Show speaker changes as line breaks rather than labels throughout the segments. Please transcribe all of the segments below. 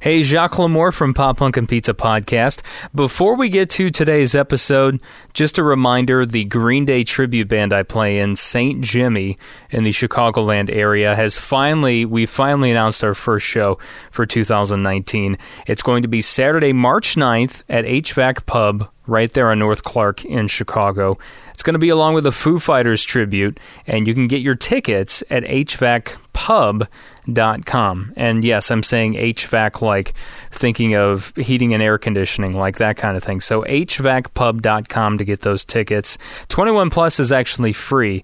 Hey, Jacques Lamour from Pop Punk and Pizza Podcast. Before we get to today's episode, just a reminder the Green Day tribute band I play in, St. Jimmy, in the Chicagoland area, has finally, we finally announced our first show for 2019. It's going to be Saturday, March 9th at HVAC Pub right there on North Clark in Chicago. It's going to be along with the Foo Fighters tribute, and you can get your tickets at hvacpub.com. And yes, I'm saying HVAC like thinking of heating and air conditioning, like that kind of thing. So hvacpub.com to get those tickets. 21 plus is actually free.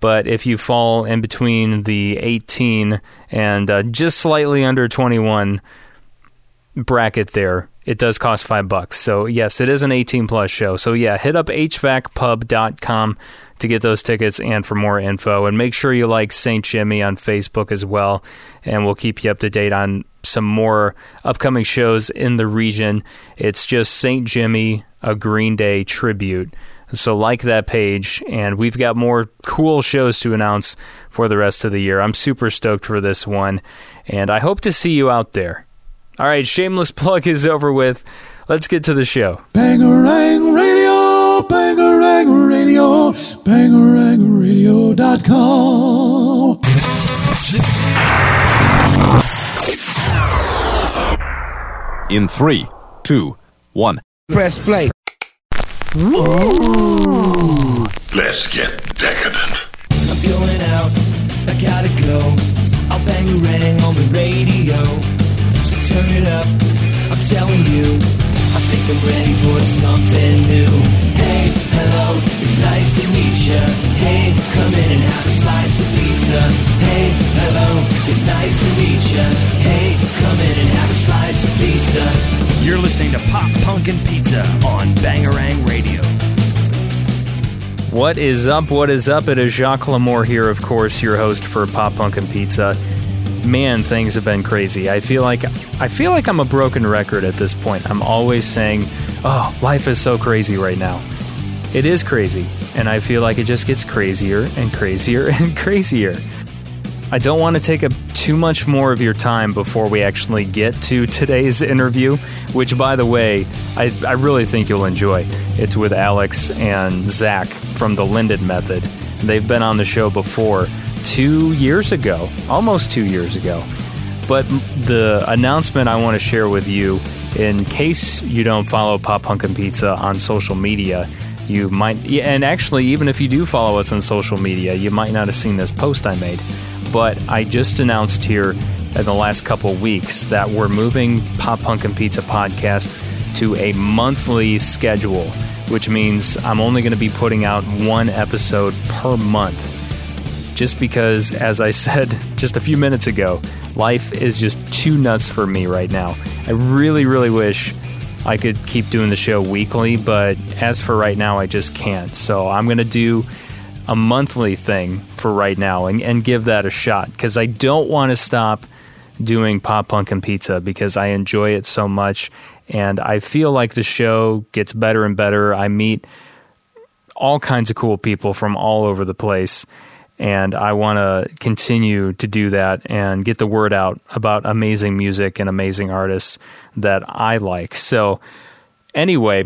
But if you fall in between the 18 and uh, just slightly under 21 bracket there, it does cost five bucks. So, yes, it is an 18 plus show. So, yeah, hit up hvacpub.com to get those tickets and for more info. And make sure you like St. Jimmy on Facebook as well. And we'll keep you up to date on some more upcoming shows in the region. It's just St. Jimmy, a Green Day tribute. So, like that page. And we've got more cool shows to announce for the rest of the year. I'm super stoked for this one. And I hope to see you out there. All right, shameless plug is over with. Let's get to the show.
Bangarang Radio, Bangarang Radio, bangarangradio.com.
in three, two, one.
Press play.
Let's get decadent.
I'm going out, I gotta go. I'll bang a rang on the radio. So turn it up, I'm telling you. I think I'm ready for something new. Hey, hello, it's nice to meet ya. Hey, come in and have a slice of pizza. Hey, hello, it's nice to meet ya. Hey, come in and have a slice of pizza. You're listening to Pop Punk and Pizza on Bangarang Radio.
What is up? What is up? It is Jacques Lamour here, of course, your host for Pop Punk and Pizza. Man, things have been crazy. I feel like I feel like I'm a broken record at this point. I'm always saying, "Oh, life is so crazy right now." It is crazy, and I feel like it just gets crazier and crazier and crazier. I don't want to take up too much more of your time before we actually get to today's interview, which, by the way, I, I really think you'll enjoy. It's with Alex and Zach from The Linden Method. They've been on the show before two years ago, almost two years ago. But m- the announcement I want to share with you, in case you don't follow Pop Punk and Pizza on social media, you might, yeah, and actually, even if you do follow us on social media, you might not have seen this post I made. But I just announced here in the last couple weeks that we're moving Pop Punk and Pizza podcast to a monthly schedule, which means I'm only going to be putting out one episode per month just because, as I said just a few minutes ago, life is just too nuts for me right now. I really, really wish I could keep doing the show weekly, but as for right now, I just can't. So I'm going to do a monthly thing for right now and, and give that a shot because I don't want to stop doing pop punk and pizza because I enjoy it so much. And I feel like the show gets better and better. I meet all kinds of cool people from all over the place. And I want to continue to do that and get the word out about amazing music and amazing artists that I like. So, anyway,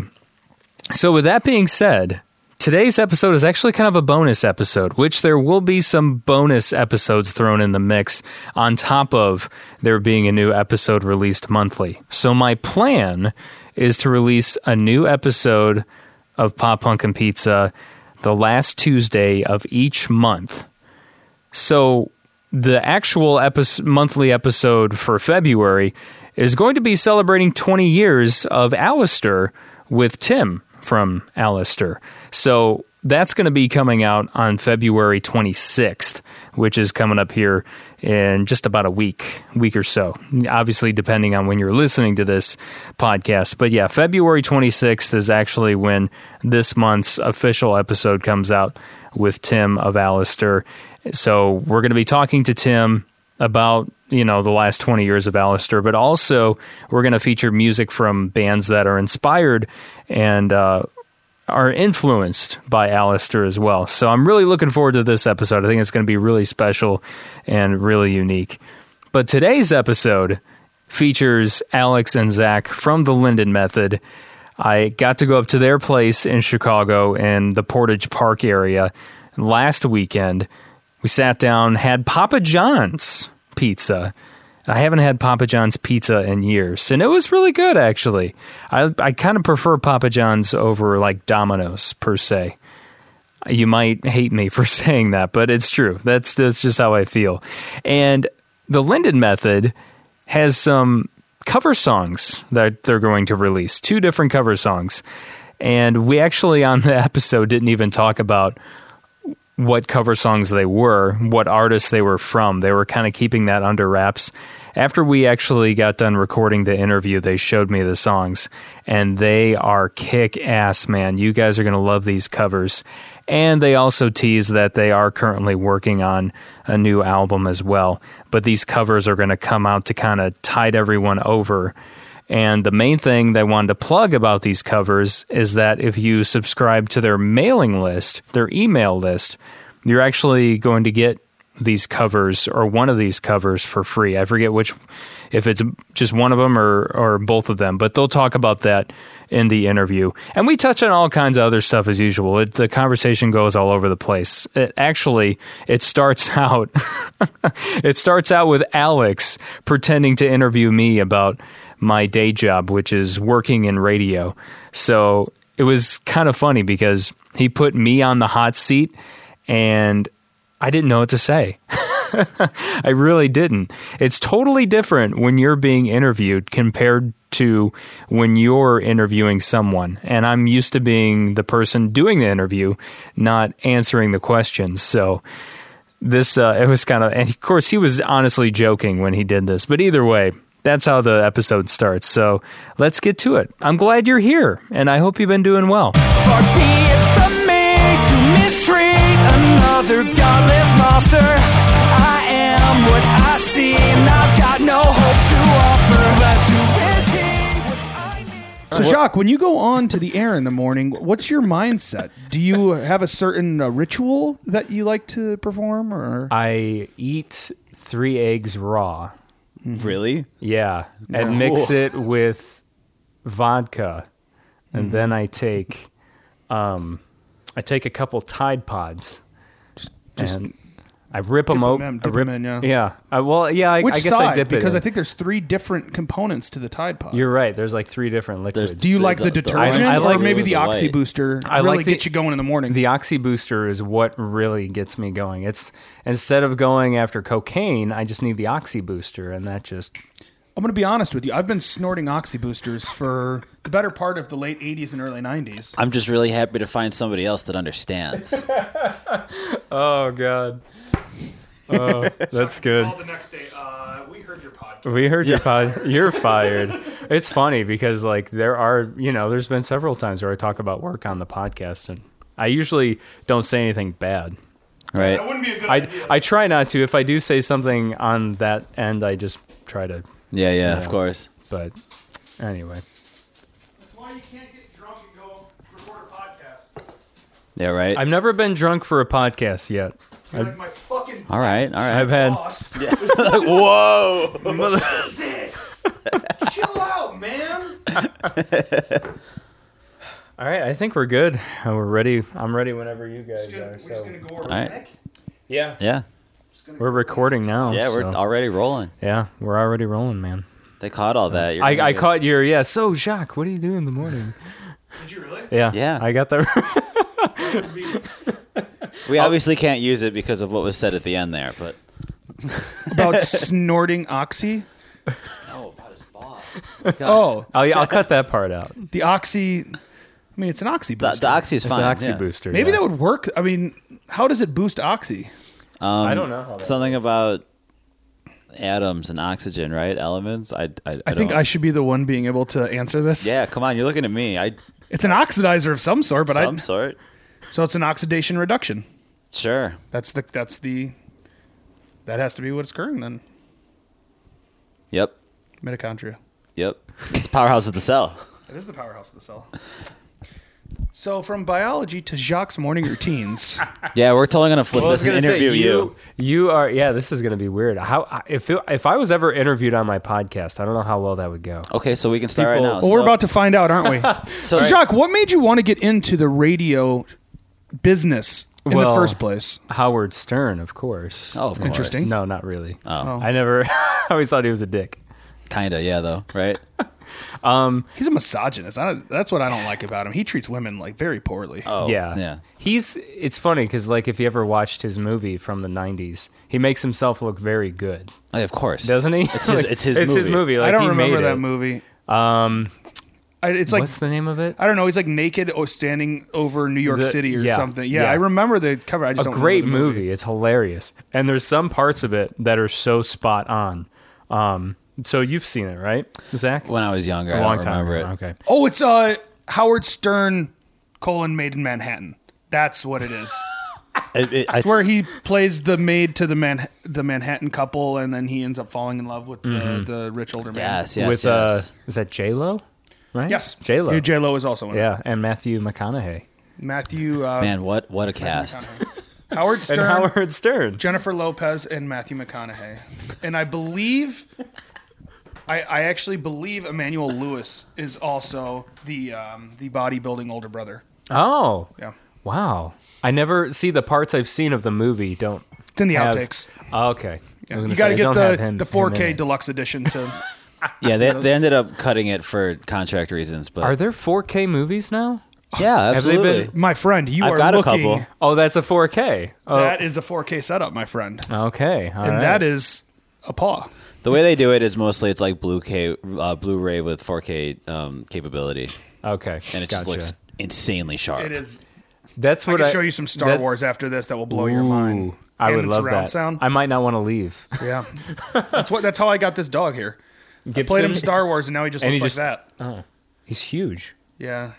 so with that being said, today's episode is actually kind of a bonus episode, which there will be some bonus episodes thrown in the mix on top of there being a new episode released monthly. So, my plan is to release a new episode of Pop Punk and Pizza the last Tuesday of each month. So the actual epis monthly episode for February is going to be celebrating 20 years of Alistair with Tim from Alistair. So that's going to be coming out on February 26th, which is coming up here in just about a week, week or so. Obviously, depending on when you're listening to this podcast. But yeah, February 26th is actually when this month's official episode comes out with Tim of Alistair. So we're going to be talking to Tim about you know the last 20 years of Alistair, but also we're going to feature music from bands that are inspired and uh, are influenced by Alistair as well. So I'm really looking forward to this episode. I think it's going to be really special and really unique. But today's episode features Alex and Zach from the Linden Method. I got to go up to their place in Chicago in the Portage Park area last weekend. We sat down, had Papa John's pizza. I haven't had Papa John's pizza in years, and it was really good actually. I I kind of prefer Papa John's over like Domino's per se. You might hate me for saying that, but it's true. That's that's just how I feel. And the Linden Method has some cover songs that they're going to release. Two different cover songs. And we actually on the episode didn't even talk about what cover songs they were, what artists they were from. They were kind of keeping that under wraps. After we actually got done recording the interview, they showed me the songs, and they are kick ass, man. You guys are going to love these covers. And they also tease that they are currently working on a new album as well. But these covers are going to come out to kind of tide everyone over. And the main thing they wanted to plug about these covers is that if you subscribe to their mailing list, their email list, you're actually going to get these covers or one of these covers for free. I forget which, if it's just one of them or, or both of them, but they'll talk about that in the interview. And we touch on all kinds of other stuff as usual. It, the conversation goes all over the place. It, actually, it starts out, it starts out with Alex pretending to interview me about my day job, which is working in radio. So it was kind of funny because he put me on the hot seat and I didn't know what to say. I really didn't. It's totally different when you're being interviewed compared to when you're interviewing someone. And I'm used to being the person doing the interview, not answering the questions. So this, uh, it was kind of, and of course, he was honestly joking when he did this. But either way, that's how the episode starts. So let's get to it. I'm glad you're here, and I hope you've been doing well.
Far be it from me to mistreat another godless monster. I am what I see, and I've got no hope to offer. Less to is he what I need?
So, Jacques, when you go on to the air in the morning, what's your mindset? Do you have a certain uh, ritual that you like to perform, or
I eat three eggs raw.
Really?
Yeah. And mix it with vodka. And then I take um I take a couple Tide Pods.
just
and I rip them
them in,
open.
dip 'em in, yeah.
I, well, yeah, I,
which
I guess
side?
I dip it.
because
in.
I think there's three different components to the Tide Pod.
you're right. There's like three different liquids.
Do you
The-
like the,
the- the
detergent,
orange, I like
or maybe the
the white.
Oxy Booster?
I
really
like the-
get you going in the morning.
the oxy booster is what really gets me going. It's instead of going after cocaine, I just need the oxy booster, and that just
I'm going to be honest with you. I've been snorting Oxy Boosters for the better part of the late '80s and early '90s.
I'm just really happy to find somebody else that understands.
oh god, oh that's good.
the next day, uh, we heard your podcast.
We heard your pod. You're fired. It's funny because like there are you know there's been several times where I talk about work on the podcast, and I usually don't say anything bad.
right?
wouldn't be a good
I I try not to. If I do say something on that end, I just try to.
Yeah, yeah, of course.
But anyway,
Yeah, right.
I've never been drunk for a podcast yet.
all right, all right.
I've had.
Whoa!
Chill out, man.
All right, I think we're good. Uh, We're ready. I'm ready whenever you guys are. So
go
All right.
yeah,
Yeah,
we're recording now.
yeah, we're
so-
already rolling.
yeah, we're already rolling, man.
They caught all that. You're
I,
gonna
I
get-
caught your yeah. So Jacques, what do you do in the morning?
Did you really?
Yeah,
Yeah.
I got that.
We obviously can't use it because of what was said at the end there, but
About snorting Oxy.
oh, about his boss.
Oh,
I'll, I'll cut that part out. It's
the Oxy. I mean, it's an Oxy
The,
Booster.
the oxy's
an
fine.
oxy
yeah.
booster.
Maybe
yeah.
that would work. I mean, how does it boost oxy?
I don't know. How that
Something about atoms and oxygen, right? Elements. I, I,
I, think
don't-
I should be the one being able to answer this.
Yeah, come on. You're looking at me. I
It's an oxidizer of some sort, but
some
I
sort.
so it's an oxidation reduction.
Sure.
That's the that's the that has to be what's occurring then.
Yep.
Mitochondria.
Yep. It's the powerhouse of the cell.
It is the powerhouse of the cell. So from biology to Jacques' morning routines.
Yeah, we're totally gonna flip
Well, I was
this and
gonna say,
interview you.
You are yeah. This is gonna be weird. How I- if it, if I was ever interviewed on my podcast, I don't know how well that would go.
Okay, so we can start right
People-
now.
well, we're
So-
about to find out, aren't we? so,
Sorry.
Jacques, what made you want to get into the radio business in the
Well,
first place?
Howard Stern, of course.
Oh, of course.
Interesting.
No, not really.
Oh.
I never. I always thought he was a dick.
Kinda, yeah, though, right?
He's a misogynist. I, don't- that's what I don't like about him. He treats women like very poorly.
Oh,
yeah.
yeah.
He's. It's funny because like if you ever watched his movie from the '90s, he makes himself look very good,
Like, of course,
doesn't he?
It's his.
Like,
it's his.
It's
movie.
his movie. Like,
I don't
he made
remember that
it.
movie. Um, I, it's like
What's the name of it?
I don't know. He's like naked or standing over New York
The-
City or
yeah,
something. Yeah,
yeah.
I remember the cover. I just
a
don't
great
remember the
movie. It's hilarious, and there's some parts of it that are so spot on. Um, so you've seen it, right, Zach?
When I was younger,
a
I
long
don't
time
remember
ago.
it.
Okay.
Oh, it's uh Howard Stern colon Made in Manhattan. That's what it is.
It- it- I-
It's where he plays the maid to the man the Manhattan couple, and then he ends up falling in love with
Mm-hmm.
the, the rich older man.
yes, yes,
With uh,
yes.
is that J Lo? Right.
Yes,
J Lo.
J Lo is also in it.
Yeah, and Matthew McConaughey
Matthew uh,
Man, what what a cast!
Howard Stern,
and Howard Stern.
Jennifer Lopez, and Matthew McConaughey, and I believe, I, I actually believe Emmanuel Lewis is also the um, the bodybuilding older brother.
Oh,
Yeah,
wow. I never see the parts I've seen of the movie. Don't.
it's in the
have-
outtakes.
Oh, okay. I was gonna
You
say,
got to
I
get
don't
the
have him-
the
him in
4K
it.
deluxe edition to.
Yeah, they, they ended up cutting it for contract reasons, but
Are there 4K movies now?
yeah,
Have they been-
absolutely.
My friend, you
I've
are
got a
looking.
couple.
Oh, that's a 4K. Oh,
That is a 4K setup, my friend,
okay. all
and
right.
that is a paw.
The way they do it is mostly it's like blue K, uh, Blu-ray with 4K um, capability,
okay.
and it just
Gotcha.
looks insanely sharp.
It is.
That's
I
what
can show you some Star
that-
Wars after this that will blow your mind.
Ooh, I
And
would
it's
love
surround
that.
Sound.
I might not want to leave.
yeah, that's what. That's how I got this dog here. I played him
Gibson,
Star Wars, and now he just
And
looks
he just-
like that.
He's huge.
Yeah,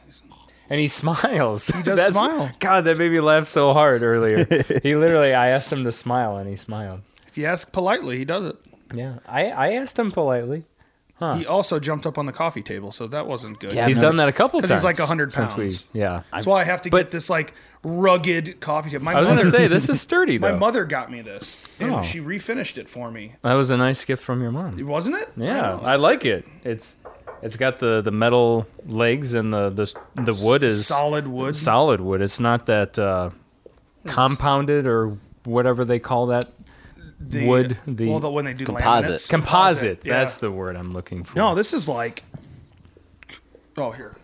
And he smiles. He
does smile.
God, that made me laugh so hard earlier. he literally, I asked him to smile, and he smiled.
if you ask politely, he does it.
Yeah, I, I asked him politely.
He also jumped up on the coffee table, so that wasn't good.
Yeah,
He's
no,
done that a couple
'Cause
times.
he's like 100
since we-
pounds.
yeah, I,
that's why I have to
but-
get this like rugged coffee table. My
was
mother,
gonna say this is sturdy
my
though.
mother got me this, and
Oh.
she refinished it for me.
that was a nice gift from your mom.
Wasn't it?
Yeah,
I know.
I like it. It's it's got the, the metal legs and the the the wood is
solid wood.
Solid wood. It's not that uh, compounded or whatever they call that
The-
wood, the-
well, when they do
Composite.
laminates.
composite.
yeah.
That's the word I'm looking for.
No, this is like. Oh, here.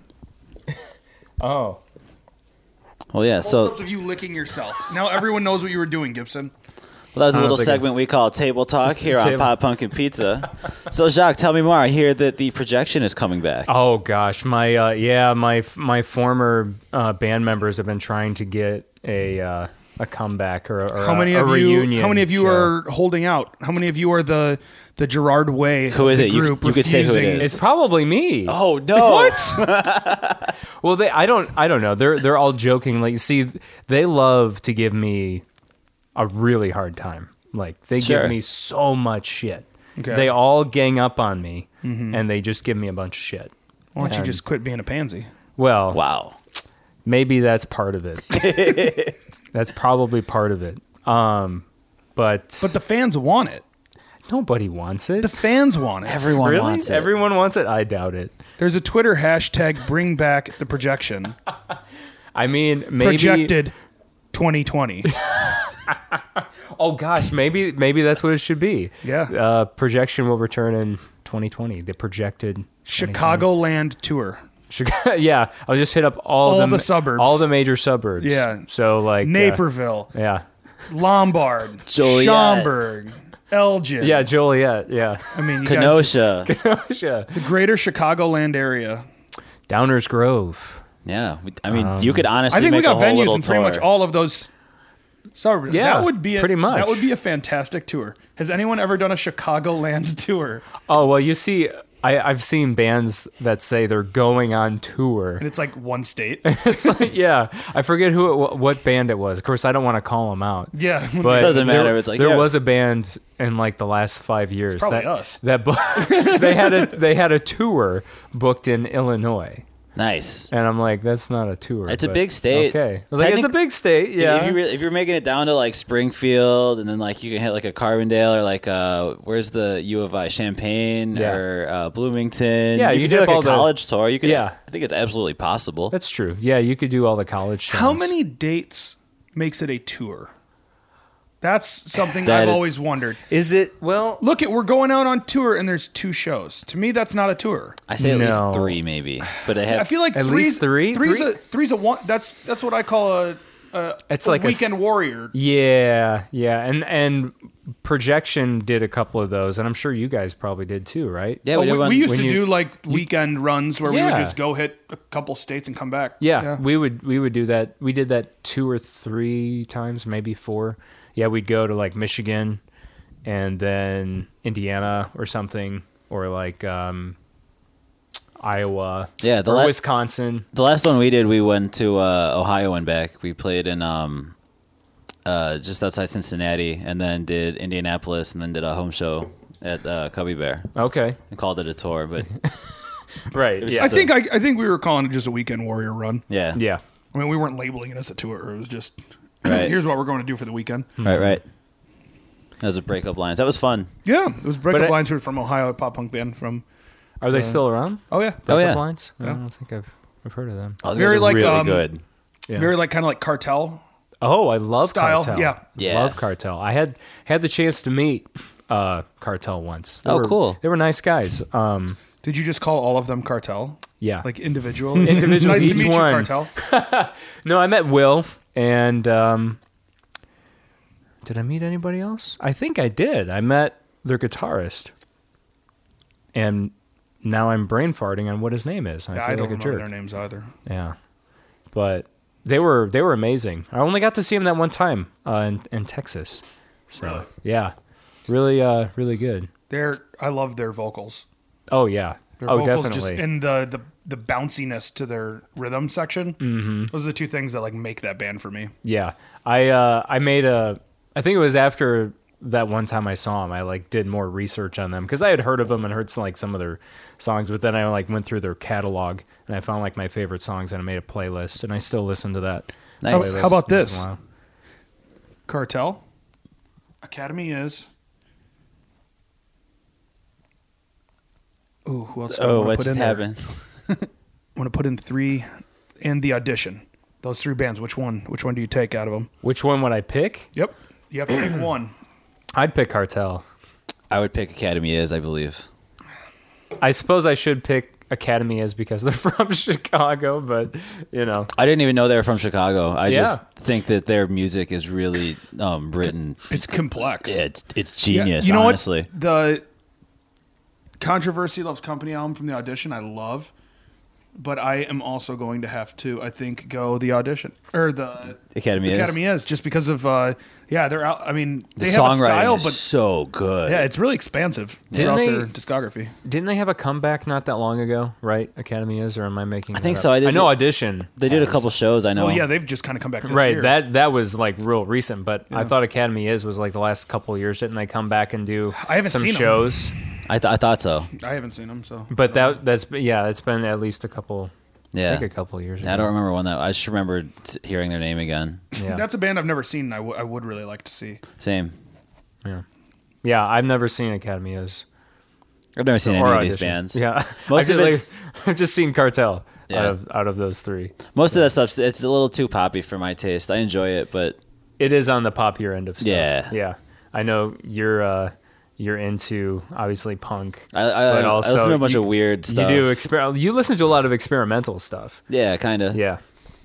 oh.
Well, yeah. So
Close-ups of you licking yourself. Now everyone knows what you were doing, Gibson.
well, that was a little
think I-
segment we call Table Talk here on
Table-
Pop Pumpkin Pizza. so Jacques, tell me more. I hear that the projection is coming back.
Oh gosh, my uh, yeah, my my former uh, band members have been trying to get a uh, a comeback or, or
How
a,
many
Uh, a
of
reunion.
you? How many of you
show.
are holding out? How many of you are the the Gerard Way?
Who
of
is
the
it? You-
Group
you could say who it
refusing-
is.
It's probably me.
Oh no! What?
Well, they I don't I don't know. They're they're all joking. Like, see, they love to give me a really hard time. Like they
Sure.
give me so much shit.
Okay. Mm-hmm.
They all gang up on me and they just give me a bunch of shit.
Why
Um,
don't you just quit being a pansy?
Well,
Wow.
maybe that's part of it. that's probably part of it. Um, but,
But the fans want it.
nobody wants it.
The fans want it.
Everyone
really?
wants it.
Everyone wants it. I doubt it.
There's a Twitter hashtag bring back the projection.
I mean, maybe
Projected 2020.
Oh gosh, maybe maybe that's what it should be.
Yeah.
Uh, projection will return in 2020. The projected
Chicagoland tour.
Chicago. Yeah, I'll just hit up all,
All
the,
the suburbs.
all the major suburbs.
Yeah.
So like uh,
Naperville,
yeah.
Lombard,
Joliet.
Schaumburg, Elgin.
Yeah, Joliet. Yeah.
I mean, you guys just-
Kenosha.
yeah.
the greater Chicagoland area.
Downers Grove.
yeah. we- I mean, you could honestly.
I think
make
we
a
got
whole
venues
little
in pretty much
tour.
all of those. Sorry,
Yeah,
that would be a,
pretty much.
that would be a fantastic tour. Has anyone ever done a Chicagoland tour?
Oh well, you see, I, I've seen bands that say they're going on tour.
And it's like one state.
yeah, I forget who it, wa- what band it was. Of course, I don't want to call them out.
Yeah,
But
Doesn't matter.
There,
It's like,
there
yeah.
was a band in like the last five years.
probably
that,
us.
That bu- they had a they had a tour booked in Illinois.
Nice.
And I'm like, that's not a tour.
It's a
but
big state.
Okay. I was like, it's a
Technic-
big state. Yeah.
If you really, if you're making it down to like Springfield, and then like you can hit like a Carbondale or like uh, where's the U of I, Champaign
Yeah.
or uh, Bloomington.
Yeah,
you,
you
could do
dip
like
all
a
the-
college tour. You could.
Yeah.
I think it's absolutely possible.
that's true. Yeah, you could do all the college.
How
towns.
many dates makes it a tour? That's something
That
I've
is-
always wondered.
Is it? Well,
Look, at we're going out on tour and there's two shows. To me, that's not a tour.
I say at
No.
least three, maybe. But I have.
I feel like
At
three's,
least three?
Three's
Three?
a three's a one. That's that's what I call a. a
It's
a
like a s-
weekend warrior.
Yeah, yeah, and and projection did a couple of those, and I'm sure you guys probably did too, right?
yeah,
Oh,
we,
we,
did one-
we used
when
to
you-
do like weekend runs where we
Yeah.
would just go hit a couple states and come back.
yeah, We would we would do that. We did that two or three times, maybe four. Yeah, we'd go to like Michigan, and then Indiana or something, or like um, Iowa.
Yeah, the
or
la-
Wisconsin.
The last one we did, we went to uh, Ohio and back. We played in um, uh, just outside Cincinnati, and then did Indianapolis, and then did a home show at uh, Cubby Bear
Okay,
and called it a tour. But
right.
was
Yeah,
I think I, I think we were calling it just a weekend warrior run.
yeah,
yeah.
I mean, we weren't labeling it as a tour. It was just
Right.
here's what we're going to do for the weekend.
Hmm.
right, right. That was a breakup lines. That was fun.
Yeah, it was breakup
But I-
lines who were from Ohio, a pop punk band from.
Are they still around?
Oh yeah,
Oh, yeah.
Pickup Lines? I don't think I've, I've heard of them.
Those
Very
guys are
like,
really
um,
good.
Yeah.
very like kind of like cartel.
Oh, I love
Style,
Cartel.
yeah.
Yeah.
love Cartel. I had had the chance to meet uh, Cartel once. They
Oh,
were-
cool.
They were nice guys. Um,
Did you just call all of them cartel?
yeah.
Like individually.
Individual,
nice
each
to meet
one.
you, cartel.
no, I met Will and um, did I meet anybody else? I think I did. I met their guitarist, and now I'm brain farting on what his name is. I
Yeah,
feel
I
like
don't
a
remember
jerk.
their names either.
Yeah, but they were they were amazing. I only got to see them that one time uh, in in Texas. So
Really?
yeah, really uh, really good.
They're I love their vocals.
Oh yeah.
Their
oh
vocals
definitely.
just and the, the the bounciness to their rhythm section. Mm-hmm. Those are the two things that like make that band for me.
yeah. I uh I made a I think it was after that one time I saw him, I like did more research on them because I had heard of them and heard some like some of their songs, but then I like went through their catalog and I found like my favorite songs and I made a playlist and I still listen to that.
Nice.
playlist
How about
once in
this?
a while.
Cartel Academy is. Ooh, who else? do I
Oh,
wanna
what
put
just
in there?
happened?
I want to put in three, and the audition. Those three bands. Which one? Which one do you take out of them?
Which one would I pick?
Yep, you have to pick one.
I'd pick Cartel.
I would pick Academy is, I believe.
I suppose I should pick Academy is because they're from Chicago, but you know.
I didn't even know they were from Chicago. I just
Yeah.
think that their music is really um, written.
It's complex.
It's it's
Yeah,
genius.
you know
honestly,
what? The controversy loves company album from the audition. I love, but I am also going to have to. I think go the audition or the
Academy is.
Academy is just because of uh, yeah. They're out. I mean,
the
they have a
songwriting
style,
is
but
so good.
yeah, it's really expansive
Didn't
throughout
they-
their discography.
Didn't they have a comeback not that long ago? Right, Academy is, or am I making? I
think so. I
I
didn't-
know audition.
They did a
has.
couple shows. I know.
Oh,
Well, yeah, they've just kind of come back. This
Right,
year.
that that was like real recent, but I thought Academy is was like the last couple years. Didn't they come back and do
I haven't
some
seen 'em.
shows?
I, th- I thought so.
I haven't seen them, so
But that that's yeah, it's been at least a couple.
Yeah.
I think a couple years.
I don't remember when that. I just remembered t- hearing their name again.
Yeah.
that's a band I've never seen. and I, w- I would really like to see.
Same.
yeah, I've never seen Academy is
I've never seen any
or
of these
Audition.
bands.
Yeah,
Most
I've
of it's-
I've just seen Cartel out
Yeah.
of out of those three.
Most of that stuff, it's a little too poppy for my taste. I enjoy it, but
it is on the poppier end of stuff.
Yeah.
yeah. I know you're uh, you're into obviously punk.
I, I,
But
I
also
listen to a bunch
you-
of weird stuff.
You do exper- You listen to a lot of experimental stuff.
yeah, kind of.
Yeah.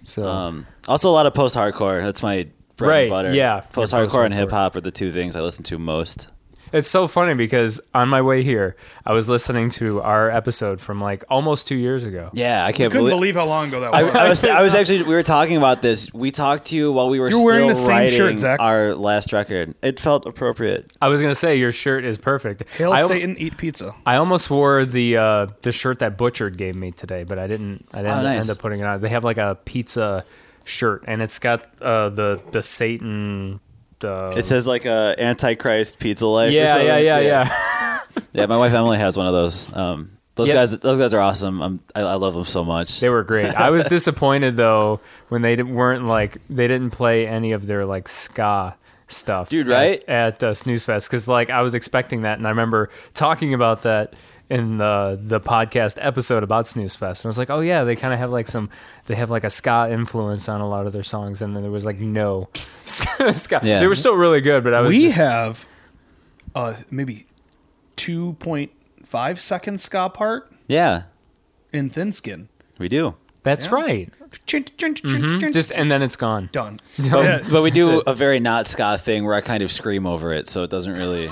So
Um, also, a lot of post hardcore. That's my bread
Right,
and butter.
yeah.
Post hardcore
Post-hardcore.
and hip hop are the two things I listen to most.
it's so funny because on my way here, I was listening to our episode from like almost two years ago.
Yeah, I can't
Couldn't
believe.
believe how long ago that
I,
was.
I was, I was actually. We were talking about this. We talked to you while we were
You're
still
wearing the same
writing
shirt, Zach.
our last record. It felt appropriate.
I was gonna say your shirt is perfect.
Hail
I,
Satan, eat pizza.
I almost wore the uh, the shirt that Butchered gave me today, but I didn't. I didn't
Oh, nice.
end up putting it on. They have like a pizza shirt, and it's got uh, the the Satan. Uh,
It says like a Antichrist pizza life. or
yeah,
something.
yeah, yeah, yeah,
Yeah, my wife Emily has one of those. Um, Those
Yep.
guys, those guys are awesome. I'm, I, I love them so much.
They were great. I was disappointed though when they didn't- weren't like they didn't play any of their like ska stuff,
Dude,
at-
right?
At, uh, Snooze Fest because like I was expecting that, and I remember talking about that in the the podcast episode about Snooze Fest, and I was like, oh yeah, they kind of have like some they have like a ska influence on a lot of their songs, and then there was like no ska.
Yeah.
They were still really good, but I was
we
just-
have uh, maybe 2.5 second ska part
yeah,
in Thin Skin.
we do.
that's right. Mhm. Just and then it's gone.
done.
But,
Yeah.
but we do a very not ska thing where I kind of scream over it, so it doesn't really.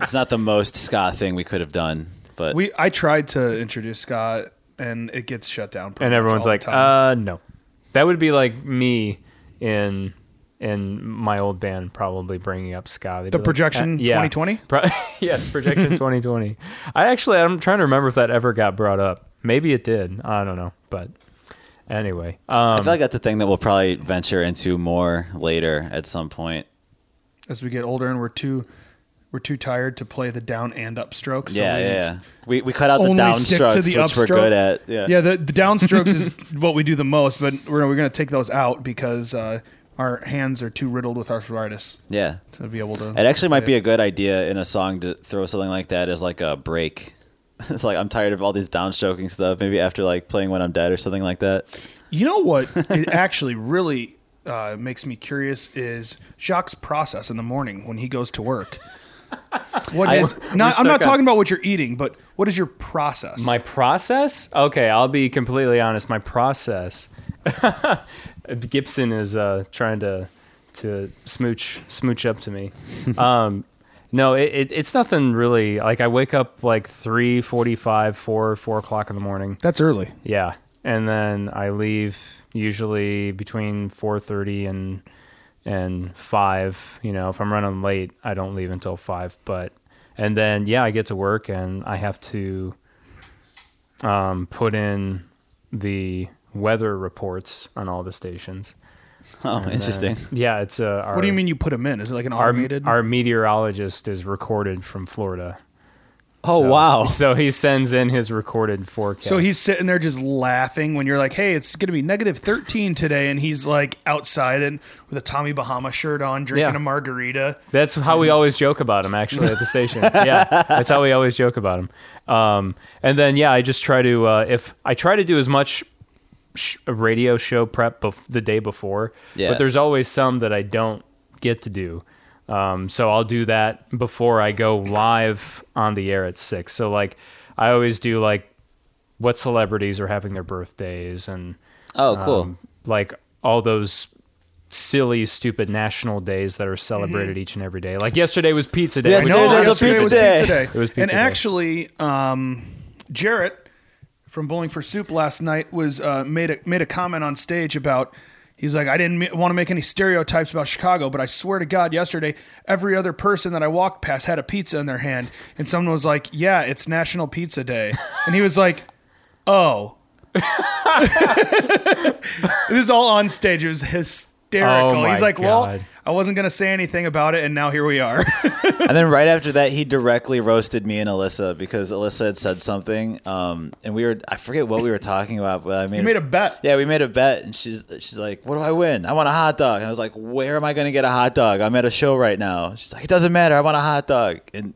it's not the most ska thing we could have done, but
We I tried to introduce Scott and it gets shut down. pretty
and
much
everyone's
all the
like,
time.
uh, no. That would be like me in in my old band probably bringing up ska. They'd
The
be like,
Projection
uh, yeah.
2020?
Pro- yes, projection 2020. I actually I'm trying to remember if that ever got brought up. Maybe it did. I don't know, but anyway,
I
um,
feel like that's a thing that we'll probably venture into more later at some point.
as we get older and we're too we're too tired to play the down and up strokes. so
yeah,
we
yeah, yeah. We we cut out the
only stick to
downstrokes,
the
which
upstroke.
we're good at. Yeah.
Yeah, the, the downstrokes is what we do the most, but we're, we're going to take those out because uh, our hands are too riddled with arthritis
yeah.
to be able to.
It actually might be
play
a good idea in a song to throw something like that as like a break. It's like I'm tired of all these downstroking stuff. Maybe after like playing when I'm dead or something like that.
You know what? it actually really uh, makes me curious is Jacques' process in the morning when he goes to work. What
I-
is not? I'm
stuck
not
on-
talking about what you're eating, but what is your process?
my process. Okay, I'll be completely honest. My process. Gibson is uh, trying to to smooch smooch up to me. Um, No, it, it, it's nothing really. Like I wake up like three forty-five, four four o'clock in the morning.
That's early.
Yeah, and then I leave usually between four thirty and and five. You know, if I'm running late, I don't leave until five. But and then yeah, I get to work and I have to um, put in the weather reports on all the stations.
Oh, interesting.
Yeah, it's uh, our,
What do you mean you put them in? Is it like an
Our,
automated?
our meteorologist is recorded from Florida.
Oh wow.
So he sends in his recorded forecast.
so he's sitting there just laughing when you're like, "Hey, it's going to be negative 13 today," and he's like outside and with a Tommy Bahama shirt on, drinking
Yeah.
a margarita.
that's how we always joke about him actually at the station. yeah, that's how we always joke about him. Um, and then yeah, I just try to uh, if I try to do as much sh- radio show prep bef- the day before,
Yeah.
but there's always some that I don't get to do. Um, so I'll do that before I go live on the air at six. So like I always do like what celebrities are having their birthdays and
Oh, cool.
um, like all those silly, stupid national days
Mm-hmm.
that are celebrated each and every day. Like yesterday was pizza day.
Yesterday
I know.
was a
yesterday
pizza
was
day.
It was
and
pizza day.
actually, um, Jarrett from Bowling for Soup last night was uh, made a, made a comment on stage about. He's like, I didn't want to make any stereotypes about Chicago, but I swear to God, yesterday every other person that I walked past had a pizza in their hand, and someone was like, "Yeah, it's National Pizza Day," and he was like, "Oh." this is all on stage. It was hysterical.
Oh my
He's like, "Well,
God.
I wasn't gonna say anything about it, and now here we are."
and then right after that, he directly roasted me and Alyssa because Alyssa had said something, um, and we were—I forget what we were talking about, but I made,
You made a bet.
Yeah, we made a bet, and she's she's like, "What do I win? I want a hot dog." And I was like, "Where am I going to get a hot dog? I'm at a show right now." She's like, "It doesn't matter. I want a hot dog." And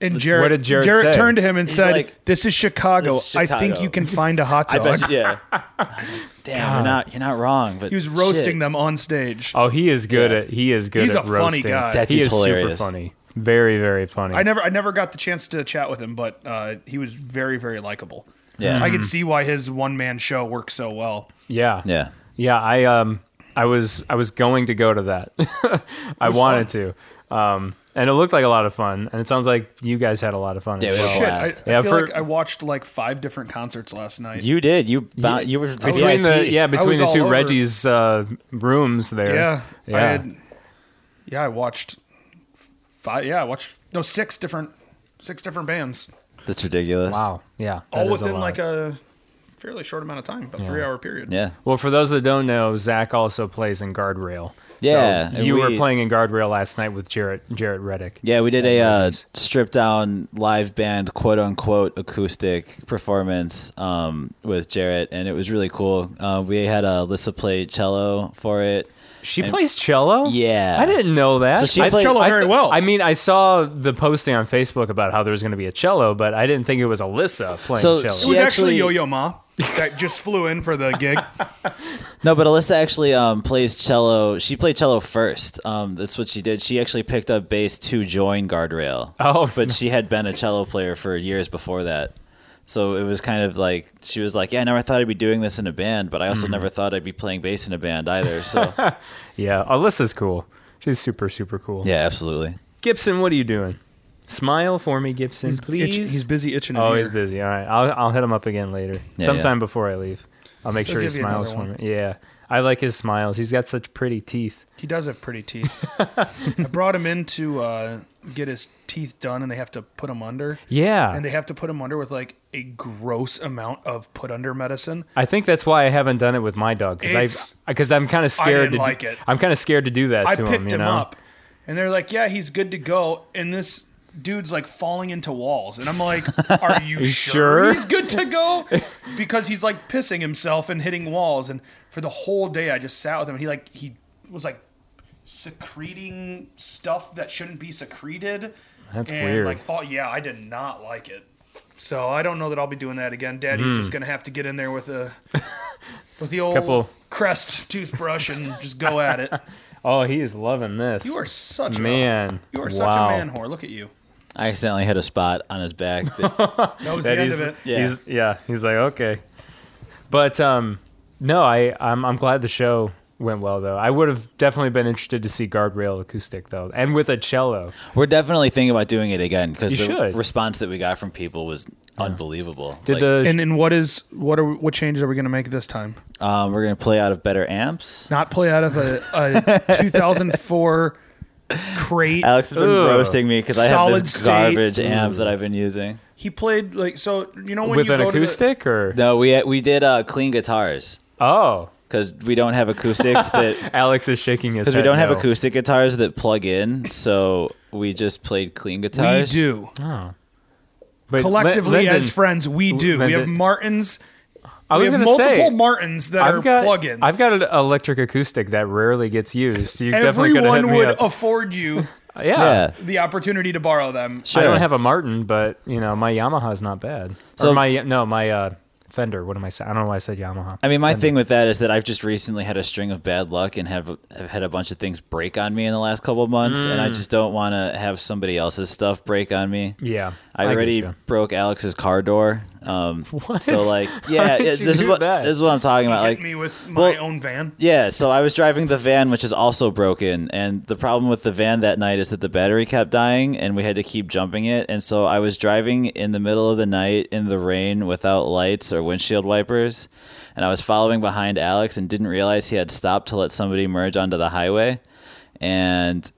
And Jared,
did Jarrett say?
turned to him and
He's
said,
like,
"This is Chicago.
"This is
I think
Chicago."
you can find a hot
I
dog."
bet, you, yeah. I was like, Damn, you're not you're not wrong. But
he was roasting
shit.
them on stage.
Oh, he is good
Yeah.
at he is good
He's
at
a funny
roasting.
guy. That
he
dude's
is
hilarious.
super funny. Very very funny.
I never, I never got the chance to chat with him, but uh, he was very, very likable.
Yeah,
I could
Mm-hmm.
see why his one man show worked so well.
Yeah.
yeah.
Yeah, I um I was I was going to go to that. I wanted to. Um and it looked like a lot of fun and it sounds like you guys had a lot of fun
Yeah,
as
we
well.
had a
Shit, I,
Blast.
I
Yeah,
feel
for-
like I watched like five different concerts last night.
You did. You bou- you were
Between
VIP.
the yeah, between
was
the
all
two
over.
Reggie's uh, rooms there.
yeah, I
Yeah.
had, yeah, I watched five. Yeah, I watched no six different, six different bands,
That's ridiculous.
Wow. Yeah. that
all
is a
within
lot.
like a fairly short amount of time, about three hour period.
Yeah.
Well, for those that don't know, Zach also plays in Guardrail,
Yeah,
So
and
you were
we-
playing in guardrail last night with Jarrett Jarrett Reddick.
Yeah, we did a uh, stripped down live band, quote unquote, acoustic performance um, with Jarrett, and it was really cool. Uh, we had uh, Lissa play cello for it.
She
And-
plays cello.
Yeah.
I didn't know that.
So she
I
played-
cello
I
very
th-
well.
I mean, I saw the posting on Facebook about how there was going to be a cello, but I didn't think it was Alyssa playing cello.
So
It was
She
actually
actually-
Yo Yo Ma that just flew in for the gig.
No, but Alyssa actually um, plays cello. She played cello first. Um, that's what she did. She actually picked up bass to join Guardrail.
Oh,
but she had been a cello player for years before that. So it was kind of like she was like, "Yeah, I never thought I'd be doing this in a band, but I
Mm-hmm.
also never thought I'd be playing bass in a band either." So
yeah, Alyssa's cool. She's super super cool.
yeah, absolutely.
Gibson, what are you doing? Smile for me, Gibson, please.
Itch- he's busy itching. an
Oh, he's
ear.
busy. All right, I'll I'll hit him up again later,
Yeah,
sometime
yeah.
before I leave. I'll make sure he
give you
smiles for
another
me. Yeah, I like his smiles. He's got such pretty teeth.
He does have pretty teeth. I brought him in to uh, get his teeth done, and they have to put him under.
Yeah,
And they have to put him under with like a gross amount of put under medicine.
I think that's why I haven't done it with my dog because
It's-
I because I'm kind of scared.
didn't
to do-
like it.
I'm kind of scared to do that
I
to
picked
him.
him,
You know?
up, and they're like, "Yeah, he's good to go." And this dude's like falling into walls, and I'm like, "Are you
sure?
sure he's good to go?" Because he's like pissing himself and hitting walls. And for the whole day, I just sat with him, and he like he was like secreting stuff that shouldn't be secreted.
That's
and,
weird.
Like, thought, yeah, I did not like it. So I don't know that I'll be doing that again. Daddy's
Hmm.
just gonna have to get in there with a with the old
Couple-
crest toothbrush and just go at it.
Oh, he is loving this.
You are such
man.
A, you are
wow.
such a man whore. Look at you.
I accidentally hit a spot on his back. that-
That was
That
the end
he's-
of it.
Yeah.
He's, yeah. He's like okay, but um, no, I I'm I'm glad the show went well though. I would have definitely been interested to see guardrail acoustic though, and with a cello.
We're definitely thinking about doing it again because
You
the
should.
response that we got from people was unbelievable.
Did
Like,
the
And then what is what are we- what changes are we going to make this time?
um, we're gonna play out of better amps?
Not play out of a, a 2004 crate.
Alex has been
Ugh.
roasting me because I have
Solid
this
state.
garbage amp that I've been using.
He played like so. You know when
with
you
an
go to the-
acoustic or
No, we we did uh, clean guitars
oh?
because we don't have acoustics that
Alex is shaking his
because
head.
we don't have
no.
acoustic guitars that plug in. So we just played clean
we
guitars.
do
But Lin-
collectively
Lyndon-
as friends. We do. we have
Lyndon-
Martins.
I was
we have
gonna
multiple
say,
Martins that are
I've got
plugins.
I've got an electric acoustic that rarely gets used. You definitely could have hit
Everyone
me
would
up.
afford you
yeah.
Yeah.
the opportunity to borrow them.
I
Sure.
don't have a Martin, but you know my Yamaha's not bad. So
So-
my no my uh, Fender. What am I saying? I don't know why I said Yamaha.
I mean, my thing with that is that I've just recently had a string of bad luck and have, have had a bunch of things break on me in the last couple of months, and I just don't want to have somebody else's stuff break on me.
yeah,
I,
guess
already
so.
broke Alex's car door. Um,
What?
So like, yeah,
did
it-
you
this is
do
what
that?
this is what I'm talking about.
Hit
Like,
me with my
well-
own van.
yeah, so I was driving the van, which is also broken, and the problem with the van that night is that the battery kept dying, and we had to keep jumping it. And so I was driving in the middle of the night in the rain without lights or windshield wipers, and I was following behind Alex and didn't realize he had stopped to let somebody merge onto the highway, and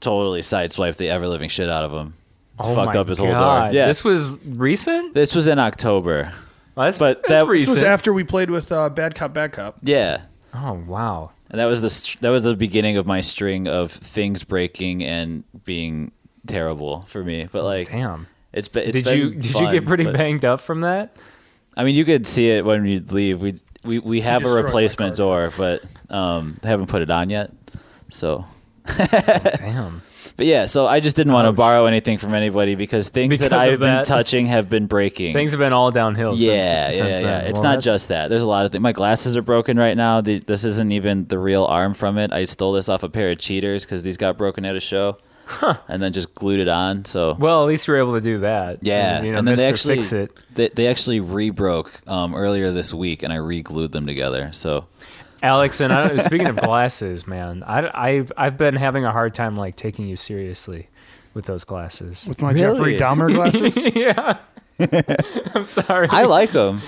totally sideswiped the ever living shit out of him.
Oh
Fucked
my
up his whole door.
God.
Yeah,
this was recent.
this was in October.
Well, that's
but
that's
that- This
This
recent.
was after we played with uh, Bad Cop, Bad Cop.
Yeah.
oh wow.
And that was the str- that was the beginning of my string of things breaking and being terrible for me. But like,
Damn.
it's been. it's
did
been
you did you
fun,
get pretty
but-
banged up from that?
I mean, you could see it when you leave. We we we have a
destroyed my
replacement door, but um, they haven't put it on yet. So,
Damn.
but yeah. So I just didn't want to borrow anything from anybody because things that
Oh, Because of
I've been
that.
touching have been breaking.
Things have been all downhill.
yeah,
since,
yeah,
since
yeah.
then.
It's
Well,
not
that's-
just that. There's a lot of things. My glasses are broken right now. The, this isn't even the real arm from it. I stole this off a pair of cheaters because these got broken at a show, and then just glued it on. So
Well, at least you were able to do that.
yeah,
you know,
and then
Mr.
they actually
fix it.
They, they actually re-broke um, earlier this week, and I re-glued them together. So
Alex and I, speaking of glasses, man, I, have I've been having a hard time like taking you seriously with those glasses.
With my Jeffrey Dahmer glasses.
yeah, I'm sorry.
I like them.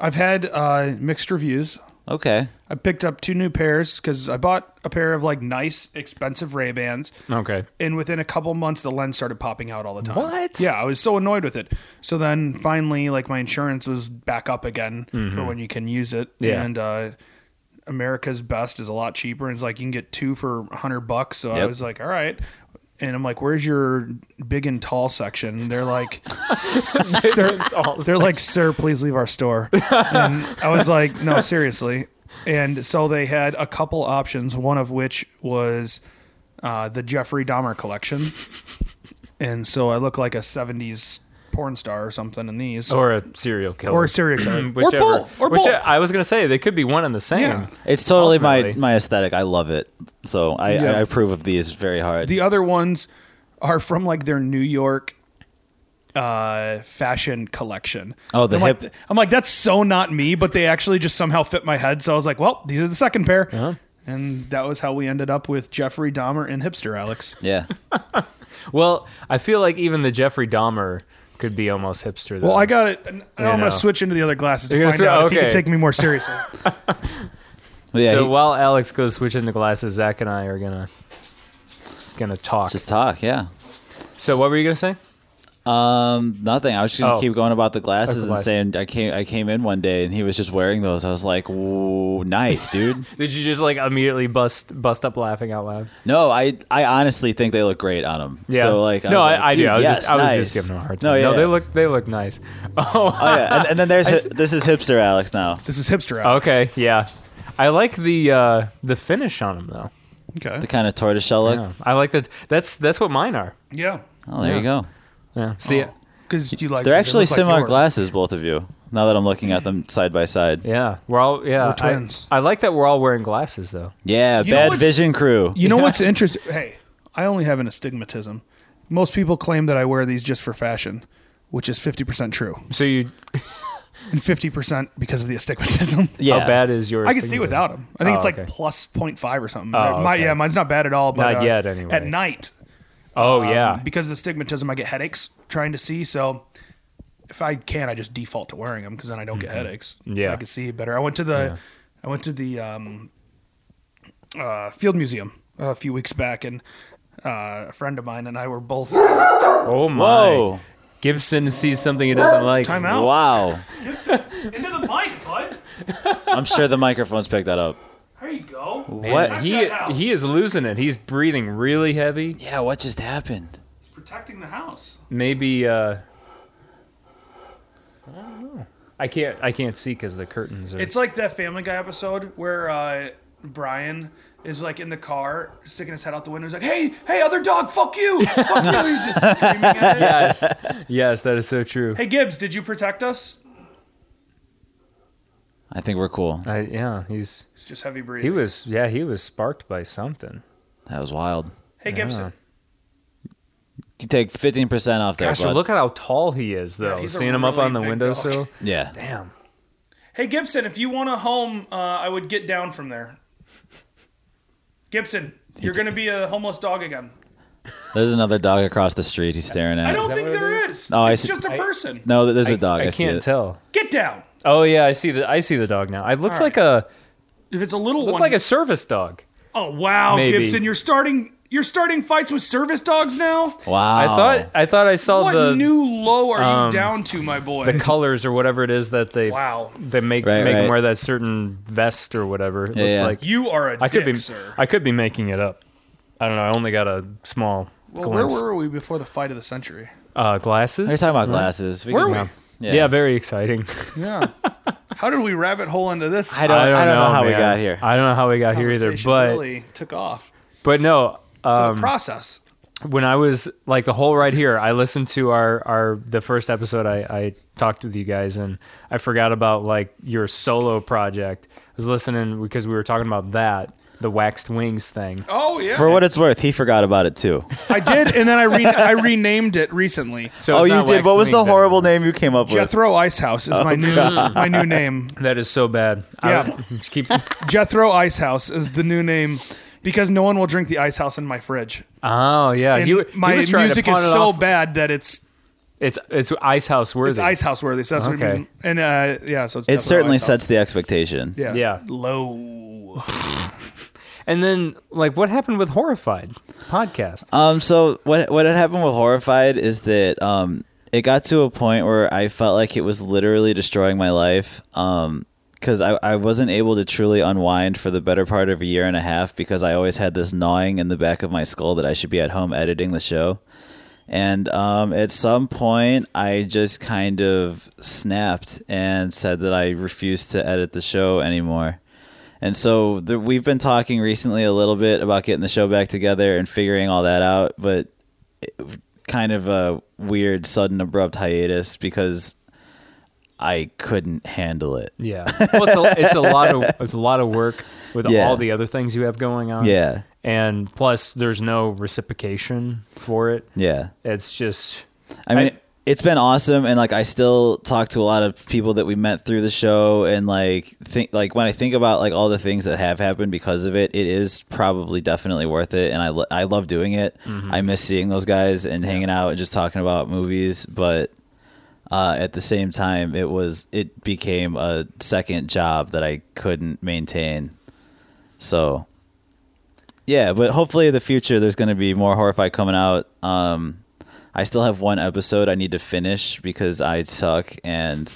I've had uh, mixed reviews.
Okay,
I picked up two new pairs because I bought a pair of like nice, expensive Ray Bans,
okay.
and within a couple months, the lens started popping out all the time.
What?
Yeah, I was so annoyed with it. So then finally, like my insurance was back up again for when you can use it,
Mm-hmm. Yeah.
and uh, America's Best is a lot cheaper, and it's like you can get two for hundred bucks. So I
Yep.
was like, all right. And I'm like, where's your big and tall section? And they're like, sir, they're like, sir, please leave our store. And I was like, no, seriously. And so they had a couple options, one of which was uh, the Jeffrey Dahmer collection. And so I look like a 70s porn star or something in these.
or a serial killer,
Or a serial killer.
whichever.
Or both. Or
Which- uh,
both.
I was gonna say they could be one and the same.
Yeah.
It's totally my,
Ultimately.
my aesthetic. I love it. So I,
Yeah.
I approve of these very hard.
the other ones are from like their New York uh fashion collection.
Oh, the
I'm
hip-
Like, I'm like, that's so not me, but they actually just somehow fit my head. So I was like, well, these are the second pair.
Uh-huh.
And that was how we ended up with Jeffrey Dahmer and Hipster Alex.
yeah.
Well, I feel like even the Jeffrey Dahmer could be almost hipster. Though.
Well, I got it. Now
know.
I'm going to switch into the other glasses to
You're gonna
find
swi-
out if you
okay.
can take me more seriously.
Yeah,
so
he-
while Alex goes switching the glasses, Zach and I are gonna gonna talk.
just talk. Yeah.
so what were you gonna say?
Nothing. I was just gonna
Oh.
keep going about the glasses
About the
and saying I came I came in one day and he was just wearing those. I was like, "Ooh, nice, dude."
Did you just like immediately bust bust up laughing out loud?
no, I I honestly think they look great on him.
Yeah.
So like, I
no,
was like,
I, I do.
"Dude,
I was
yes,
just I was
nice."
just giving them a hard time.
No,
No,
yeah,
they
yeah.
look they look nice. Oh,
Oh yeah, and, and then there's hi- this is hipster Alex now.
this is Hipster Alex.
okay, yeah. I like the uh, the finish on them though.
Okay.
The kind of tortoiseshell look.
Yeah. I like that. That's that's what mine are.
Yeah.
Oh, there you go.
Yeah. See,
Because you like
They're
they
actually
look like
similar
yours.
glasses, both of you. Now that I'm looking at them side by side.
yeah, we're all yeah
We're
I-
twins.
I, like that we're all wearing glasses though.
Yeah,
You know
bad
what's-
vision crew.
You know what's interesting? Hey, I only have an astigmatism. Most people claim that I wear these just for fashion, which is 50% true,
So you,
and 50% because of the astigmatism.
yeah,
how bad is yours?
I can see without them. I think
Oh,
it's like
okay.
plus 0.5 or something.
Oh,
My,
okay.
yeah, mine's not bad at all. But,
Not
uh,
yet, anyway.
At night,
Oh yeah.
because of the astigmatism, I get headaches trying to see. So if I can, I just default to wearing them because then I don't get headaches.
Mm-hmm. Yeah.
I can see better. I went to the, I went to the um, uh, field museum a few weeks back, and uh, a friend of mine and I were both.
oh my.
Whoa!
Gibson sees something he doesn't like.
Time out.
Wow!
Into the mic, bud.
I'm sure the microphones picked that up.
There you go.
What?
And he he is losing it. He's breathing really heavy.
Yeah, what just happened?
Protecting the house.
Maybe uh, I don't know. I can't I can't see because the curtains are.
It's like that Family Guy episode where uh, Brian is like in the car, sticking his head out the window. He's like, "Hey, hey, other dog, fuck you, fuck you!" He's just screaming at it.
yes, yes, that is so true.
Hey Gibbs, did you protect us?
I think we're cool.
I, yeah, he's
It's just heavy
he
breathing.
was yeah he was sparked by something.
That was wild.
hey Gibson,
You take 15% off there,
Gosh,
bud.
look at how tall he is though.
Yeah, he's a
Seeing him up
really
on the
big
windowsill.
Yeah.
Damn.
hey Gibson, if you want a home, uh, I would get down from there. Gibson, you're gonna be a homeless dog again.
There's another dog across the street he's staring at.
I don't
that
think
what it
there is.
No, I
it's
see-
just a person.
No, there's a dog. I,
I,
see
can't
it.
tell.
Get down.
Oh yeah, I see the I see the dog now. It looks like a
If it's a little
looked
one,
like a service dog.
oh wow,
Maybe.
Gibson, you're starting you're starting fights with service dogs now.
Wow.
I thought I thought I saw
What
the um,
new low are you down to, my boy?
the colors or whatever it is that they
wow,
they make
Right,
make him
right.
wear that certain vest or whatever. It looked
yeah.
like
you are a
I could
dick,
be
sir.
I could be making it up. I don't know. I only got a small
Well, where
glimpse.
were we before the fight of the century?
uh, glasses.
We're talking about glasses. We
Were
can-
we?
Yeah.
Yeah.
very exciting.
Yeah. How did we rabbit hole into this?
I don't, I don't, know, how we
man.
got here.
I don't know how we got here either.
Conversation
But
really took off.
but no,
So
um,
the process.
when I was like the whole ride here, I listened to our our the first episode I, I talked with you guys, and I forgot about like your solo project. I was listening because we were talking about that the waxed wings thing.
Oh yeah,
For what it's worth, he forgot about it too.
I did, and then I re- I renamed it recently.
So
oh,
it's
you
not
did.
Waxed
What was the
Wings
horrible name you came up with?
Jethro Icehouse is
Oh,
my new my new name.
anymore. That is so bad. I-
Yeah.
just keep.
Jethro Icehouse is the new name because no one will drink the ice house in my fridge.
Oh yeah,
And
you. you
my
was trying to
music
pawn
is
it
so
off.
bad that it's
It's it's ice house worthy.
It's ice house worthy. So that's
Okay.
what it means. And uh, yeah, so it's
It
Jethro
certainly
Ice House.
sets the expectation.
yeah.
Yeah.
low.
And then like what happened with horrified podcast?
Um. So what what had happened with Horrified is that um it got to a point where I felt like it was literally destroying my life. Um. because I, I wasn't able to truly unwind for the better part of a year and a half because I always had this gnawing in the back of my skull that I should be at home editing the show. And um, at some point, I just kind of snapped and said that I refused to edit the show anymore. And so the, we've been talking recently a little bit about getting the show back together and figuring all that out, but it- kind of a weird, sudden, abrupt hiatus because I couldn't handle it.
Yeah. Well, it's a, it's a lot of it's a lot of work with
Yeah.
all the other things you have going on.
Yeah.
And plus, there's no reciprocation for it.
Yeah.
It's just
I mean,
I-
it's been awesome, and like I still talk to a lot of people that we met through the show, and like think like when I think about like all the things that have happened because of it, it is probably definitely worth it, and I lo- I love doing it. I miss seeing those guys and hanging out and just talking about movies, but uh, at the same time, it was it became a second job that I couldn't maintain, so. Yeah, but hopefully in the future there's going to be more horrify coming out. Um, I still have one episode I need to finish because I suck and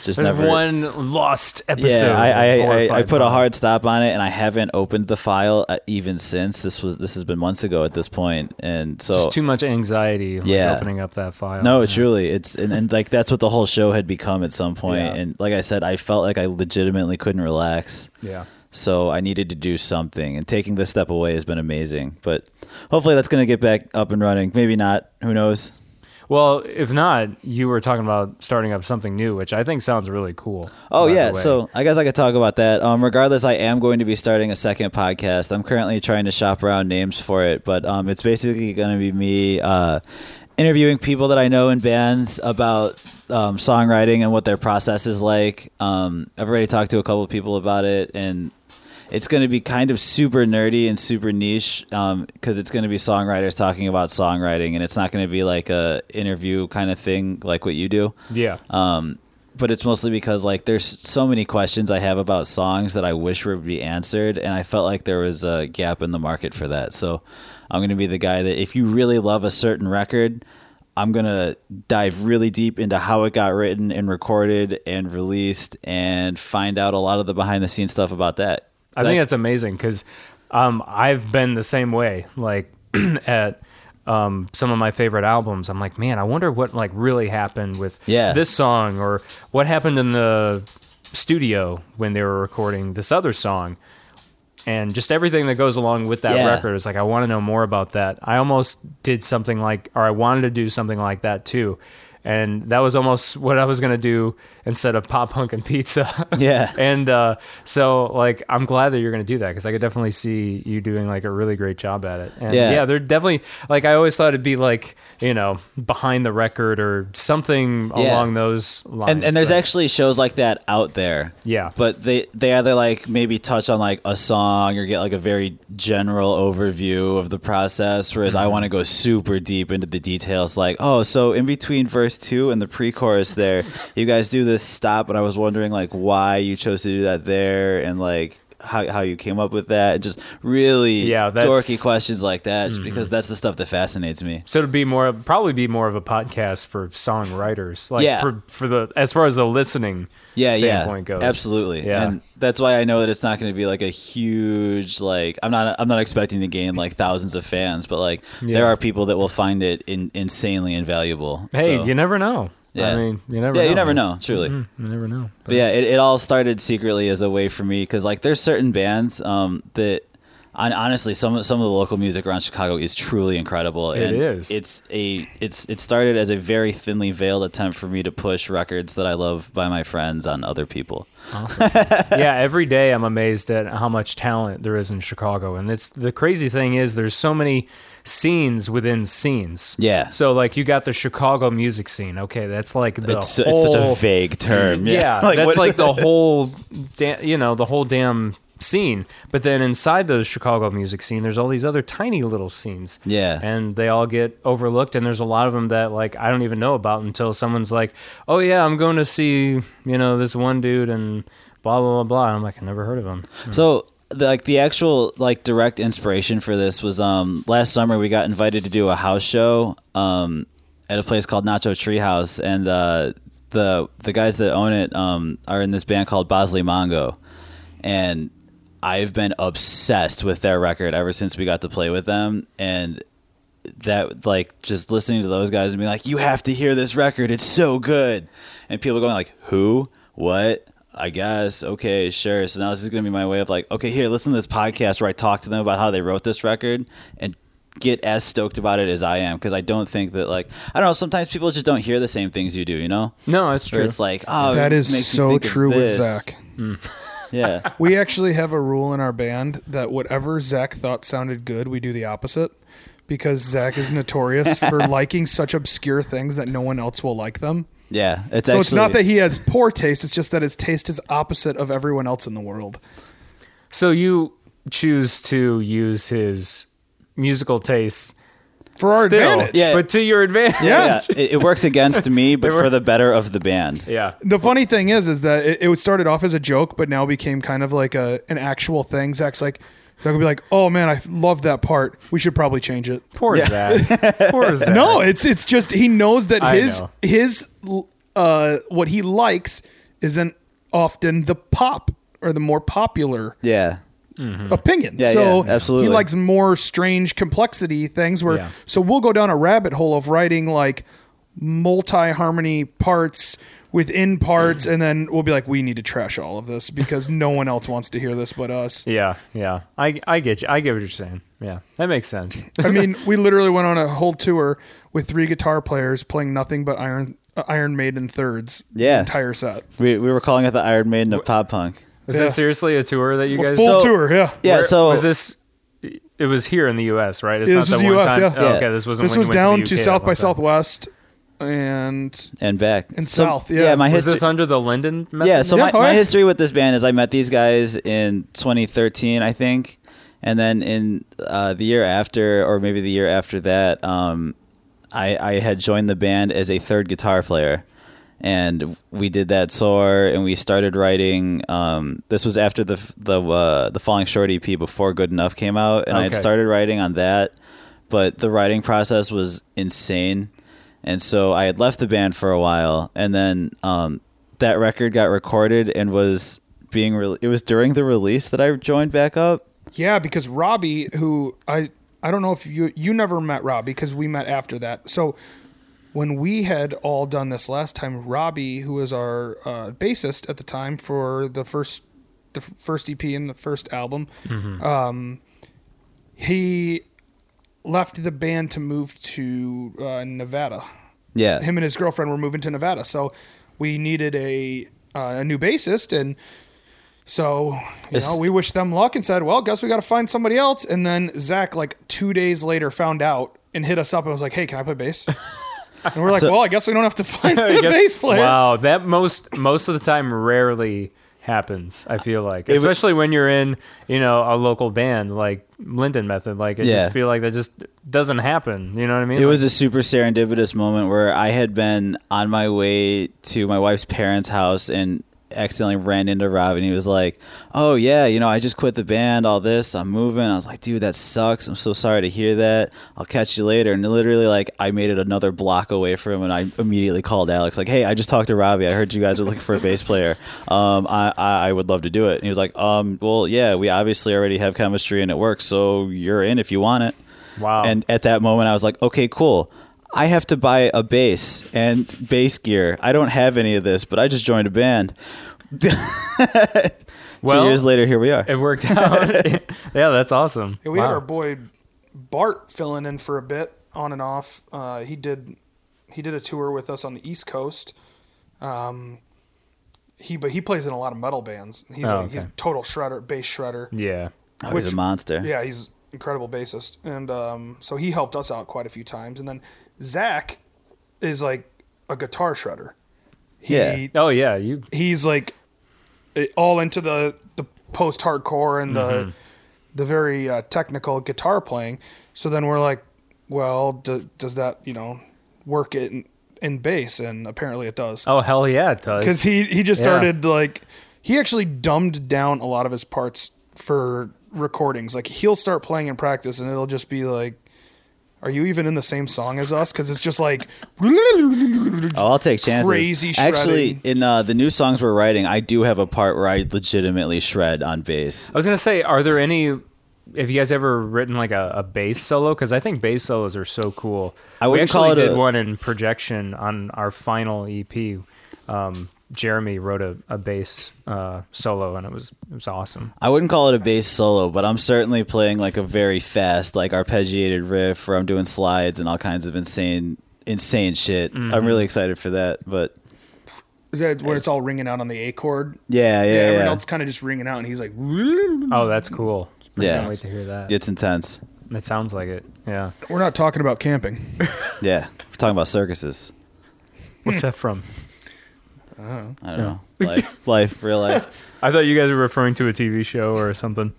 just
there's
never.
one lost episode.
yeah, I
of
I, I, I
Horrified
put a
Pond.
hard stop on it, and I haven't opened the file uh, even since this was. This has been months ago at this point, and so
Just too much anxiety. Like,
Yeah.
Opening up that file.
no, truly, it's and, and like that's what the whole show had become at some point.
Yeah.
And like I said, I felt like I legitimately couldn't relax.
Yeah.
So I needed to do something, and taking this step away has been amazing. But hopefully, that's going to get back up and running. Maybe not. Who knows?
Well, if not, you were talking about starting up something new, which I think sounds really cool.
Oh
by the
yeah,
way.
so I guess I could talk about that. Um, regardless, I am going to be starting a second podcast. I'm currently trying to shop around names for it, but um, it's basically going to be me uh, interviewing people that I know in bands about um, songwriting and what their process is like. Um, I've already talked to a couple of people about it, and it's going to be kind of super nerdy and super niche because it's going to be songwriters talking about songwriting, and it's not going to be like a interview kind of thing like what you do
yeah,
but it's mostly because like there's so many questions I have about songs that I wish would be answered, and I felt like there was a gap in the market for that. So I'm going to be the guy that if you really love a certain record, I'm going to dive really deep into how it got written and recorded and released, and find out a lot of the behind the scenes stuff about that.
I think that's amazing because um, I've been the same way. Like at um, some of my favorite albums, I'm like, man, I wonder what like really happened with
Yeah.
this song, or what happened in the studio when they were recording this other song, and just everything that goes along with that
Yeah.
record. It's like I want to know more about that. I almost did something like, or I wanted to do something like that too. And that was almost what I was gonna do instead of pop punk and pizza.
Yeah.
and uh, so like i'm glad that you're gonna do that because i could definitely see you doing like a really great job at it and yeah.
Yeah.
they're definitely like i always thought it'd be like you know behind the record or something
Yeah.
along those lines
and, and there's
but-
actually shows like that out there.
Yeah.
But they they either like maybe touch on like a song or get like a very general overview of the process, whereas
Mm-hmm.
I want to go super deep into the details. Like, oh, so in between verse two and the pre-chorus, there you guys do this stop, and I was wondering like why you chose to do that there, and like. How, how you came up with that? Just really
Yeah, that's- Mm-hmm.
dorky questions like that, just because that's the stuff that fascinates me.
so it'd be more probably be more of a podcast for songwriters like
Yeah.
for, for the as far as the listening
yeah,
standpoint
yeah,
goes
Absolutely.
Yeah.
And that's why I know that it's not going to be like a huge like I'm not I'm not expecting to gain like thousands of fans, but like there are people that will find it in, insanely invaluable.
hey
So-
you never know
yeah.
i mean you never
Yeah,
know
you never
man. Mm-hmm.
know, truly.
you never know
But yeah, it, it all started secretly as a way for me because like there's certain bands um, that, and honestly, some some of the local music around Chicago is truly incredible.
It
and
is.
It's a it's it started as a very thinly veiled attempt for me to push records that I love by my friends on other people.
yeah, every day I'm amazed at how much talent there is in Chicago. And it's the crazy thing is there's so many scenes within scenes.
Yeah.
So like you got the Chicago music scene. Okay, that's like the
It's,
whole,
it's such a vague term.
yeah, that's
what-
like the whole, da- you know, the whole damn scene. But then inside the Chicago music scene, there's all these other tiny little scenes.
Yeah.
and they all get overlooked. And there's a lot of them that like I don't even know about until someone's like, "Oh yeah, I'm going to see you know this one dude and blah blah blah blah." And I'm like, I never heard of him.
So the, like the actual like direct inspiration for this was um last summer we got invited to do a house show um at a place called Nacho Treehouse and uh the the guys that own it um, are in this band called Bosley Mongo, and I've been obsessed with their record ever since we got to play with them, and that like just listening to those guys and being like, you have to hear this record, it's so good, and people going like, who, what. I guess okay, sure. So now this is gonna be my way of like, okay, here, listen to this podcast where I talk to them about how they wrote this record, and get as stoked about it as I am because I don't think that like I don't know. Sometimes people just don't hear the same things you do. You know,
No, that's
where
true.
it's like oh,
That
it
is
makes me
so
think of
true with
this.
Zach.
Yeah,
We actually have a rule in our band that whatever Zach thought sounded good, we do the opposite because Zach is notorious for liking such obscure things that no one else will like them.
yeah. It's
So
actually,
it's not that he has poor taste, it's just that his taste is opposite of everyone else in the world.
So you choose to use his musical tastes
For our
still,
advantage.
Yeah.
but to your advantage.
yeah, it, it works against me, but for the better of the band.
yeah.
The funny thing is, is that it, it started off as a joke, but now became kind of like a an actual thing. Zach's like, Zach would be like, "Oh man, I love that part. We should probably change it."
Poor Zach. Poor Zach.
No, it's it's just he knows that
I
his
know.
his uh what he likes isn't often the pop or the more popular
Yeah,
Mm-hmm.
opinion.
Yeah,
so
yeah, absolutely.
he likes more strange complexity things where
Yeah.
so we'll go down a rabbit hole of writing like multi harmony parts within parts and then we'll be like we need to trash all of this because no one else wants to hear this but us.
Yeah, yeah. I I get you. I get what you're saying. Yeah, that makes sense.
I mean, we literally went on a whole tour with three guitar players playing nothing but Iron uh, Iron Maiden thirds. the
Yeah.
entire set.
we we were calling it the Iron Maiden of pop punk.
Was
Yeah.
that seriously a tour that you guys?
Full
So-
tour, yeah.
Yeah,
Where-
so
was this? It was here in the U.S., right? It's
Yeah, this
not
was
that one
US,
time.
yeah.
Oh,
Yeah.
okay, this wasn't.
This
when
was
you went
down
the
to
UK
South
that
by
one time.
Southwest and
and back
And
So-
south, yeah.
my
Was
history.
this under the Linden? Method?
Yeah, so
Yeah,
my,
all
my
right.
history with this band is I met these guys in 2013, I think. And then in uh, the year after, or maybe the year after that, um, I, I had joined the band as a third guitar player. And we did that tour, and we started writing. Um, this was after the f- the uh, the Falling Short EP before Good Enough came out, and I had
Okay.
started writing on that. But the writing process was insane and so I had left the band for a while, and then um, that record got recorded and was being re- it was during the release that I joined back up.
Yeah, because Robbie, who I I don't know if you you never met Robbie because we met after that. So when we had all done this last time, Robbie, who was our uh, bassist at the time for the first the f- first EP and the first album, um, he left the band to move to uh, Nevada.
Yeah,
Him and his girlfriend were moving to Nevada, so we needed a uh, a new bassist and. So, you
It's-
know, we wished them luck and said, well, guess we got to find somebody else. And then Zach, like two days later, found out and hit us up and was like, hey, can I play bass? and we're like,
So-
well, I guess we don't have to find
I
a
guess-
bass player.
Wow, that most most of the time rarely happens. I feel like,
was-
especially when you're in you know a local band like Linden Method. Like, I
Yeah.
just feel like that just doesn't happen. You know what I mean?
it was a super serendipitous moment where I had been on my way to my wife's parents' house and accidentally ran into Rob, and he was like, "Oh yeah, you know, I just quit the band, all this, I'm moving." I was like, "Dude, that sucks. I'm so sorry to hear that. I'll catch you later." And literally, like, I made it another block away from him, and I immediately called Alex, like, "Hey, I just talked to Robbie. I heard you guys are looking for a bass player. Um, I, I I would love to do it." And he was like, "Um, well, yeah, we obviously already have chemistry and it works, so you're in if you want it."
Wow.
And at that moment, I was like, okay, cool. I have to buy a bass and bass gear. I don't have any of this, but I just joined a band.
well, eh,
Two years later, here we are.
It worked out. yeah, that's awesome.
Yeah, we had
Wow.
our boy Bart filling in for a bit on and off. Uh, he did he did a tour with us on the East Coast. Um, he but he plays in a lot of metal bands. He's,
Oh,
like, he's
okay.
a total shredder, bass shredder.
yeah.
Oh, he's
which-
a monster.
Yeah, he's incredible bassist, and um, so he helped us out quite a few times. And then Zach is like a guitar shredder. He,
Yeah.
Oh yeah, you
he's like eh, all into the the post hardcore and the
Mm-hmm.
the very uh, technical guitar playing. So then we're like, well, do, does that you know work in in bass? And apparently it does
Oh hell yeah, it does.
because he he just
Yeah.
started like he actually dumbed down a lot of his parts for recordings. Like he'll start playing in practice, and it'll just be like, are you even in the same song as us? Because it's just like
Oh, I'll take chances.
Crazy
Actually,
shredding.
in uh, the new songs we're writing, I do have a part where I legitimately shred on bass.
I was gonna say, are there any? Have you guys ever written like a, a bass solo? Because I think bass solos are so cool.
I
we
wouldn't
actually
call it
did
a-
one in projection on our final EP. Um, Jeremy wrote a, a bass uh, solo, and it was it was awesome.
I wouldn't call it a bass solo, but I'm certainly playing like a very fast, like arpeggiated riff, where I'm doing slides and all kinds of insane, insane shit. I'm really excited for that. But
is that where it's all ringing out on the A chord.
yeah, yeah, yeah,
everyone else kind of just ringing out, and he's like,
Oh, that's cool. I
yeah.
can't wait to hear that.
It's intense.
That sounds like it. Yeah.
"We're not talking about camping."
Yeah, we're talking about circuses.
What's that from?
I don't know, life, life, real life.
I thought you guys were referring to a TV show or something.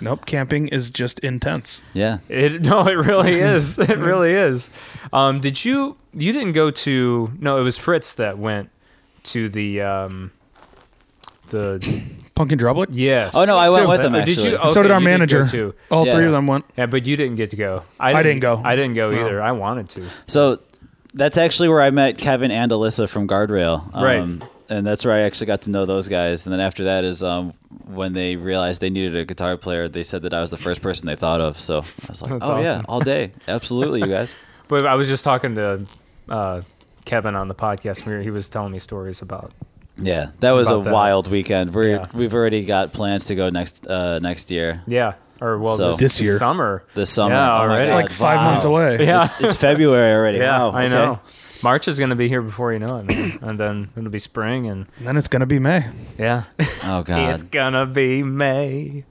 nope, camping is just intense.
Yeah,
It no, it really is. It really is. Um, did you you didn't go to no, it was Fritz that went to the um the
Pumpkin drublet.
yes.
Oh, no, I went
Too.
with him,
Or Did
actually.
you, okay,
so did our
you didn't go
manager.
too.
All
Yeah.
three of them went.
Yeah, but you didn't get to go.
I didn't go.
I didn't go either. I wanted to.
So that's actually where I met Kevin and Alyssa from Guardrail. Um,
Right.
And that's where I actually got to know those guys. And then after that is um, when they realized they needed a guitar player. They said that I was the first person they thought of. So I was like,
That's
oh, yeah,
awesome.
all day. Absolutely, you guys.
But I was just talking to uh, Kevin on the podcast. We were, he was telling me stories about
Yeah, that was a
About that.
wild weekend. We're,
Yeah.
We've already got plans to go next uh, next year.
yeah, or well,
So-
this,
This
this
year.
summer,
This summer.
Yeah,
Oh my
already.
God.
Like five
Wow.
months away.
Yeah.
It's, it's February already.
Yeah,
Wow,
I
Oh, okay.
know. March is going to be here before you know it, man. and then it'll be spring, and
And then it's gonna be May.
yeah,
Oh,
it's
God.
gonna be May.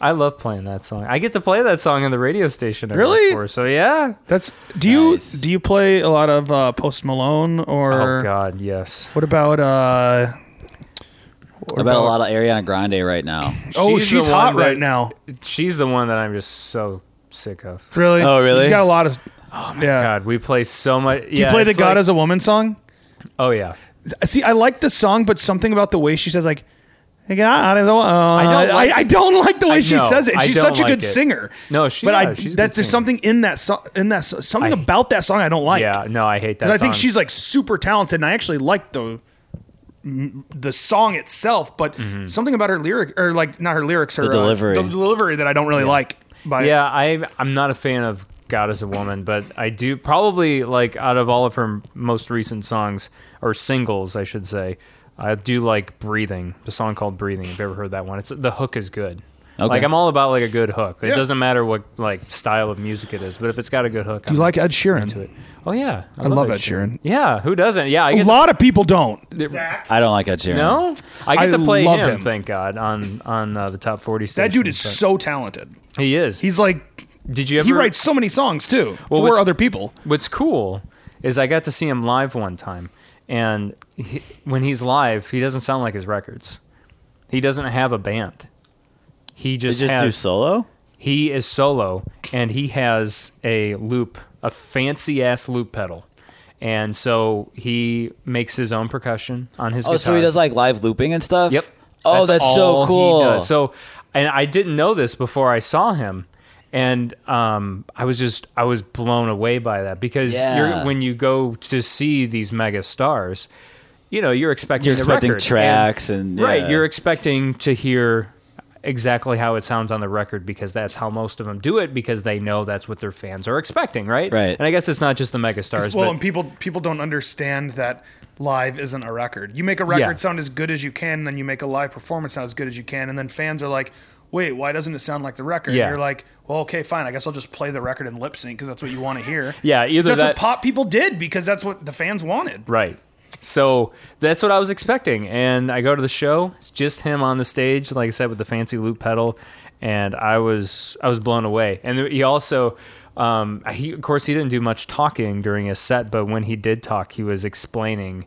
I love playing that song. I get to play that song on the radio station. every
Really?
four, so yeah.
That's do you
Nice.
do you play a lot of uh, Post Malone or
Oh God, yes.
what about uh? what
About a lot of Ariana Grande right now.
Oh, she's,
She's the
hot
one that-
right now.
She's the one that I'm just so sick of.
Really?
Oh, really?
She's got a lot of. Oh my yeah.
God, we play so much.
Do you play the God as a Woman song?
Oh yeah.
See, I like the song, but something about the way she says like. "Hey, God as a wo-" Uh, I
don't like-
I, don't like the way
I
she
know.
says it.
I
She's
don't
such a
like
good
it.
singer.
No, she-
But
yeah,
I,
she's a good
that there's
singer.
something in that song, in that so- something
I-
about that song I don't like.
Yeah. No, I hate that.
Because I think
song.
she's like super talented, and I actually like the the song itself, but
Mm-hmm.
something about her lyric or like not her lyrics or
delivery.
the delivery that I don't really like. By
Yeah, I I'm not a fan of God as a Woman, but I do probably like out of all of her most recent songs or singles, I should say, I do like Breathing. The song called Breathing. If you ever heard that one, it's the hook is good.
Okay.
Like I'm all about like a good hook. It
Yeah.
doesn't matter what like style of music it is, but if it's got a good hook,
do you like Ed Sheeran?
into it? Oh yeah, I,
love
Ed
Ed Sheeran. Oh,
Yeah, who doesn't? Yeah, I
A
get to,
lot of people don't.
I don't like that Sheeran.
no, I get
I
to play
love
him,
him.
Thank God on on uh, the top forty.
That
Stations,
dude is
but-
so talented.
he is.
He's like
Did you ever?
he writes so many songs too for
what's-
other people.
What's cool is I got to see him live one time, and he, when he's live, he doesn't sound like his records. He doesn't have a band. He
You
just,
just do
has-
solo?
he is solo, and he has a loop, a fancy ass loop pedal, and so he makes his own percussion on his.
Oh,
guitar.
so he does like live looping and stuff?
Yep.
Oh, that's,
all
so
he
cool.
does. So, and I didn't know this before I saw him, and um, I was just I was blown away by that because
Yeah.
you're, when you go to see these mega stars, you know you're expecting
You're
the
expecting
record.
tracks and- yeah.
right, you're expecting to hear exactly how it sounds on the record because that's how most of them do it because they know that's what their fans are expecting, right?
Right.
And I guess it's not just the mega stars,
Well,
but
and people people don't understand that live isn't a record. You make a record
Yeah.
sound as good as you can, and then you make a live performance sound as good as you can, and then fans are like, "Wait, why doesn't it sound like the record?" And
Yeah.
You're like, "Well, okay, fine. I guess I'll just play the record and lip sync because that's what you want to hear."
Yeah, either
that's
that-
what pop people did because that's what the fans wanted.
Right. So that's what I was expecting. And I go to the show. It's just him on the stage, like I said, with the fancy loop pedal, and I was I was blown away. And there- he also, um, he of course he didn't do much talking during his set, but when he did talk, he was explaining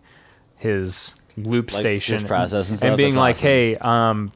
his loop
his
station
process and stuff?
being
That's
like,
awesome.
hey, um,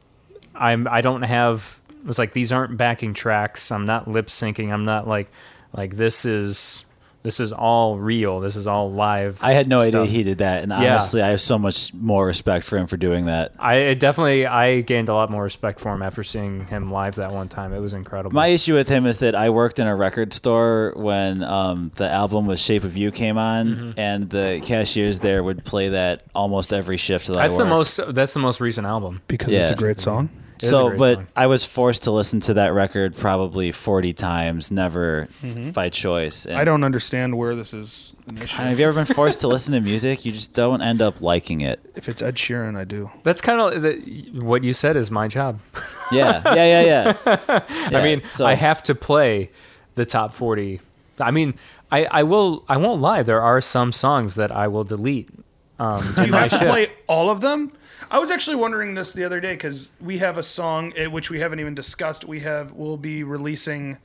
I'm I don't have it's like these aren't backing tracks. I'm not lip syncing. I'm not like like this is This is all real. This is all live.
I had no idea
stuff.
he did that, and
Yeah.
honestly, I have so much more respect for him for doing that.
I it definitely I gained a lot more respect for him after seeing him live that one time. It was incredible.
My issue with him is that I worked in a record store when um, the album with Shape of You came on,
Mm-hmm.
and the cashiers there would play that almost every shift that I
that's the
worked.
most that's the most recent album.
because
Yeah.
it's a great song.
is a
so,
great
but
song.
I was forced to listen to that record probably forty times, never
Mm-hmm.
by choice. And
I don't understand where this is. an issue.
Have you ever been forced to listen to music? You just don't end up liking it.
If it's Ed Sheeran, I do.
That's kind of the, what you said is my job.
Yeah, yeah, yeah, yeah. Yeah,
I mean,
so-
I have to play the top 40. I mean, I, I will I won't lie, there are some songs that I will delete. Um, in
You
my
have to
shift.
play all of them. I was actually wondering this the other day because we have a song eh, which we haven't even discussed. We have we'll be releasing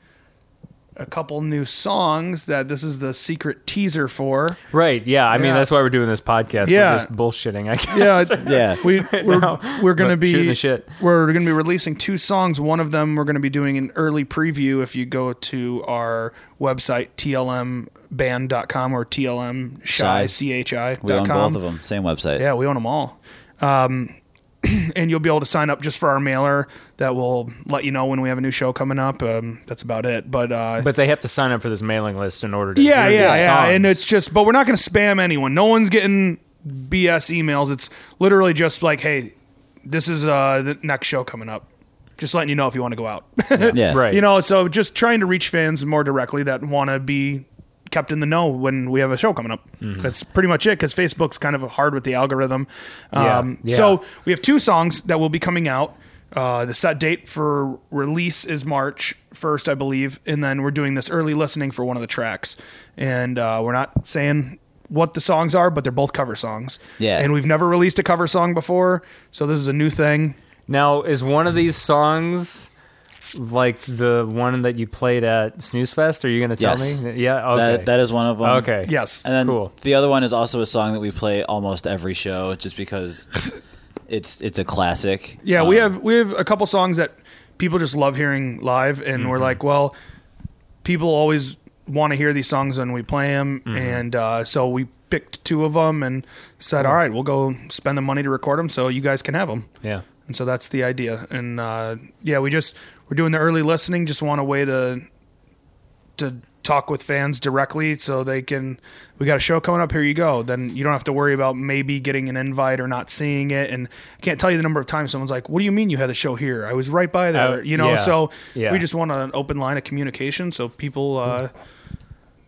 a couple new songs that this is the secret teaser for.
Right. Yeah, I mean
Yeah.
that's why we're doing this podcast.
Yeah.
We're just bullshitting, I guess.
Yeah,
Yeah.
we we're, we're gonna
But shooting
be
the shit.
we're gonna be releasing two songs. One of them we're gonna be doing an early preview. If you go to our website tlmband.com or tlm
Shy.
shy c h i
We own both
dot com.
of them. Same website.
Yeah, we own them all. Um, and you'll be able to sign up just for our mailer that will let you know when we have a new show coming up. Um, that's about it. But, uh,
But they have to sign up for this mailing list in order to
yeah,
hear
yeah,
these
yeah. And
songs.
it's just, but we're not going to spam anyone. No one's getting BS emails. It's literally just like, hey, this is uh, the next show coming up. Just letting you know if you want to go out.
yeah.
right.
you know, so just trying to reach fans more directly that want to be kept in the know when we have a show coming up.
Mm-hmm.
That's pretty much it because Facebook's kind of hard with the algorithm.
Yeah,
Um,
yeah.
So we have two songs that will be coming out. Uh, the set date for release is March 1st, I believe. And then we're doing this early listening for one of the tracks. And uh, we're not saying what the songs are, but they're both cover songs.
Yeah.
And we've never released a cover song before. So this is a new thing.
Now, is one of these songs like the one that you played at Snooze Fest? Are you going to tell
Yes.
me? Yeah. Okay.
That, that is one of them.
okay.
Yes.
And then
Cool.
the other one is also a song that we play almost every show, just because it's it's a classic.
Yeah,
Um,
we have we have a couple songs that people just love hearing live, and we're like, well, people always want to hear these songs when we play them, and uh, so we picked two of them and said, all right, we'll go spend the money to record them, so you guys can have them,
Yeah.
and so that's the idea, and uh, yeah, we just we're doing the early listening, just want a way to to talk with fans directly so they can we got a show coming up here you go then you don't have to worry about maybe getting an invite or not seeing it and i can't tell you the number of times someone's like what do you mean you had the show here i was right by there
Oh,
you know
yeah,
so
yeah.
we just want an open line of communication so people uh,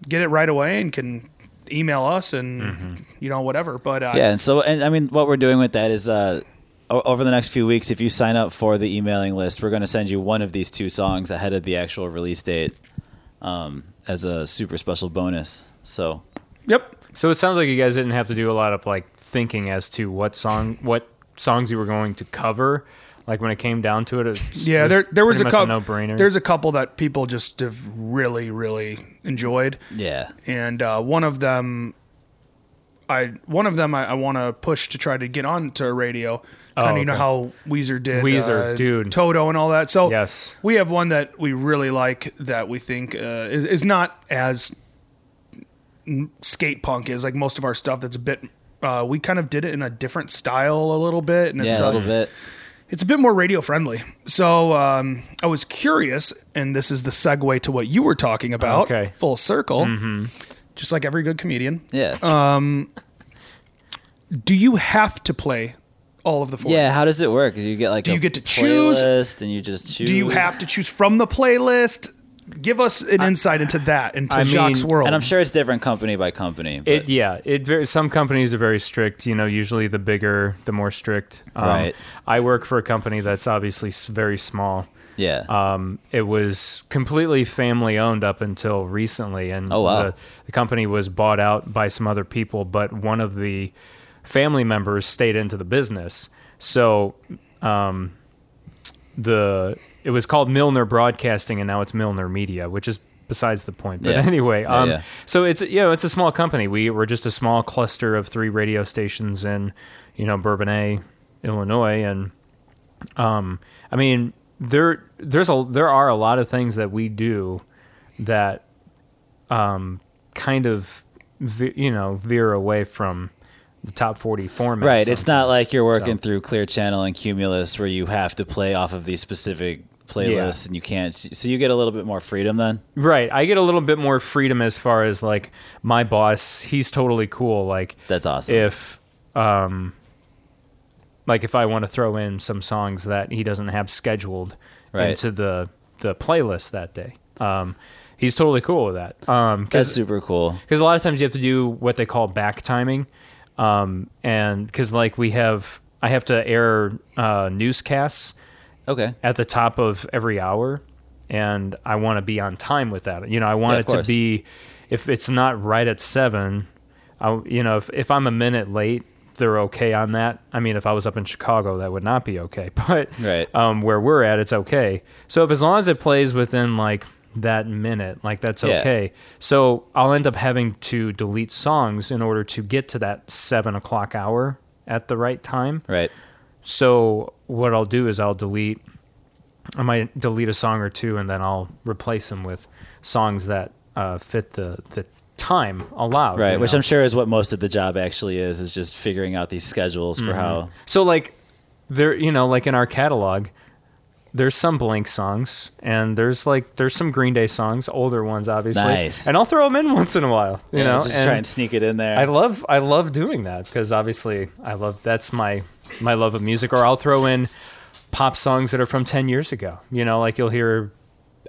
get it right away and can email us and
Mm-hmm.
you know whatever but uh,
Yeah, and so and I mean, what we're doing with that is uh, o- over the next few weeks, if you sign up for the emailing list, we're going to send you one of these two songs ahead of the actual release date um, as a super special bonus. So
yep
So it sounds like you guys didn't have to do a lot of like thinking as to what song, what songs you were going to cover. Like when it came down to it, it was,
Yeah,
it
there there was a
pretty
couple.
much no-brainer.
There's a couple that people just have really really enjoyed,
yeah,
and uh, one of them, I one of them I, I want to push to try to get onto radio. Kind of you know
Oh, okay.
how Weezer did
Weezer,
uh,
dude.
Toto and all that. So
Yes.
we have one that we really like that we think uh, is is not as n- skate punk is like most of our stuff. That's a bit. Uh, we kind of did it in a different style a little bit, and it's
yeah, a little bit.
it's a bit more radio friendly. So um, I was curious, and this is the segue to what you were talking about.
Okay. Mm-hmm.
Full circle. Just like every good comedian.
Yeah,
uh, Do you have to play all of the four?
yeah. How does it work? Do you get like
Do
a
you get to choose?
playlist and you just choose?
Do you have to choose from the playlist? Give us an insight into that, into
I mean-
Jacques' world.
And I'm sure it's different company by company. But,
It yeah, it very, some companies are very strict. You know, usually the bigger, the more strict. Um,
Right.
I work for a company that's obviously s- very small.
yeah.
Um, it was completely family owned up until recently, and
Oh, wow.
the, the company was bought out by some other people. But one of the family members stayed into the business, so um, the it was called Milner Broadcasting, and now it's Milner Media, which is besides the point. But
Yeah.
anyway,
Yeah,
um,
yeah.
so it's you know it's a small company. We we're just a small cluster of three radio stations in you know Bourbonnais, Illinois, and I mean, there there's a there are a lot of things that we do that um kind of, ve- you know, veer away from the top 40 format.
Right. It's not
sometimes.
like you're working
So-
through Clear Channel and Cumulus where you have to play off of these specific playlists and you can't. So you get a little bit more freedom then.
Right. I get a little bit more freedom as far as like my boss, he's totally cool. Like
That's awesome.
if um like if I want to throw in some songs that he doesn't have scheduled
Right.
into the the playlist that day. Um he's totally cool with that. Um
That's
cuz
super cool.
a lot of times you have to do what they call back timing. Um and cuz like we have I have to air uh newscasts
Okay.
at the top of every hour and I want to be on time with that. You know, I want
Yeah, of
it to
course.
be if it's not right at 7, I you know, if if I'm a minute late, they're okay on that. I mean, if I was up in Chicago, that would not be okay. But
Right.
um where we're at, it's okay. So if as long as it plays within like that minute, like that's
Yeah.
okay. So I'll end up having to delete songs in order to get to that seven o'clock hour at the right time.
Right.
So what I'll do is I'll delete. I might delete a song or two, and then I'll replace them with songs that uh, fit the the time allowed.
Right.
you
Which
know?
I'm sure is what most of the job actually is, is just figuring out these schedules
Mm-hmm.
for how.
So like there you know, like in our catalog, there's some blank songs and there's like there's some Green Day songs, older ones obviously.
Nice.
And I'll throw them in once in a while, you
Yeah,
know.
just
and
try and sneak it in there.
I love I love doing that because obviously I love that's my my love of music or I'll throw in pop songs that are from 10 years ago. You know, like you'll hear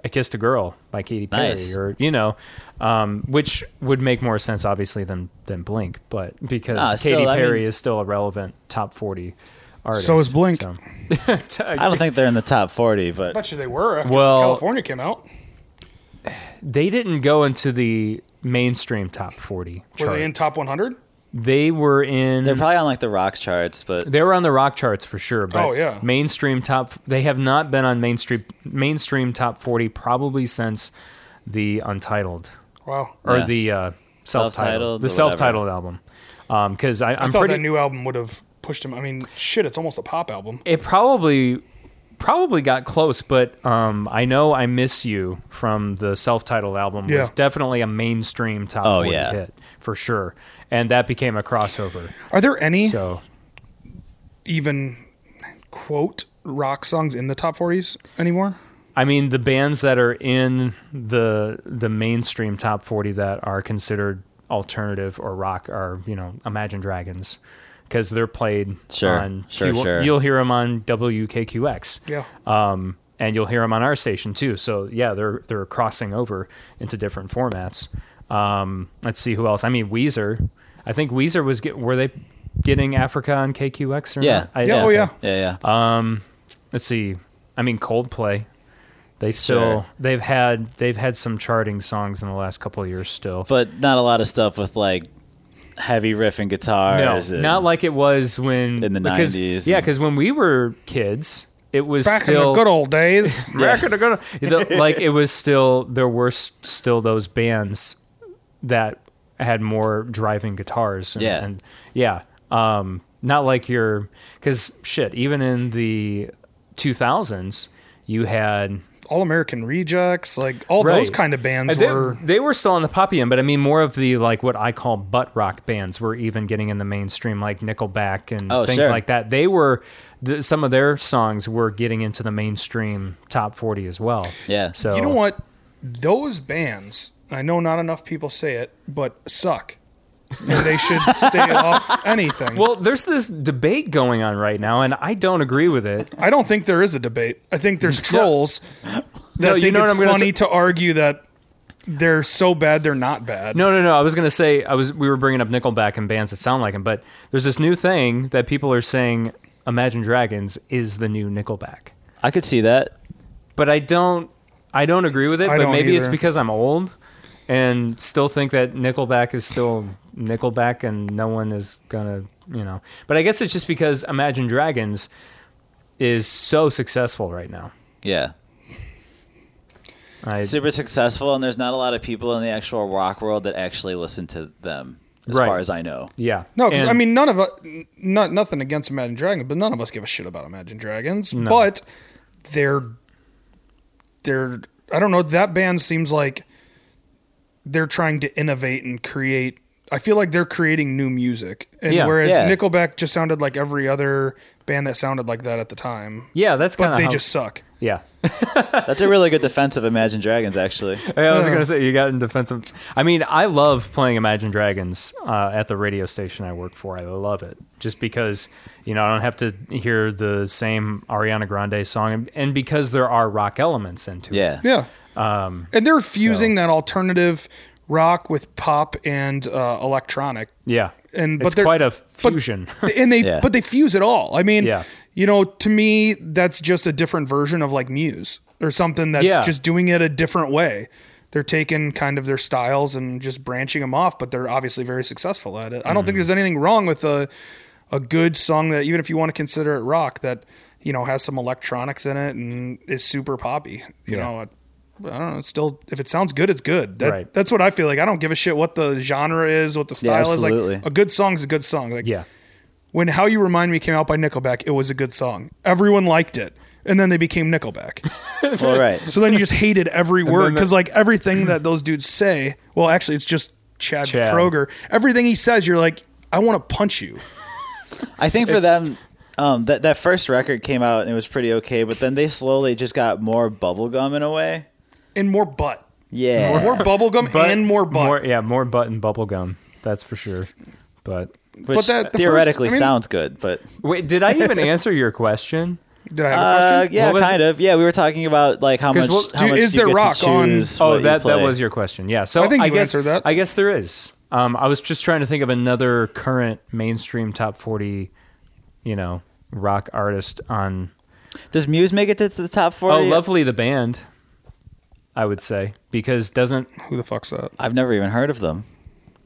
I Kissed a Girl by Katy Perry
Nice.
or you know, um, which would make more sense obviously than than Blink, but because
Ah,
Katy
still, I
Perry
mean-
is still a relevant top 40 artist.
So is Blink.
I don't think they're in the top 40, but
bet you they were after
Well-
California came out.
they didn't go into the mainstream top 40
Were
chart.
they in top 100?
They were in
they're probably on like the rock charts, but
They were on the rock charts for sure, but
Oh, yeah.
mainstream top. They have not been on mainstream mainstream top forty probably since the Untitled
Wow.
or
Yeah.
the uh, self-titled,
Self-titled
the
or whatever.
self-titled album. Because I,
I
I'm
thought
pretty.
that new album would have pushed him. I mean, shit, it's almost a pop album.
it probably probably got close, but um, I know I miss you from the self-titled album
Yeah.
was definitely a mainstream top
Oh,
forty
yeah.
hit for sure, and that became a crossover.
Are there any
So
even quote rock songs in the top 40s anymore?
I mean, the bands that are in the the mainstream top forty that are considered alternative or rock are you know Imagine Dragons because they're played
Sure,
on
sure,
Q-
sure.
you'll hear them on WKQX
Yeah.
um, and you'll hear them on our station too so yeah they're they're crossing over into different formats um, let's see who else I mean Weezer I think Weezer was get, were they getting Africa on KQX or
yeah.
not? I-
Yeah, oh,
okay
yeah.
Yeah, yeah.
let's see. I mean, Coldplay. They still
Sure.
they've had they've had some charting songs in the last couple of years still.
but not a lot of stuff with like heavy riff and
no,
guitars. and-
not like it was when
In the
because-
90s
Yeah,
and-
because when we were kids, it was
Back
still
in the good old days.
Back in the good old- the- like it was still there were s- still those bands that had more driving guitars. And,
Yeah.
and yeah. Um, not like your because shit. Even in the two thousands, you had
All American Rejects, like all those
Right.
kind of bands
Uh, they,
were.
they were still on the pop end, but I mean more of the like what I call butt rock bands were even getting in the mainstream, like Nickelback and
Oh,
things
sure.
like that. They were th- some of their songs were getting into the mainstream top forty as well.
Yeah.
So
You know what? Those bands, I know not enough people say it, but suck. And they should stay off anything.
Well, there's this debate going on right now, and I don't agree with it.
I don't think there is a debate. I think there's trolls that
No, you
think
know what
it's
I'm gonna
funny
t-
to argue that they're so bad they're not bad.
No, no, no. I was gonna say I was. We were bringing up Nickelback and bands that sound like him, but there's this new thing that people are saying. Imagine Dragons is the new Nickelback.
I could see that.
but I don't I don't agree with it.
I
but
don't
maybe it's
either.
because I'm old and still think that Nickelback is still Nickelback, and no one is gonna you know. But I guess it's just because Imagine Dragons is so successful right now.
Yeah.
I,
Super successful, and there's not a lot of people in the actual rock world that actually listen to them, as
Right.
far as I know.
yeah.
No, 'cause,
And-
I mean, none of us, not nothing against Imagine Dragons, but none of us give a shit about Imagine Dragons. But they're, they're, I don't know. That band seems like they're trying to innovate and create. I feel like they're creating new music, and
Yeah.
whereas
Yeah.
Nickelback just sounded like every other band that sounded like that at the time.
Yeah, that's kind
but
of
they
how,
just suck.
yeah.
That's a really good defense of Imagine Dragons, actually.
Yeah, I was gonna say you got in defensive. I mean, I love playing Imagine Dragons uh, at the radio station I work for. I love it just because you know I don't have to hear the same Ariana Grande song, and, and because there are rock elements into it.
Yeah.
Yeah.
Um,
and they're fusing that alternative rock with pop and uh, electronic.
Yeah,
And but
it's
they're
quite a
but-
fusion.
and they
Yeah.
but they fuse it all. I mean,
Yeah.
you know, to me that's just a different version of like Muse or something that's
Yeah.
just doing it a different way. They're taking kind of their styles and just branching them off, but they're obviously very successful at it. I don't
Mm-hmm.
think there's anything wrong with a a good song that even if you want to consider it rock that you know has some electronics in it and is super poppy. You
Yeah.
know, it- I don't know. It's still if it sounds good, it's good. That,
Right.
That's what I feel like. I don't give a shit what the genre is, what the
Yeah,
style is.
absolutely.
Like a good song's a good song. Like
yeah,
when How You Remind Me came out by Nickelback, it was a good song. Everyone liked it. And then they became Nickelback.
Well, right.
So then you just hated every word
the-
because, like, everything that those dudes say, well, actually, it's just Chad,
Chad.
Kroger. Everything he says, you're like, I want to punch you.
I think for them, um, that that first record came out and it was pretty okay, but then they slowly just got more bubblegum in a way.
And more butt.
Yeah.
More bubblegum
But
and more butt.
more yeah, more butt and bubble gum. That's for sure. But
Which
but that- the
theoretically
first- I mean-
sounds good, but
wait, did I even answer your question?
Did I have a
uh,
question?
yeah,
What was
kind of. Yeah, we were talking about like how
'Cause
much,
what-
how
do-
much
is
you
there
get
rock
to
on-
choose
Oh,
what you
that that
play.
was your question. Yeah. So
I think you
guess
answered that.
I guess there is. Um, I was just trying to think of another current mainstream top forty, you know, rock artist on.
Does Muse make it to to the top
Oh,
forty?
lovely the band. I would say because doesn't
Who the fuck's that?
I've never even heard of them.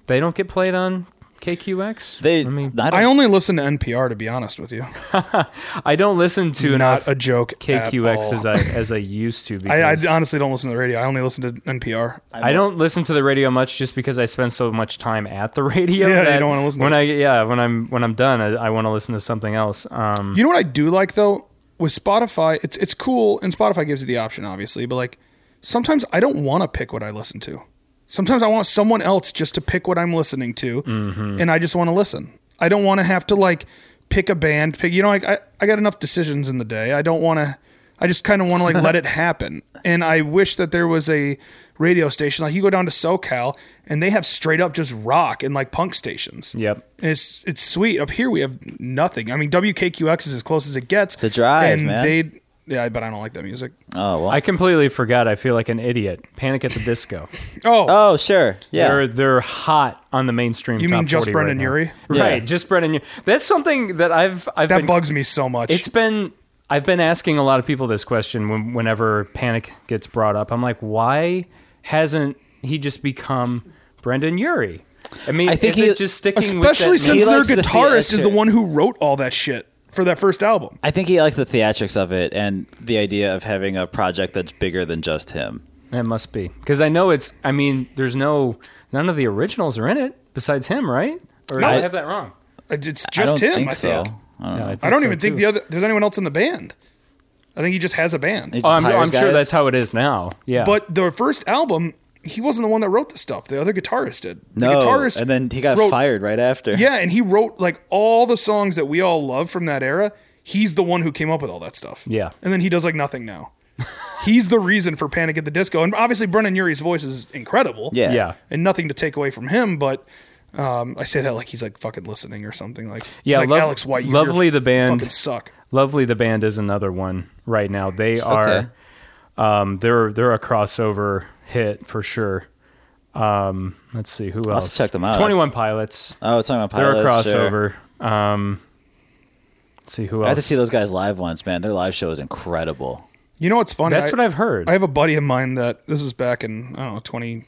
they don't get played on KQX.
They,
I mean,
I
I
don't-
only listen to NPR, to be honest with you.
I don't listen to
Not
enough
a joke. at
KQX
all.
as I as I used to.
I, I
Because
honestly don't listen to the radio. I only listen to NPR.
I don't listen to the radio much just because I spend so much time at the radio.
Yeah, you
that
don't wanna listen to
when
it.
I yeah when I'm when I'm done I, I want to listen to something else. Um,
You know what I do like though with Spotify, it's it's cool, and Spotify gives you the option, obviously. But like sometimes I don't want to pick what I listen to. Sometimes I want someone else just to pick what I'm listening to, and I just want to listen. I don't want to have to like pick a band. Pick you know, like I I got enough decisions in the day. I don't want to. I just kind of want to like let it happen. And I wish that there was a radio station like you go down to SoCal and they have straight up just rock and like punk stations.
Yep.
And it's it's sweet. Up here we have nothing. I mean WKQX is as close as it gets. The
Drive,
and
man.
They yeah, but I don't like that music.
Oh well.
I completely forgot. I feel like an idiot. Panic at the Disco.
Oh,
oh sure.
They're
Yeah.
they're hot on the mainstream.
You
top
mean just
40
Brendan
right now.
Urie?
Right,
Yeah.
just Brendan Urie. That's something that I've I've
that
been,
bugs me so much.
It's been I've been asking a lot of people this question when, whenever Panic gets brought up. I'm like, why hasn't he just become Brendan Urie? I mean,
I think
is
he-
it just sticking
especially
with that
since
He
their
likes the
guitarist is the
theatrics.
one who wrote all that shit for that first album.
I think he likes the theatrics of it and the idea of having a project that's bigger than just him.
It must be because I know it's. I mean, there's no none of the originals are in it besides him, right? Or do I
I-
have that wrong?
It's just
I don't
him.
think
I
so.
think.
No,
I don't
so,
even think
too.
the other. There's anyone else in the band. I think he just has a band.
He just
Oh, I'm,
hires
I'm sure
guys.
that's how it is now. Yeah,
But the first album, he wasn't the one that wrote the stuff. The other guitarist did. The
no.
guitarist
and then he got
wrote-
fired right after.
Yeah, and he wrote like all the songs that we all love from that era. He's the one who came up with all that stuff.
Yeah.
And then he does like nothing now. He's the reason for Panic at the Disco. And obviously Brennan Urie's voice is incredible.
Yeah.
yeah,
And nothing to take away from him, but um, I say that like he's like fucking listening or something. Like it's
Yeah,
like
Lov-
Alex White. you
Lovely
you're
the band.
fucking suck.
Lovely the band is another one right now. They are
Okay.
um they're they're a crossover hit for sure. Um let's see who else.
have to check them out.
21 Pilots.
Oh, it's talking about
they're a
pilots, sure.
crossover. Um let's see who else.
I had to see those guys live once, man. Their live show is incredible.
You know what's funny?
That's
I-
what I've heard.
I have a buddy of mine that this is back in I don't know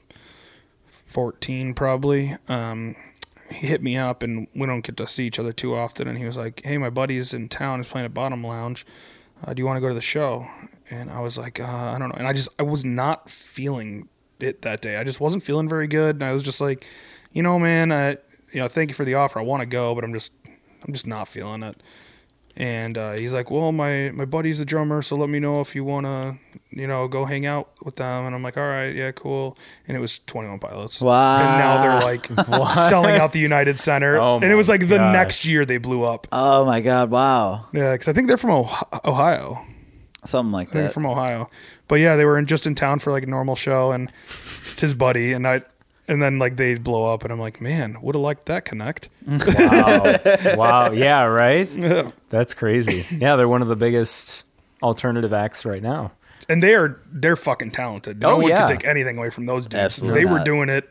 2014 probably. Um, he hit me up and we don't get to see each other too often. And he was like, "Hey, my buddy's in town. He's playing at Bottom Lounge. Uh, do you want to go to the show?" And I was like, uh, "I don't know." And I just I was not feeling it that day. I just wasn't feeling very good. And I was just like, "You know, man, I you know thank you for the offer. I want to go, but I'm just I'm just not feeling it." And uh, he's like, "Well, my my buddy's the drummer, so let me know if you wanna you know, go hang out with them. And I'm like, all right, yeah, cool. And it was 21 Pilots.
Wow.
And now they're like selling out the United Center.
Oh
and it was
my
like the
gosh.
next year they blew up.
Oh my God! Wow,
Yeah, because I think they're from Oh- Ohio.
something like
They're
that.
from Ohio. But yeah, they were in, just in town for like a normal show, and it's his buddy, and I, and then like they blow up, and I'm like, man, would have liked that connect.
wow. Yeah, right? That's crazy. Yeah, they're one of the biggest alternative acts right now.
And they are they're fucking talented. No
Oh,
one
yeah.
can take anything away from those dudes.
Absolutely
they were
not.
doing it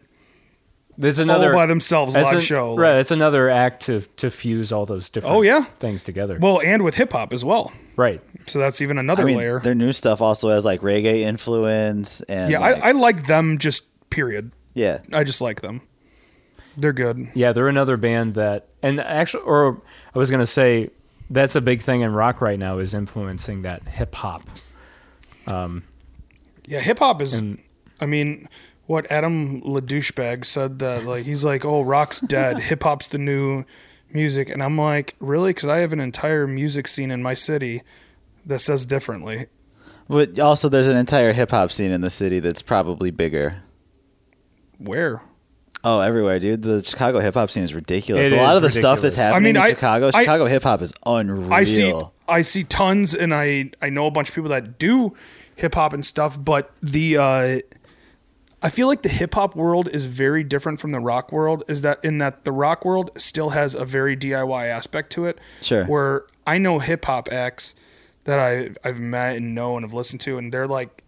It's another
all by themselves
that's
live
an-
show.
Right, it's another act to to fuse all those different
Oh, yeah.
things together.
Well, and with hip hop as well.
right.
So that's even
I
another
mean,
layer.
their new stuff also has like reggae influence and
Yeah,
like-
I, I like them just period.
yeah.
I just like them. They're good.
Yeah, they're another band that, and actually, or I was gonna say, that's a big thing in rock right now is influencing that hip hop.
Yeah, hip hop is. I mean, what Adam LaDouchebag said that like he's like, oh, rock's dead. hip hop's the new music, and I'm like, really? Because I have an entire music scene in my city that says differently.
But also, there's an entire hip hop scene in the city that's probably bigger.
Where?
Oh, everywhere, dude. The Chicago hip hop scene is ridiculous.
It
a lot
is
of the stuff
ridiculous.
that's
I
happening
mean,
in
I-
Chicago,
I-
Chicago hip hop is unreal.
I see. I see tons, and I I know a bunch of people that do hip hop and stuff, but the. uh I feel like the hip hop world is very different from the rock world. Is that in that the rock world still has a very DIY aspect to it?
Sure.
Where I know hip hop acts that I I've met and know and have listened to, and they're like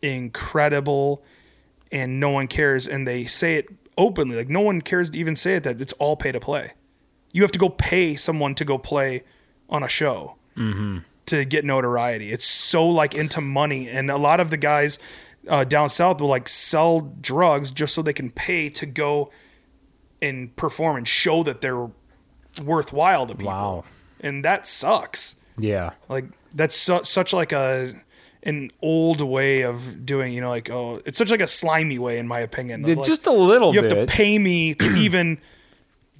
incredible, and no one cares, and they say it openly. Like no one cares to even say it that it's all pay to play. You have to go pay someone to go play on a show to get notoriety. It's so like into money, and a lot of the guys uh, down south will like sell drugs just so they can pay to go and perform and show that they're worthwhile to people.
Wow.
And that sucks.
Yeah.
Like that's su- such like a an old way of doing. You know, like oh, it's such like a slimy way, in my opinion. of,
Yeah,
like,
just a little
You have
bit.
to pay me to even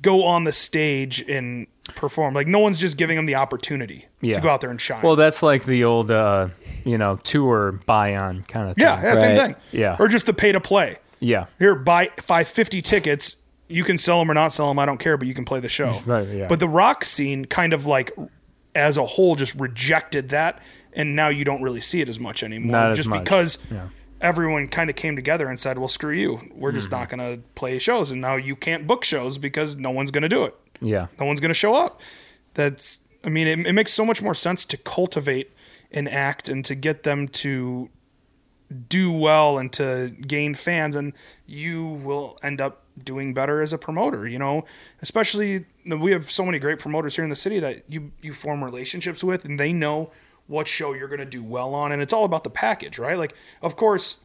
go on the stage and perform. Like no one's just giving them the opportunity
Yeah.
to go out there and shine.
Well, that's like the old, uh, you know, tour buy on kind of thing.
Yeah, yeah, same
Right.
thing.
Yeah.
Or just the pay to play.
Yeah.
Here, buy buy fifty tickets. You can sell them or not sell them. I don't care, but you can play the show.
Right, yeah.
But the rock scene kind of like, as a whole, just rejected that, and now you don't really see it as much anymore.
Not as
just
much,
because
yeah.
everyone kind of came together and said, "Well, screw you. We're just
Mm-hmm.
not going to play shows," and now you can't book shows because no one's going to do it
Yeah.
no one's going to show up. That's, I mean, it, it makes so much more sense to cultivate an act and to get them to do well and to gain fans, and you will end up doing better as a promoter. You know, especially you know, we have so many great promoters here in the city that you you form relationships with, and they know what show you're going to do well on, and it's all about the package, right? Like, of course,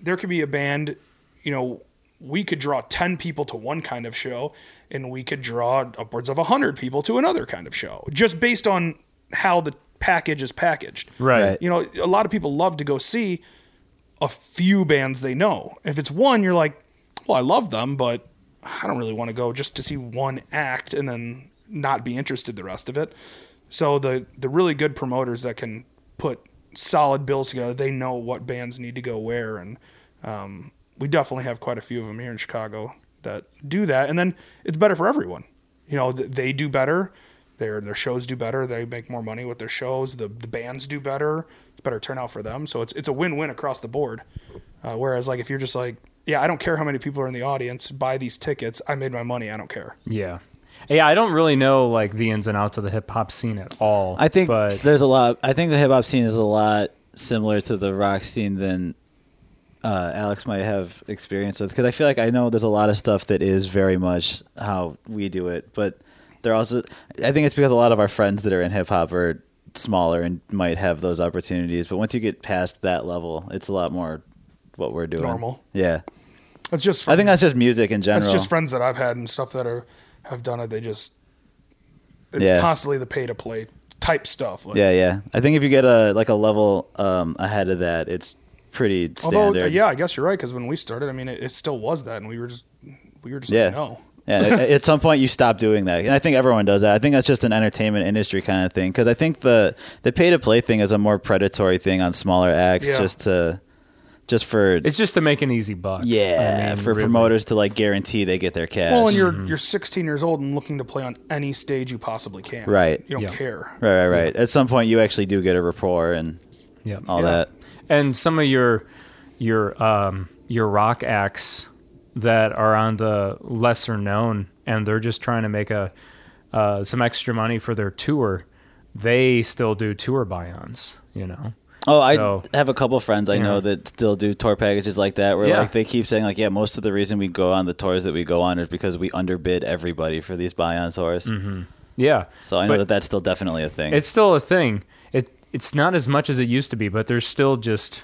there could be a band, you know, we could draw 10 people to one kind of show and we could draw upwards of 100 people to another kind of show just based on how the package is packaged.
Right.
You know, a lot of people love to go see a few bands they know. If it's one, you're like, well, I love them, but I don't really want to go just to see one act and then not be interested the rest of it. So the the really good promoters that can put solid bills together, they know what bands need to go where, and um, we definitely have quite a few of them here in Chicago that do that. And then it's better for everyone. You know, th- they do better. Their their shows do better. They make more money with their shows. The the bands do better. It's better turnout for them. So it's it's a win win across the board. Uh, whereas like if you're just like, yeah, I don't care how many people are in the audience. Buy these tickets. I made my money. I don't care.
Yeah. Yeah. I don't really know like the ins and outs of the hip hop scene at all.
I think
but
there's a lot. I think the hip hop scene is a lot similar to the rock scene than uh, Alex might have experience with. Because I feel like I know there's a lot of stuff that is very much how we do it, but there also. I think it's because a lot of our friends that are in hip hop are smaller and might have those opportunities. But once you get past that level, it's a lot more what we're doing.
Normal.
Yeah,
That's just.
I think that's just music in general.
That's just friends that I've had and stuff that are have done it. They just it's
Yeah.
constantly the pay to play type stuff. Like,
yeah, yeah. I think if you get a like a level um, ahead of that, it's pretty standard.
Although, yeah, I guess you're right because when we started, I mean, it, it still was that, and we were just we were just
Yeah.
like, no.
And at, at some point, you stop doing that. And I think everyone does that. I think that's just an entertainment industry kind of thing. Because I think the the pay to play thing is a more predatory thing on smaller acts,
Yeah.
just to just for
It's just to make an easy buck. I
yeah,
mean,
for
really.
promoters to like guarantee they get their cash.
Well, and
Mm-hmm.
you're you're 16 years old and looking to play on any stage you possibly can.
Right.
You don't
Yeah.
care.
right, right, right. At some point, you actually do get a rapport and
Yeah.
all that.
and some of your your um, your rock acts that are on the lesser known and they're just trying to make a uh, some extra money for their tour they still do tour buy-ons you know
Oh, I
So-
have a couple friends I know that still do tour packages like that, where
Yeah.
like they keep saying like, yeah, most of the reason we go on the tours that we go on is because we underbid everybody for these buy-on tours.
yeah
So I know
Mm-hmm. But-
that that's still definitely a thing.
It's still a thing. It it's not as much as it used to be, but there's still just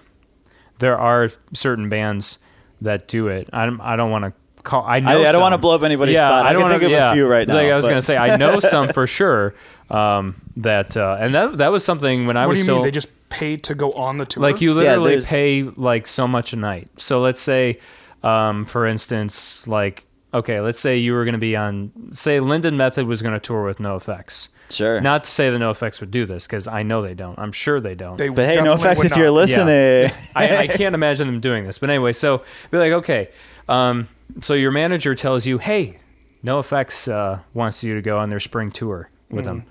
there are certain bands that do it. I don't, I don't want to call. I know
I don't
some.
wanna blow up anybody's
yeah,
spot. I
don't
can
wanna-
think of a
yeah.
few right
Like
now,
I was
but-
gonna say, I know some for sure. Um, that uh, and that that was something when I
What
was
do you
still
mean? They just paid to go on the tour?
like you
Yeah,
literally
there's-
pay like so much a night. So let's say, um, for instance, like okay, let's say you were going to be on say Lyndon Method was going to tour with No Effects.
Sure.
Not to say the No Effects would do this because I know they don't. I'm sure they don't.
They
but hey, no
definitely
effects
would
if you're
not.
listening.
I, I can't imagine them doing this. But anyway, so be like, okay, um, so your manager tells you, hey, NoFX uh, wants you to go on their spring tour with them.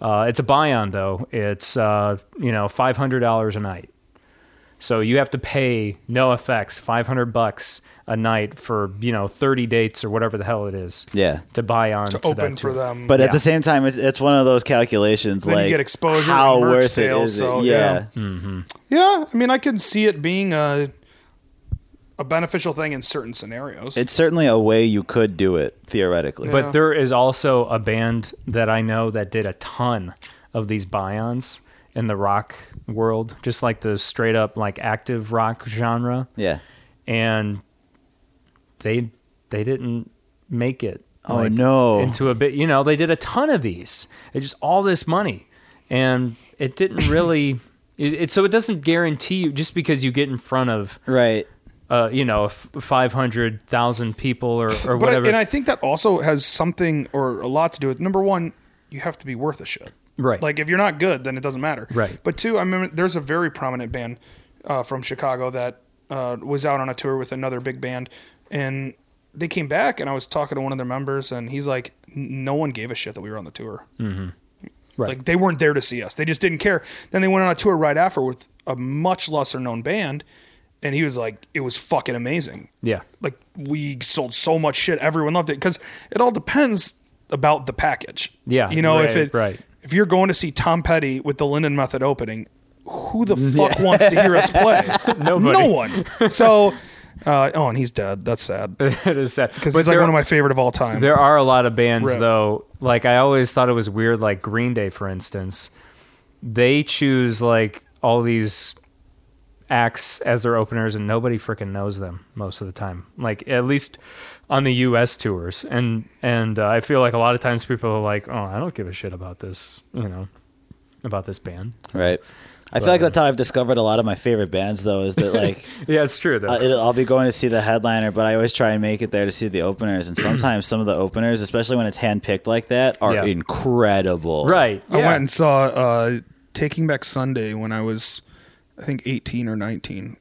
Uh, it's a buy-on though. It's uh, you know five hundred dollars a night. So you have to pay NoFX five hundred bucks a night for you know thirty dates or whatever the hell it is.
Yeah.
To buy on
to
to
open
that tour.
for them.
But at
Yeah.
the same time, it's, it's one of those calculations
Then you
like
get exposure
how
and merch
worth
sales,
it is.
so,
it? Yeah.
yeah, I mean, I can see it being a a beneficial thing in certain scenarios.
it's certainly a way you could do it theoretically.
But there is also a band that I know that did a ton of these buy-ons in the rock world, just like the straight up like active rock genre,
yeah.
and they they didn't make it.
Oh,
like,
no.
Into a bit, you know, they did a ton of these. It just all this money, and it didn't really. It, it, so it doesn't guarantee you just because you get in front of,
Right.
uh, you know, f- five hundred thousand people or, or
but I,
whatever.
and I think that also has something or a lot to do with number one, you have to be worth a shit.
Right.
Like if you're not good, then it doesn't matter.
Right.
But two, I remember there's a very prominent band uh, from Chicago that uh, was out on a tour with another big band, and they came back, and I was talking to one of their members, and he's like, "N- "No one gave a shit that we were on the tour.
Mm.
Mm-hmm.
Right.
Like they weren't there to see us. They just didn't care. Then they went on a tour right after with a much lesser known band." And he was like, it was fucking amazing
yeah.
like we sold so much shit everyone loved it because it all depends about the package
Yeah,
you know if
right,
it
right.
if you're going to see tom petty with the linden method opening who the fuck wants to hear us play
Nobody.
no one so uh, oh and he's dead that's sad because
it is sad. But
he's like
there-
one of my favorite of all time
There are a lot of bands
Rip.
though. Like I always thought it was weird. Like Green Day, for instance, they choose like all these acts as their openers, and nobody freaking knows them most of the time. Like at least on the U.S. tours, and and uh, I feel like a lot of times people are like, "Oh, I don't give a shit about this," you know, about this band.
Right. I feel like that's how I've discovered a lot of my favorite bands, though, is that like
Yeah, it's true though.
Uh, it'll, I'll be going to see the headliner, but I always try and make it there to see the openers. And sometimes some of the openers, especially when it's handpicked like that, are
Yeah.
incredible.
right.
i
yeah.
went and saw uh, taking back sunday when i was i think 18 or 19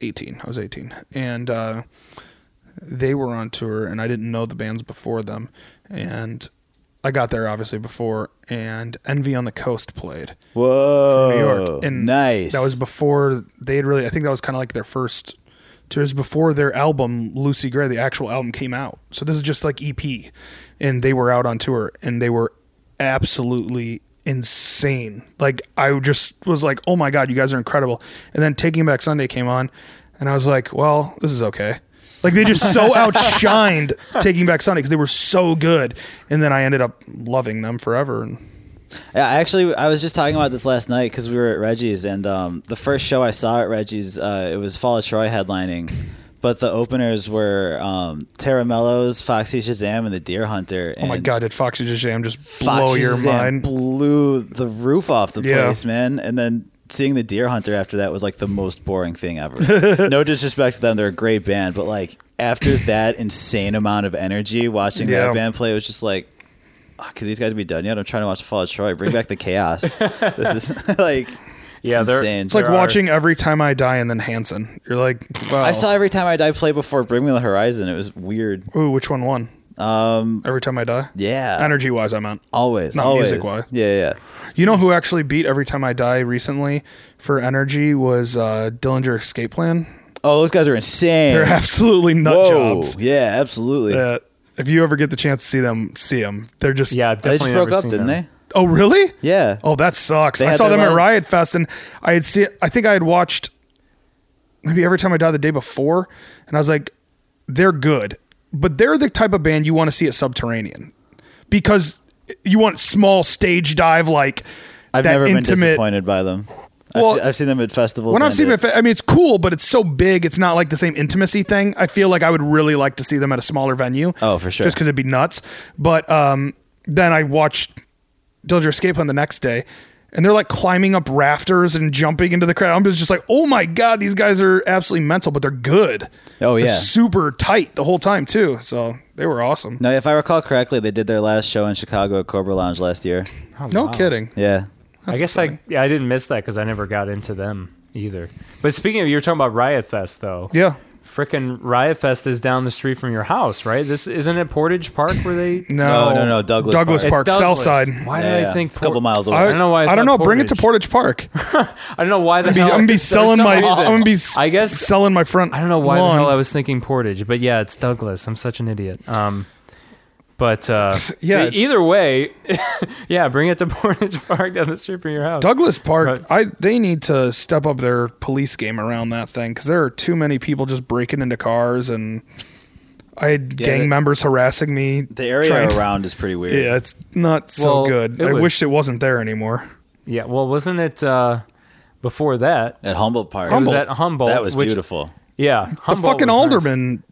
18 i was 18 and uh, they were on tour and I didn't know the bands before them and I got there obviously before and Envy on the Coast played
Whoa.
New York and
Oh, nice.
that was before they had really I think that was kind of like their first tours before their album Lucy Gray the actual album came out so this is just like EP and they were out on tour and they were absolutely insane like I just was like oh my god you guys are incredible and then Taking Back Sunday came on and I was like well this is okay like they just so outshined Taking Back Sunday because they were so good, and then I ended up loving them forever. And
Yeah, I actually, I was just talking about this last night because we were at Reggie's, and um, the first show I saw at Reggie's, uh, it was Fall of Troy headlining, but the openers were um, Tara Mello's, Foxy Shazam, and the Deer Hunter.
oh my
and
god, did Foxy Jam just
Fox
blow your
Shazam
mind?
Blew the roof off the
Yeah.
place, man. And then seeing the Deer Hunter after that was like the most boring thing ever. no disrespect to them, they're a great band, but like after that insane amount of energy watching
Yeah.
that band play, it was just like, oh, could these guys be done yet? I'm trying to watch Fall of Troy. Bring back the chaos. this is like,
Yeah,
it's
they're-
insane.
It's like
There are-
watching Every Time I Die and then Hanson. You're like, wow.
I saw every time I die play before Bring Me the Horizon. It was weird.
Ooh, which one won? Um, Every Time I Die?
Yeah,
Energy wise, I meant.
always,
not
always.
music-wise.
Yeah, yeah.
You know who actually beat Every Time I Die recently for energy was uh, Dillinger Escape Plan?
Oh, those guys are insane.
They're absolutely nut
Whoa.
jobs.
Yeah, absolutely.
Uh, if you ever get the chance to see them, see them. They're just
Yeah, I've
Oh, they just
definitely
broke
never
up,
seen
didn't
them.
they?
Oh, really?
Yeah.
Oh, that sucks.
They
I
had
saw
their
them at
last-
Riot Fest, and I had see. I think I had watched maybe every time I died the day before, and I was like, they're good, but they're the type of band you want to see at Subterranean because you want small stage dive like
I've
that
never
intimate.
been disappointed by them. I've,
Well,
se- I've seen them at festivals.
When
and
I've seen
at-
them, at fe- I mean, it's cool, but it's so big. It's not like the same intimacy thing. I feel like I would really like to see them at a smaller venue.
Oh, for sure.
Just because it'd be nuts. But um, then I watched Dillinger Escape on the next day, and they're like climbing up rafters and jumping into the crowd. I'm just just like, oh my god, these guys are absolutely mental, but they're good.
Oh,
They're
yeah.
super tight the whole time too. So they were awesome.
No, if I recall correctly, they did their last show in Chicago at Cobra Lounge last year.
no kidding.
Yeah.
I guess I yeah, I didn't miss that because I never got into them either. But speaking of, you were talking about Riot Fest though.
Yeah.
Frickin' Riot Fest is down the street from your house, right? This isn't it Portage Park where they
No.
No, no, no, Douglas
Douglas
Park.
It's
Park,
Douglas.
South Side.
Why
Yeah,
did
yeah.
I think
it's a couple
Port-
miles away?
I don't know why. I,
I don't know.
thought
Bring it to Portage Park.
I don't know why the
I'm
hell.
gonna be selling
some
my.
reason-
I'm gonna be.
I guess-
selling my front.
I don't know why
lawn.
the hell I was thinking Portage, but yeah, it's Douglas. I'm such an idiot. Um, but uh,
Yeah,
e-
it's-
either way, yeah, bring it to Portage Park down the street from your house.
Douglas Park.
Right.
I they need to step up their police game around that thing because there are too many people just breaking into cars and I had
Yeah,
gang
the-
members harassing me.
The area
trying-
around is pretty weird.
Yeah, it's not so
Well,
good.
it
I
was-
wish it wasn't there anymore.
yeah, well, wasn't it uh, before that?
At Humboldt Park.
It was at Humboldt.
That was
which-
beautiful.
Yeah,
The
Humboldt
fucking
was nice.
alderman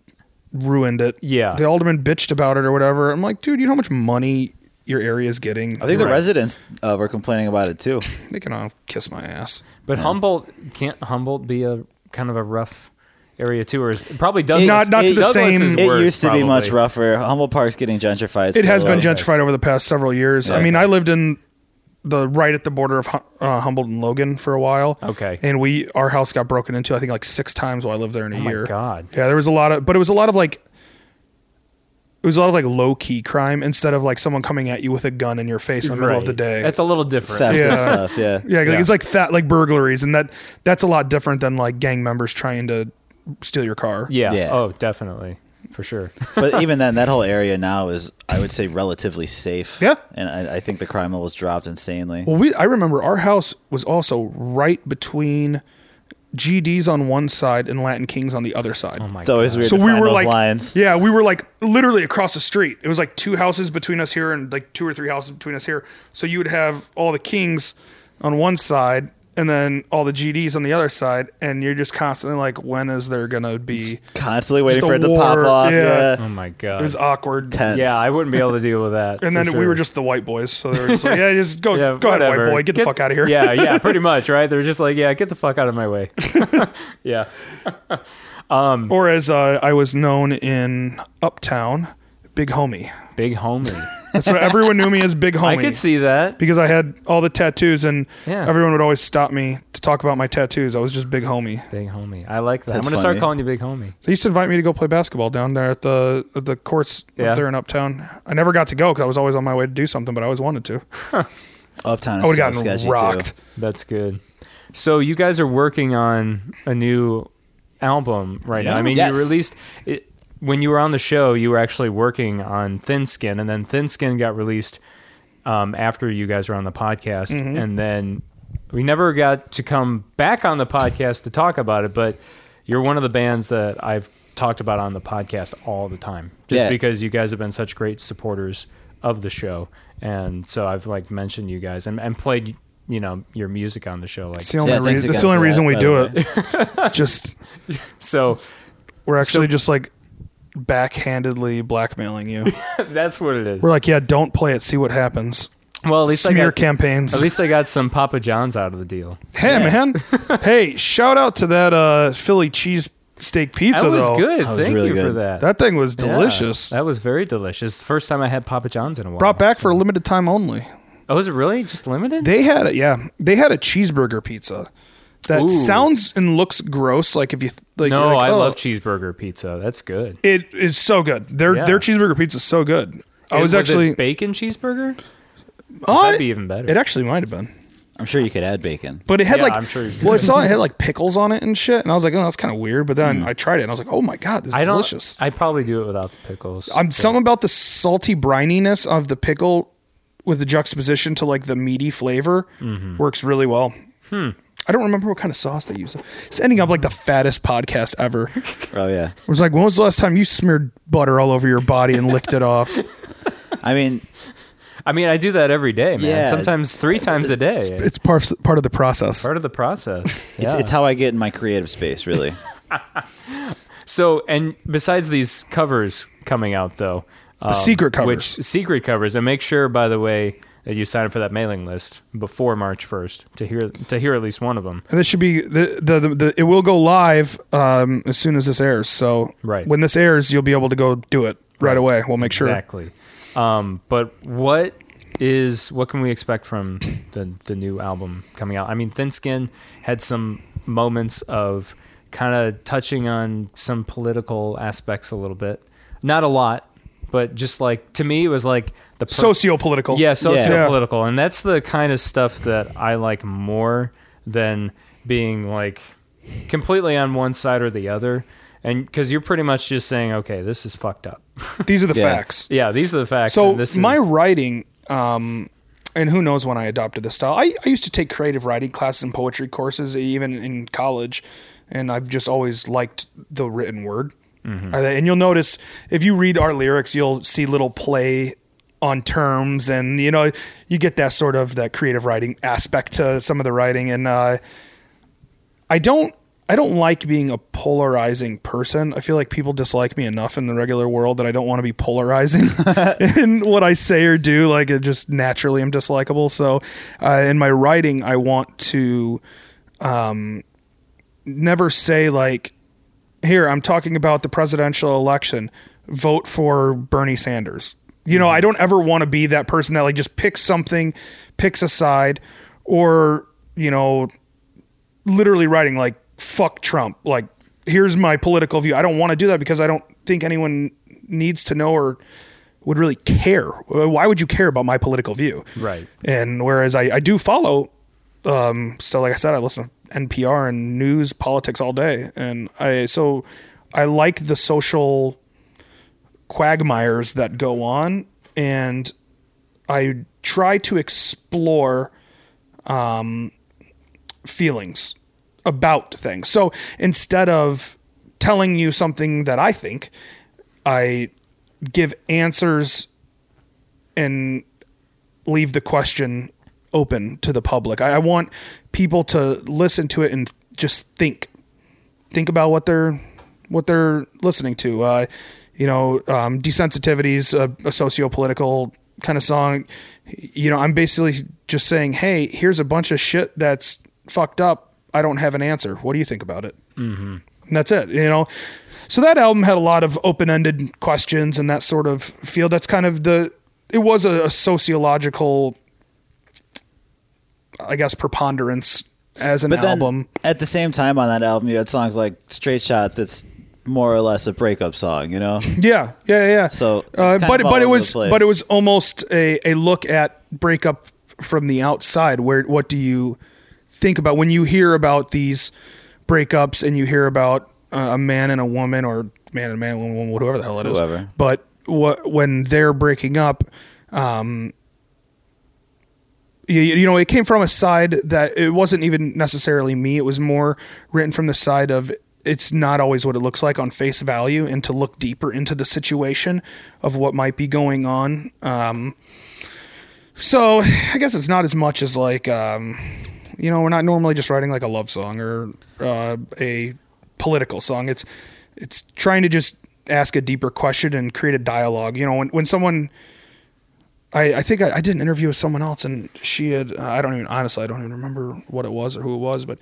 ruined it.
Yeah.
the alderman bitched about it or whatever. I'm like, dude, you know how much money your area is getting?
I think the residents uh, were complaining about it too.
they can all kiss my ass.
But Humboldt can't Humboldt be a kind of a rough area too, or is, probably Douglas?
Not- not to the
Douglas
same-
Is
It
worse,
used to be much
probably.
rougher. Humboldt Park's getting gentrified.
It
Oh,
has been
slowly.
gentrified over the past several years. I
Yeah.
mean, I lived in the right at the border of Hu- uh, Humboldt and Logan for a while.
Okay.
and we our house got broken into. I think like six times while I lived there in a
Oh my
year.
God.
Yeah, there was a lot of, but it was a lot of like. It was a lot of like low key crime instead of like someone coming at you with a gun in your face in the middle of the
Right.
day.
That's a little different.
Theft
Yeah.
and stuff. Yeah.
yeah, like, it's like that, like burglaries, and that that's a lot different than like gang members trying to steal your car.
Yeah.
Yeah.
Oh, definitely. For sure.
but even then, that whole area now is, I would say, relatively safe.
Yeah. Oh
And I, I think the crime level's dropped insanely.
Well, we I remember our house was also right between GDs on one side and Latin Kings on the other side.
Oh my
it's always
God.
weird
so
to
we
find
were
those
like,
lines.
yeah, we were like literally across the street. It was like two houses between us here and like two or three houses between us here. So you would have all the Kings on one side and then all the GDs on the other side, and you're just constantly like, when is there gonna be?
Constantly waiting
Just a
for it to pop
war,
off.
yeah.
Yeah.
Oh my
It
god.
was awkward.
Tense.
yeah, I wouldn't be able to deal with that.
And
for
then we
sure.
were just the white boys, so they were just like, yeah, just go,
Yeah,
go ahead,
whatever.
white boy, get, the fuck out of here.
yeah, yeah, pretty much, right? They're just like, yeah, get the fuck out of my way. yeah.
or as uh, I was known in Uptown, Big Homie.
Big homie.
That's what everyone knew me as Big Homie.
I could see that.
because I had all the tattoos, and
Yeah.
everyone would always stop me to talk about my tattoos. I was just Big Homie.
Big homie. I like that. I'm
That's
gonna start
funny.
calling you big homie.
They used to invite me to go play basketball down there at the at the courts
Yeah.
up there in Uptown. I never got to go because I was always on my way to do something, but I always wanted to.
Uptown is
I would
so
have
sketchy,
gotten
too.
rocked.
That's good. So you guys are working on a new album right now. I mean,
Yes.
you released it, when you were on the show. You were actually working on Thin Skin, and then Thin Skin got released um, after you guys were on the podcast,
Mm-hmm.
and then we never got to come back on the podcast to talk about it. But you're one of the bands that I've talked about on the podcast all the time, just
Yeah.
because you guys have been such great supporters of the show, and so I've like mentioned you guys and, and played you know your music on the show like
It's the only,
Yeah, thanks
reason, it's
again
the only
for that,
reason we
by
do
the
it. it's just
so
we're actually just like backhandedly blackmailing you.
that's what it is.
We're like, yeah, don't play it. See what happens.
Well, at least I
Smear
got,
campaigns.
At least I got some Papa John's out of the deal.
Hey man. hey, shout out to that uh Philly cheese steak pizza.
That was
though.
good.
That was
Thank
really
you for
good.
that.
That thing was
Yeah,
delicious.
that was very delicious. First time I had Papa John's in a while.
Brought back for a limited time only.
Oh, is it really just limited?
They had a, yeah, they had a cheeseburger pizza. That
Ooh.
sounds and looks gross. Like if you th- like,
no,
you're
I
like, "Oh."
love cheeseburger pizza. That's good.
It is so good. Their
Yeah.
their cheeseburger pizza is so good. I
And
was,
it
actually
bacon cheeseburger.
Oh,
That'd
it-
be even better.
It actually might have been,
I'm sure you could add bacon.
but it had
Yeah,
like
I'm sure you
well, I saw it had like pickles on it and shit, and I was like, oh, that's kind of weird. But then I tried it, and I was like, oh my god, this is
Hmm. I don't.
delicious.
I probably do it without the pickles.
I'm something about the salty brininess of the pickle with the juxtaposition to like the meaty flavor
Mm-hmm.
works really well.
Hmm.
I don't remember what kind of sauce they used. It's ending up like the fattest podcast ever. It
Oh yeah.
was like, when was the last time you smeared butter all over your body and licked it off?
I mean,
I mean, I do that every day, man.
Yeah.
Sometimes three times a day. It's,
It's part part of the process.
part of the process.
it's,
Yeah.
it's how I get in my creative space, really.
so, and besides these covers coming out, though, um,
secret covers.
which secret covers, and make sure, by the way, that you sign up for that mailing list before March first to hear to hear at least one of them.
And this should be the the, the, the it will go live um, as soon as this airs. So
Right.
when this airs, you'll be able to go do it right, away. We'll make sure.
Exactly. Um, but what is what can we expect from the the new album coming out? I mean, Thin Skin had some moments of kind of touching on some political aspects a little bit, not a lot, but just like to me, it was like the per-
Socio-political.
yeah,
Yeah.
socio-political, and that's the kind of stuff that I like more than being like completely on one side or the other. And because you're pretty much just saying, okay, this is fucked up.
These are the
Yeah.
facts.
Yeah, these are the facts.
So
and this
my
is,
writing, um, and who knows when I adopted this style. I, I used to take creative writing classes and poetry courses even in college, and I've just always liked the written word.
Mm-hmm.
Uh, And you'll notice if you read our lyrics, you'll see little play on terms, and you know you get that sort of that creative writing aspect to some of the writing. And uh, I don't I don't like being a polarizing person. I feel like people dislike me enough in the regular world that I don't want to be polarizing in what I say or do. Like it just naturally am dislikable. So uh, in my writing, I want to um, never say like, "Here, I'm talking about the presidential election. Vote for Bernie Sanders." You know, I don't ever want to be that person that like just picks something, picks a side, or you know literally writing like fuck Trump. Like here's my political view. I don't want to do that because I don't think anyone needs to know or would really care. Why would you care about my political view?
Right.
And whereas I, I do follow um so like I said I listen to NPR and news politics all day and I so I like the social quagmires that go on and I try to explore um, feelings about things. So instead of telling you something that I think, I give answers and leave the question open to the public. I, I want people to listen to it and just think, think about what they're what they're listening to. Uh, you know, um, desensitivities, a, a socio-political kind of song. You know, I'm basically just saying, hey, here's a bunch of shit that's fucked up. I don't have an answer. What do you think about it?
Mm-hmm.
And that's it. You know, so that album had a lot of open-ended questions and that sort of feel. That's kind of the. It was a, a sociological, I guess, preponderance as an
But then
album.
at the same time on that album, you had songs like Straight Shot that's more or less a breakup song, you know?
Yeah, yeah, yeah. yeah.
So, it's
uh,
kind
but
of all
but it
over
was
the place.
but it was almost a, a look at breakup from the outside. Where what do you think about when you hear about these breakups and you hear about uh, a man and a woman or man and a man, woman, woman, whatever the hell it is.
Whoever.
But what when they're breaking up, you, you know, it came from a side that it wasn't even necessarily me. It was more written from the side of it's not always what it looks like on face value, and to look deeper into the situation of what might be going on. Um, so I guess it's not as much as like, um, you know, we're not normally just writing like a love song or uh, a political song. It's it's trying to just ask a deeper question and create a dialogue. You know, when when someone I, I think I, I did an interview with someone else, and she had uh, I don't even honestly I don't even remember what it was or who it was, but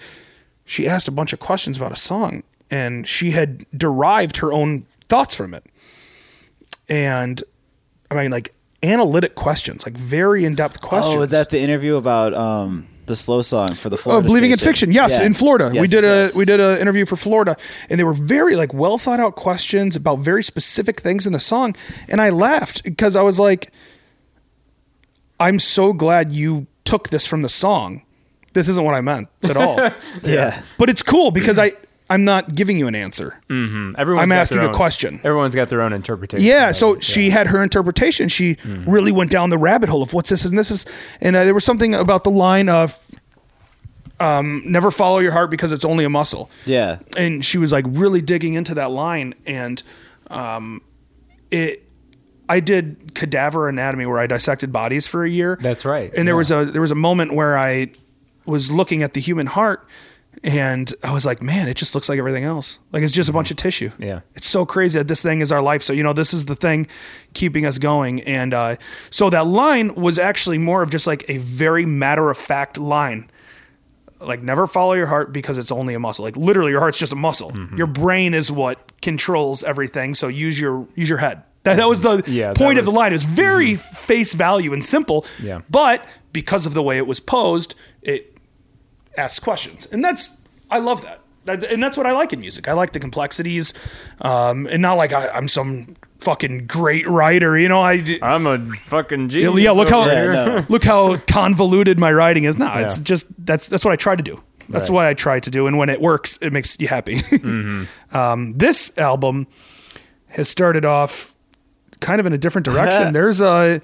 she asked a bunch of questions about a song, and she had derived her own thoughts from it. And I mean, like analytic questions, like very in depth questions.
Oh, is that the interview about um, the slow song for the
Oh,
Florida?
believing in
station?
fiction. Yes,
Yeah.
in Florida, we
Yes,
did
yes,
a we did an interview for Florida, and they were very like well thought out questions about very specific things in the song, and I laughed because I was like, "I'm so glad you took this from the song. This isn't what I meant at all."
Yeah.
but it's cool because I I'm not giving you an answer.
Mm.
Everyone's
I'm
got
asking
their
a
own-
question.
Everyone's got their own interpretation.
Yeah,
of
so
it,
she had her interpretation. She
Mm.
really went down the rabbit hole of what's this and this is, and uh, there was something about the line of, um, "Never follow your heart because it's only a muscle."
Yeah.
and she was like really digging into that line and um it i did cadaver anatomy where i dissected bodies for a year
That's right,
and there
yeah.
was a there was a moment where i was looking at the human heart and i was like man it just looks like everything else like it's just a bunch of tissue
Mm-hmm. Yeah.
it's so crazy that this thing is our life so you know this is the thing keeping us going and uh so that line was actually more of just like a very matter of fact line like never follow your heart because it's only a muscle like literally your heart's just a muscle
Mm-hmm.
your brain is what controls everything so use your use your head that, that was the
Mm-hmm. Yeah, that
point of
was-
the
Mm-hmm.
line it was very face value and simple
Yeah.
but because of the way it was posed it asks questions and that's i love that That- and that's what i like in music i like the complexities um, and not like I, i'm some fucking great writer you know i d-
I'm a fucking genius.
yeah, look how
over here.
no.
look how convoluted my writing is. No, it's
Yeah.
just that's that's what I try to do. That's
Right.
what I try to do, and when it works, it makes you happy.
Mm-hmm.
um, this album has started off kind of in a different direction. There's a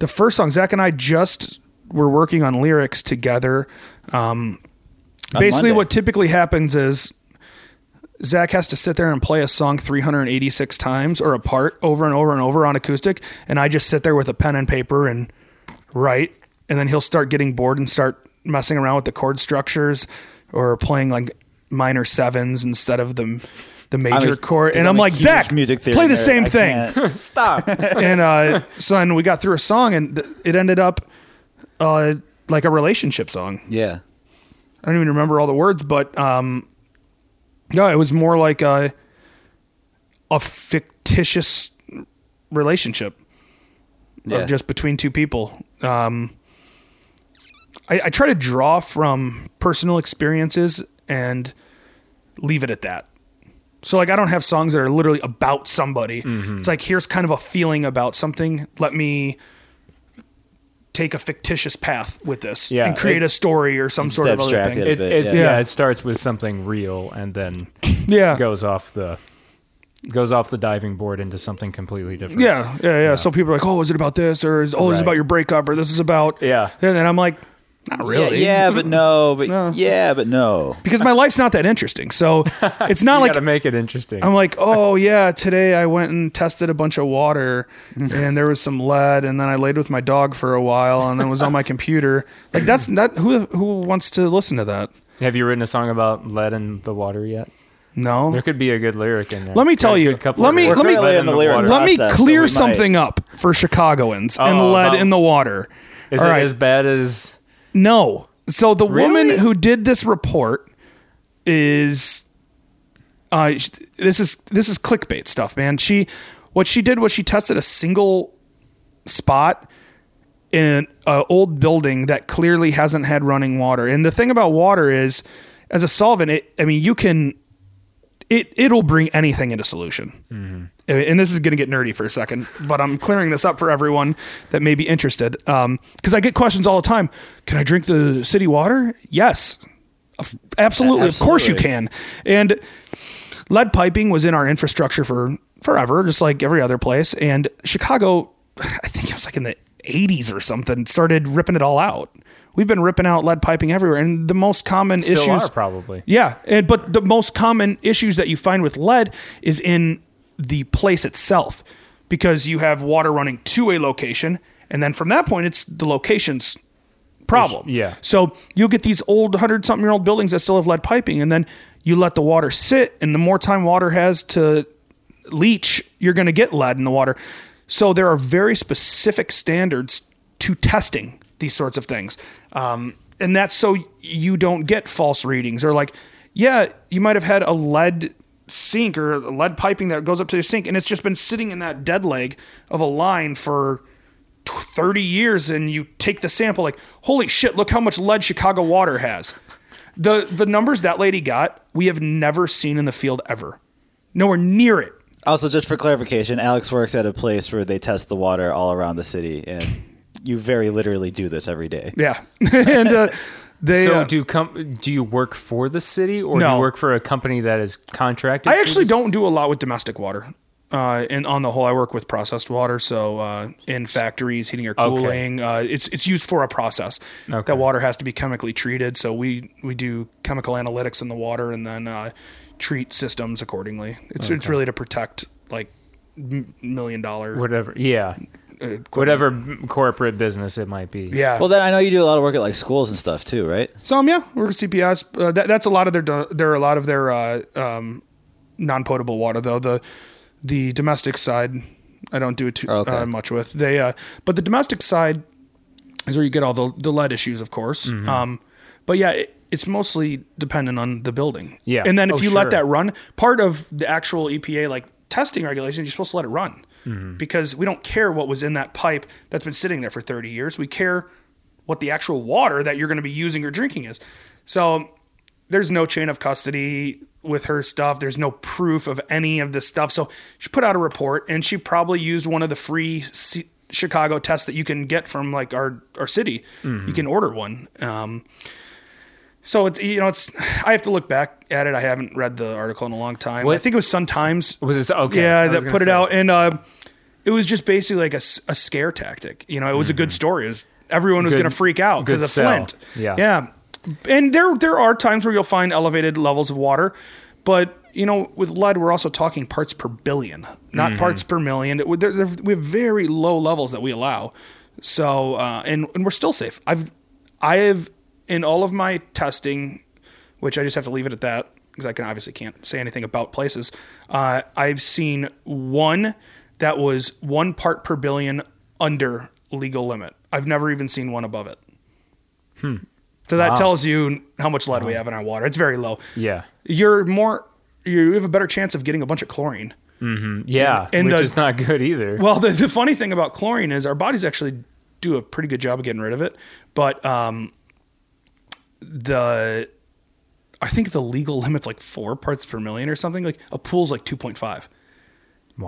the first song Zach and I just were working on lyrics together. Um, basically,
Monday.
what typically happens is Zach has to sit there and play a song 386 times or a part over and over and over on acoustic, and I just sit there with a pen and paper and write, and then he'll start getting bored and start messing around with the chord structures or playing like minor sevens instead of the the major
a-
chord, and
I'm
I'm
a
like
huge
Zach,
music theory
play the
nerd.
same
I
thing
can't-
Stop.
and uh, son, we got through a song, and th- it ended up uh, like a relationship song.
Yeah.
I don't even remember all the words, but um, no, it was more like a a fictitious relationship
Yeah.
of just between two people. Um, I, I try to draw from personal experiences and leave it at that. So like I don't have songs that are literally about somebody.
Mm-hmm.
It's like here's kind of a feeling about something. Let me take a fictitious path with this
Yeah,
and create
it-
a story or some sort of other
abstract
thing.
it.
It,
bit,
it's,
yeah.
yeah. it starts with something real and then
yeah.
goes off the goes off the diving board into something completely different.
Yeah, yeah, yeah, So people are like, "Oh, is it about this?" Or is, "Oh, this is
Right.
about your breakup?" Or "This is about."
Yeah.
And then I'm like, "Not
Yeah,
really."
yeah, but no, but yeah, but no.
Because my life's not that interesting, so it's not
You
like
gotta make it interesting.
I'm like, oh yeah, today I went and tested a bunch of water, and there was some lead, and then I laid with my dog for a while, and then was on my computer. Like that's that who who wants to listen to that?
Have you written a song about lead in the water yet?
No.
There could be a good lyric in there.
Let me tell
Like a
you,
couple
let
of
me-
lyrics.
let me-
Lead
Currently in the lyric
water.
Let me
process, so
clear
we might-
something up for Chicagoans and
Oh,
lead
about-
in the water.
Is
All
it
right.
as bad as
No. So the woman
Really?
who did this report is uh sh- this is this is clickbait stuff, man. She what she did was she tested a single spot in an uh, old building that clearly hasn't had running water. And the thing about water is as a solvent, it, I mean, you can it it'll bring anything into solution. And this is going to get nerdy for a second, but I'm clearing this up for everyone that may be interested. Because I get questions all the time. Can I drink the city water? Yes, Of- absolutely. Of course you
Absolutely.
can. And lead piping was in our infrastructure for forever, just like every other place. And Chicago, I think it was like in the 80s or something, started ripping it all out. We've been ripping out lead piping everywhere, and the most common
Still
issues
are, probably.
yeah, and but the most common issues that you find with lead is in the place itself because you have water running to a location and then from that point it's the location's problem.
Yeah.
So you'll get these old 100 something year old buildings that still have lead piping and then you let the water sit and the more time water has to leach, you're going to get lead in the water. So there are very specific standards to testing these sorts of things. Um, and that's so you don't get false readings or like yeah, you might have had a lead sink or lead piping that goes up to your sink, and it's just been sitting in that dead leg of a line for t- 30 years. And you take the sample, like, holy shit, look how much lead Chicago water has. The, the numbers that lady got, we have never seen in the field ever. Nowhere near it.
Also, just for clarification, Alex works at a place where they test the water all around the city, and you very literally do this every day.
Yeah. and uh, they.
so
uh,
do com- do you work for the city or do
No.
you work for a company that is contracted?
I
to
actually
the-
don't do a lot with domestic water. Uh, and on the whole, I work with processed water. So uh, in factories, heating or cooling, uh, it's it's used for a process.
Okay.
That water has to be chemically treated. So we we do chemical analytics in the water and then uh, treat systems accordingly. It's it's really to protect like m- million dollar.
whatever. Yeah,
equipment.
whatever b- corporate business it might be.
Yeah.
Well, then I know you do a lot of work at like schools and stuff too, right?
Some, yeah, we're CPS. Uh, that, that's a lot of their. There are a lot of their uh, um, non-potable water, though the the domestic side. I don't do it too
Oh, okay.
uh, much with they, uh, but the domestic side is where you get all the, the lead issues, of course.
Mm-hmm.
Um, but yeah, it, it's mostly dependent on the building.
Yeah.
and then if
Oh,
you
sure.
let that run, part of the actual EPA like testing regulations, you're supposed to let it run because we don't care what was in that pipe that's been sitting there for 30 years. We care what the actual water that you're going to be using or drinking is. So there's no chain of custody with her stuff. There's no proof of any of this stuff. So she put out a report and she probably used one of the free C- Chicago tests that you can get from like our, our city. You can order one. Um, so it's, you know, it's, I have to look back at it. I haven't read the article in a long time. I
What-
think it was Sun Times.
Was this okay? I
Yeah,
was
that
gonna
put it
say.
out, and uh, it was just basically like a, s- a scare tactic. You know, it was a good story. It was, everyone was
Mm-hmm. Good-
going to freak out
good
because of
sell.
Flint.
Yeah.
yeah. And there there are times where you'll find elevated levels of water, but you know, with lead, we're also talking parts per billion, not
Mm-hmm.
parts per million. It- we- there- there- we have very low levels that we allow. So, uh, and and we're still safe. I've I have in all of my testing which I just have to leave it at that because I can obviously can't say anything about places. Uh, I've seen one that was one part per billion under legal limit. I've never even seen one above it. Hmm. So that tells you how much lead we have in our water. It's very low.
Yeah,
You're more. You have a better chance of getting a bunch of chlorine.
yeah,
And,
which
uh,
is not good either.
Well, the, the funny thing about chlorine is our bodies actually do a pretty good job of getting rid of it, but um, the I think the legal limit's like four parts per million or something. Like a pool's like two point five.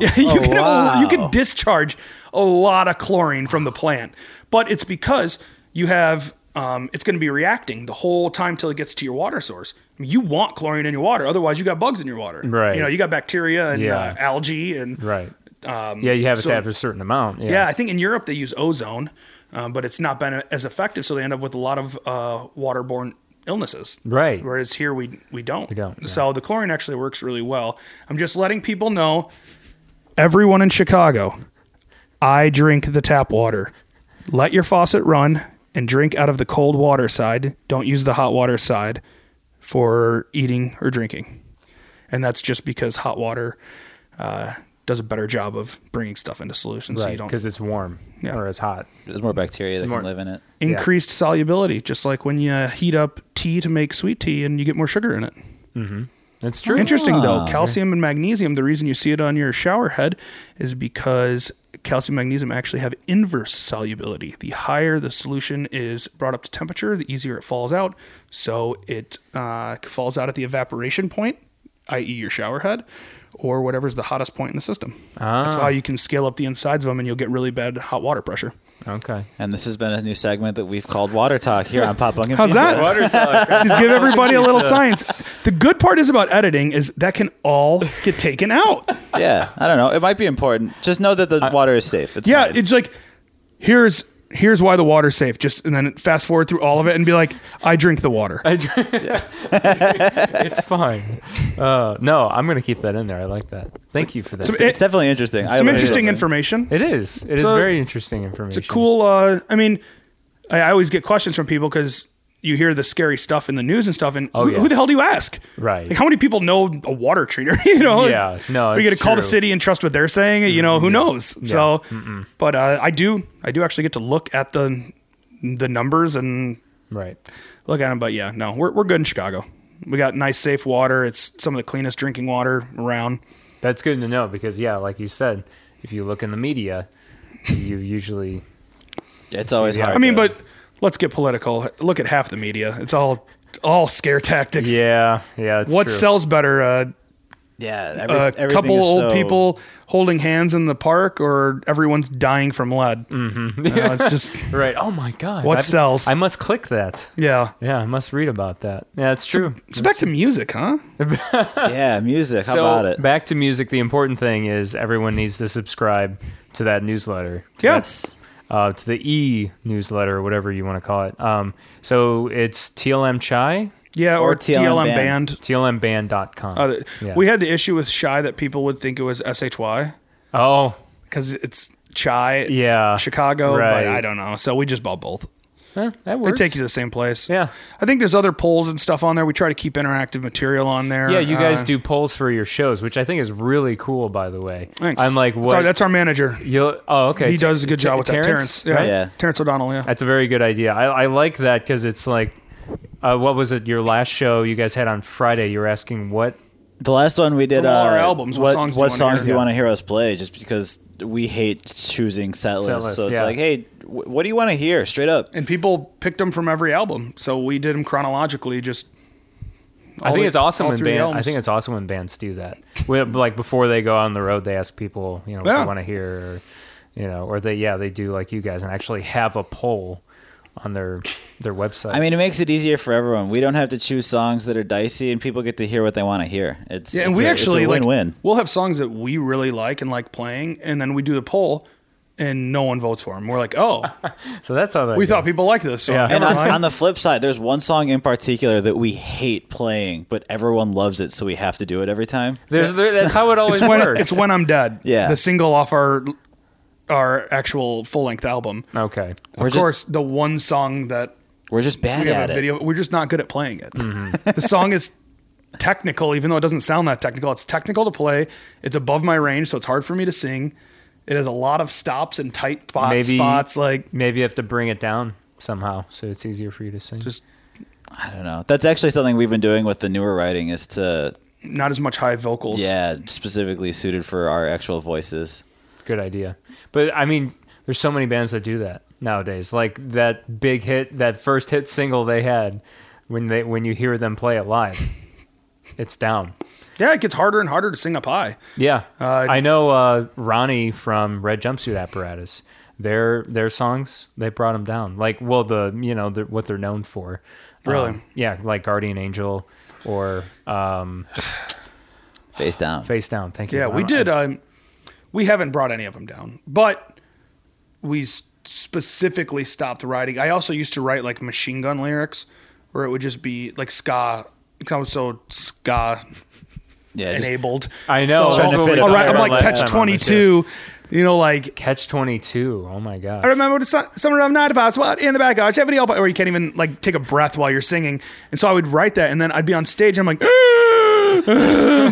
Yeah, you can
Oh,
you can discharge a lot of chlorine from the plant, but it's because you have um, it's going to be reacting the whole time till it gets to your water source. I mean, you want chlorine in your water, otherwise you got bugs in your water.
Right.
You know, you got bacteria and
Yeah.
uh, algae and
right. yeah, you have
um, so-
to have a certain amount. Yeah.
yeah, I think in Europe they use ozone, um, but it's not been as effective, so they end up with a lot of uh, waterborne illnesses.
Right.
Whereas here we we don't. We
don't, yeah.
So the chlorine actually works really well. I'm just letting people know. Everyone in Chicago, I drink the tap water. Let your faucet run and drink out of the cold water side. Don't use the hot water side for eating or drinking. And that's just because hot water uh, does a better job of bringing stuff into solution so you
right.
don't
Because it's warm
Yeah.
or it's hot.
There's more bacteria that
More-
can live in it.
increased solubility, just like when you heat up tea to make sweet tea and you get more sugar in it.
That's true.
Interesting though, calcium and magnesium, the reason you see it on your shower head is because calcium and magnesium actually have inverse solubility. The higher the solution is brought up to temperature, the easier it falls out. So it uh, falls out at the evaporation point, i.e., your shower head, or whatever's the hottest point in the system. That's why you can scale up the insides of them and you'll get really bad hot water pressure.
Okay.
And this has been a new segment that we've called Water Talk here on Pop Bunk. and
How's
Pizza.
that? Just give everybody a little science. The good part is about editing is that can all get taken out.
Yeah, I don't know. It might be important. Just know that the water is safe. It's
Yeah,
fine.
it's like here's here's why the water's safe. Just and then fast forward through all of it and be like, I drink the water.
I dr- it's fine. Uh, no, I'm going to keep that in there. I like that. Thank you for that.
Some,
it's definitely interesting. I
some
learned
interesting
something.
information.
it is. It is
So-
very interesting information.
It's a cool. Uh, I mean, I, I always get questions from people because you hear the scary stuff in the news and stuff, and who,
Oh, yeah.
who the hell do you ask?
Right.
Like, how many people know a water treater? you know.
Yeah,
It's-
no,
Are you
it's
going to call the
true. Mm-hmm.
city and trust what they're saying? You know, who knows? So, but uh, I do. I do actually get to look at the the numbers and
Right.
look at them. But yeah, no, we're we're good in Chicago. We got nice, safe water. It's some of the cleanest drinking water around.
That's good to know because yeah, like you said, if you look in the media, you usually
It's always
Yeah.
hard.
I mean,
to-
but let's get political. Look at half the media. It's all all scare tactics.
yeah yeah. It's
What
true.
sells better? Uh,
yeah, every,
a
everything
couple
is so-
old people holding hands in the park, or everyone's dying from lead. Mm-hmm. it's just
right? Oh my god,
What
I-
sells?
I must click that.
yeah.
Yeah, I must read about that. Yeah, it's true.
It's back to music, huh?
Yeah, music. How
so
about it?
back to music. The important thing is everyone needs to subscribe to that newsletter.
Yes.
uh, to the e newsletter, or whatever you want to call it. Um, so it's TLM Chai,
Yeah,
Or
or,
TLM
TLM,
band.
band.
TLMBand.com.
Uh,
Yeah.
We had the issue with shy that people would think it was SHY
oh,
because it's chai,
yeah.
Chicago,
Right.
but I don't know. So we just bought both.
Eh, that
They
works.
take you to the same place.
Yeah.
I think there's other polls and stuff on there. We try to keep interactive material on there.
Yeah, you guys
Uh,
do polls for your shows, which I think is really cool, by the way.
Thanks.
I'm like,
That's
what?
our- That's our manager.
you'll, oh, okay.
He
T-
does a good
T-
job with that. Terrence. Yeah.
right?
Yeah.
Terrence O'Donnell, yeah.
That's a very good idea. I, I like that because it's like, uh, what was it? Your last show you guys had on Friday, you were asking what?
The last one we did.
From all
uh,
our albums, what songs do you wanna hear?
do you want to hear us play? Just because we hate choosing set lists,
lists,
so it's
yeah.
like, hey, wh- what do you want to hear? Straight up.
and people picked them from every album. So we did them chronologically. Just
I
all
think
the-
it's awesome
all
when
through the
band,
albums.
I think it's awesome when bands do that. We, like before they go on the road, they ask people, you know, what
Yeah.
they want to hear, or, you know, or they yeah they do like you guys and actually have a poll on their their website.
I mean, it makes it easier for everyone. We don't have to choose songs that are dicey, and people get to hear what they want to hear. It's
yeah, and
it's
we
a- it's
actually
a
like
win-win.
we'll have songs that we really like and like playing, and then we do the poll, and no one votes for them. We're like, oh,
so that's how that
we thought
goes.
people liked this. So
Yeah.
yeah.
and on, on the flip side, there's one song in particular that we hate playing, but everyone loves it, so we have to do it every time.
There's, there, that's how it always
When-
works.
it's when I'm dead.
Yeah.
the single off our our actual full length album.
okay.
We're
of
just-
course, the one song that
We're just bad
we have
at
a
it. Mm-hmm.
video. We're just not good at playing it. the song is technical, even though it doesn't sound that technical. It's technical to play. It's above my range, so it's hard for me to sing. It has a lot of stops and tight spot,
Maybe-
spots. Like
Maybe you have to bring it down somehow so it's easier for you to sing.
Just-
I don't know. That's actually something we've been doing with the newer writing is to
not as much high vocals.
yeah, specifically suited for our actual voices.
good idea. But I mean, there's so many bands that do that nowadays. Like that big hit, that first hit single they had when they when you hear them play it live, it's down.
yeah. It gets harder and harder to sing up high.
Yeah,
Uh,
I know uh, Ronnie from Red Jumpsuit Apparatus. Their their songs they brought them down. Like well, the you know the, what they're known for.
Really?
Um, yeah, like Guardian Angel or um,
Face down.
Face Down. Thank you.
Yeah, we
I'm-
did.
I'm-
Um, we haven't brought any of them down, but we s- specifically stopped writing. I also used to write like machine gun lyrics, where it would just be like ska. 'cause I was so ska
Yeah, just-
enabled.
I know.
Trying to
So,
fit it
all
on
right, I'm
there
like
last
time on
catch
the
22. You know, like
Catch Twenty Two. Oh my god.
I remember the sun, summer of nine to five spot in the back arch, have any help, or you can't even like take a breath while you're singing. And so I would write that, and then I'd be on stage, and I'm like,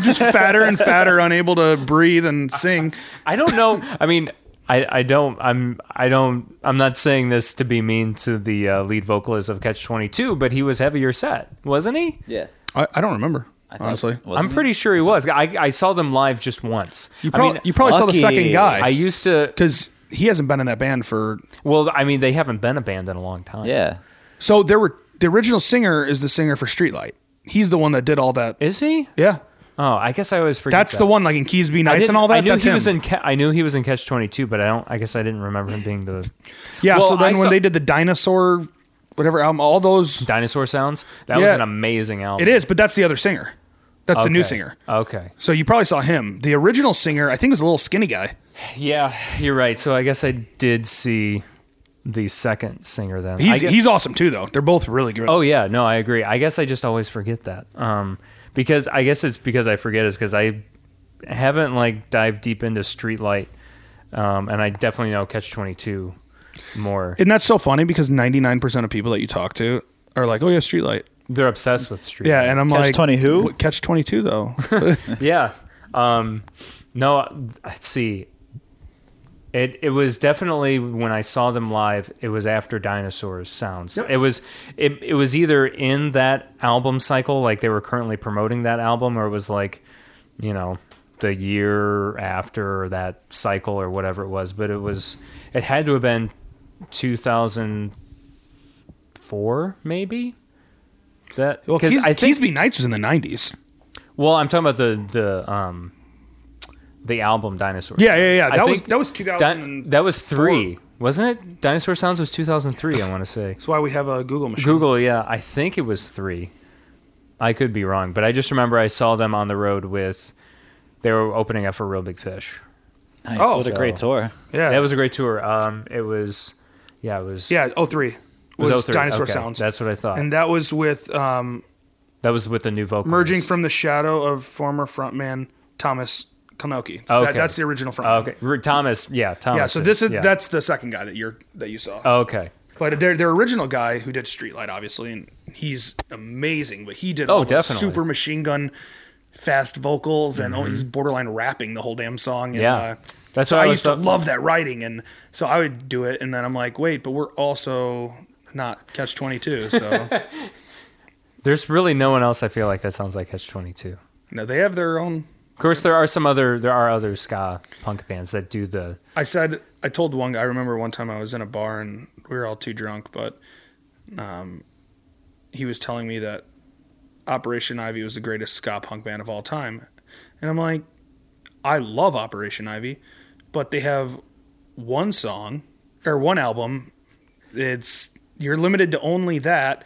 just fatter and fatter, unable to breathe and sing.
I don't know. I mean, I, I don't. I'm I don't. I'm not saying this to be mean to the uh, lead vocalist of Catch Twenty Two, but he was heavier set, wasn't he?
yeah.
I, I don't remember
thought-
honestly.
Wasn't
I'm
he?
pretty sure he was. I, I saw them live just once.
You, prob-
I mean,
you probably saw
Lucky.
the second
I
guy
used to.
because he hasn't been in that band for.
Well, I mean, they haven't been a band in a long time.
Yeah.
So there were the original singer is the singer for Streetlight. He's the one that did all that.
Is he?
Yeah,
Oh, I guess I always forget.
that's
that.
the one. Like in Keys Be
I
Nice
didn't-
and all that.
I knew
that's
he
him.
was in. Ca- I knew he was in Catch Twenty Two, but I don't. I guess I didn't remember him being the
Yeah.
Well,
so
I
then when
saw-
they did the Dinosaur, whatever album, all those.
dinosaur sounds. That was
Yeah.
an amazing album.
It is, but that's the other singer. That's the new
Okay.
singer.
Okay.
So you probably saw him. The original singer, I think, was a little skinny guy.
Yeah, you're right. So I guess I did see the second singer then. I
He's
guess-
he's awesome too, though. They're both really good.
oh yeah, no, I agree. I guess I just always forget that. Um, because I guess it's because I forget is because I haven't like dived deep into Streetlight, um, and I definitely know Catch Twenty Two more.
and that's so funny because ninety nine percent of people that you talk to are like, "Oh yeah, Streetlight."
They're obsessed with Streetlight.
Yeah, and I'm
Catch
like,
20 who?
"What- Catch twenty two though.
yeah. Um, no, let's see. It it was definitely when I saw them live. It was after Dinosaurs Sounds. It was it it was either in that album cycle, like they were currently promoting that album, or it was like, you know, the year after that cycle or whatever it was. But it was it had to have been 2004, maybe. That
Well,
because
Keys,
I think
Keysby Nights was in the '90s.
well, I'm talking about the the um the album Dinosaur.
Yeah, yeah, yeah.
I
That was-
think
that was 2004.
Di- that was three, wasn't it? Dinosaur Sounds was 2003. I want to say
That's why we have a Google machine.
Google. Yeah, I think it was three. I could be wrong, but I just remember I saw them on the road with. They were opening up for Real Big Fish.
Nice.
Oh,
what a
so-
great tour.
Yeah,
That was a great tour. Um, it was, yeah, it was.
yeah. Oh three
it was,
was
03.
Dinosaur
Okay,
Sounds,
That's what I thought.
and that was with um,
that was with the new vocalist.
merging from the shadow of former frontman Thomas Kalnoky.
Okay.
That, that's the original frontman.
Okay, R- Thomas. Yeah, Thomas.
Yeah, so this is
yeah. Oh.
that's the second guy that you're that you saw.
okay.
But their their original guy who did Streetlight, obviously, and he's amazing. But he did
Oh,
all those
definitely. Mm-hmm.
super machine gun, fast vocals, and oh, he's borderline rapping the whole damn song. And,
Yeah.
uh,
That's
so
what I
I
was
used to
thought-
love that writing, and so I would do it, and then I'm like, wait, but we're also not Catch Twenty Two, so
There's really no one else I feel like that sounds like Catch 22.
no, they have their own.
Of course, there are some other there are other ska punk bands that do the
I said I told one guy. I remember one time I was in a bar and we were all too drunk, but um, he was telling me that Operation Ivy was the greatest ska punk band of all time, and I'm like, I love Operation Ivy, but they have one song or one album. It's you're limited to only that,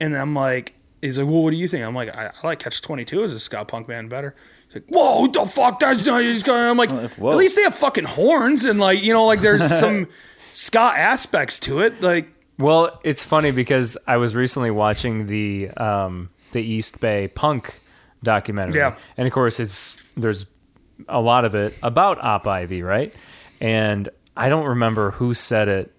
and I'm like, he's like, well, what do you think? I'm like, I, I like Catch Twenty Two as a ska punk band better. He's like, whoa, what the fuck? That's not. He's going. I'm like,
whoa.
at least they have fucking horns and like you know like there's some ska aspects to it. Like
Well, it's funny because I was recently watching the um, the East Bay punk documentary,
Yeah.
and of course it's there's a lot of it about Op Ivy, right? And I don't remember who said it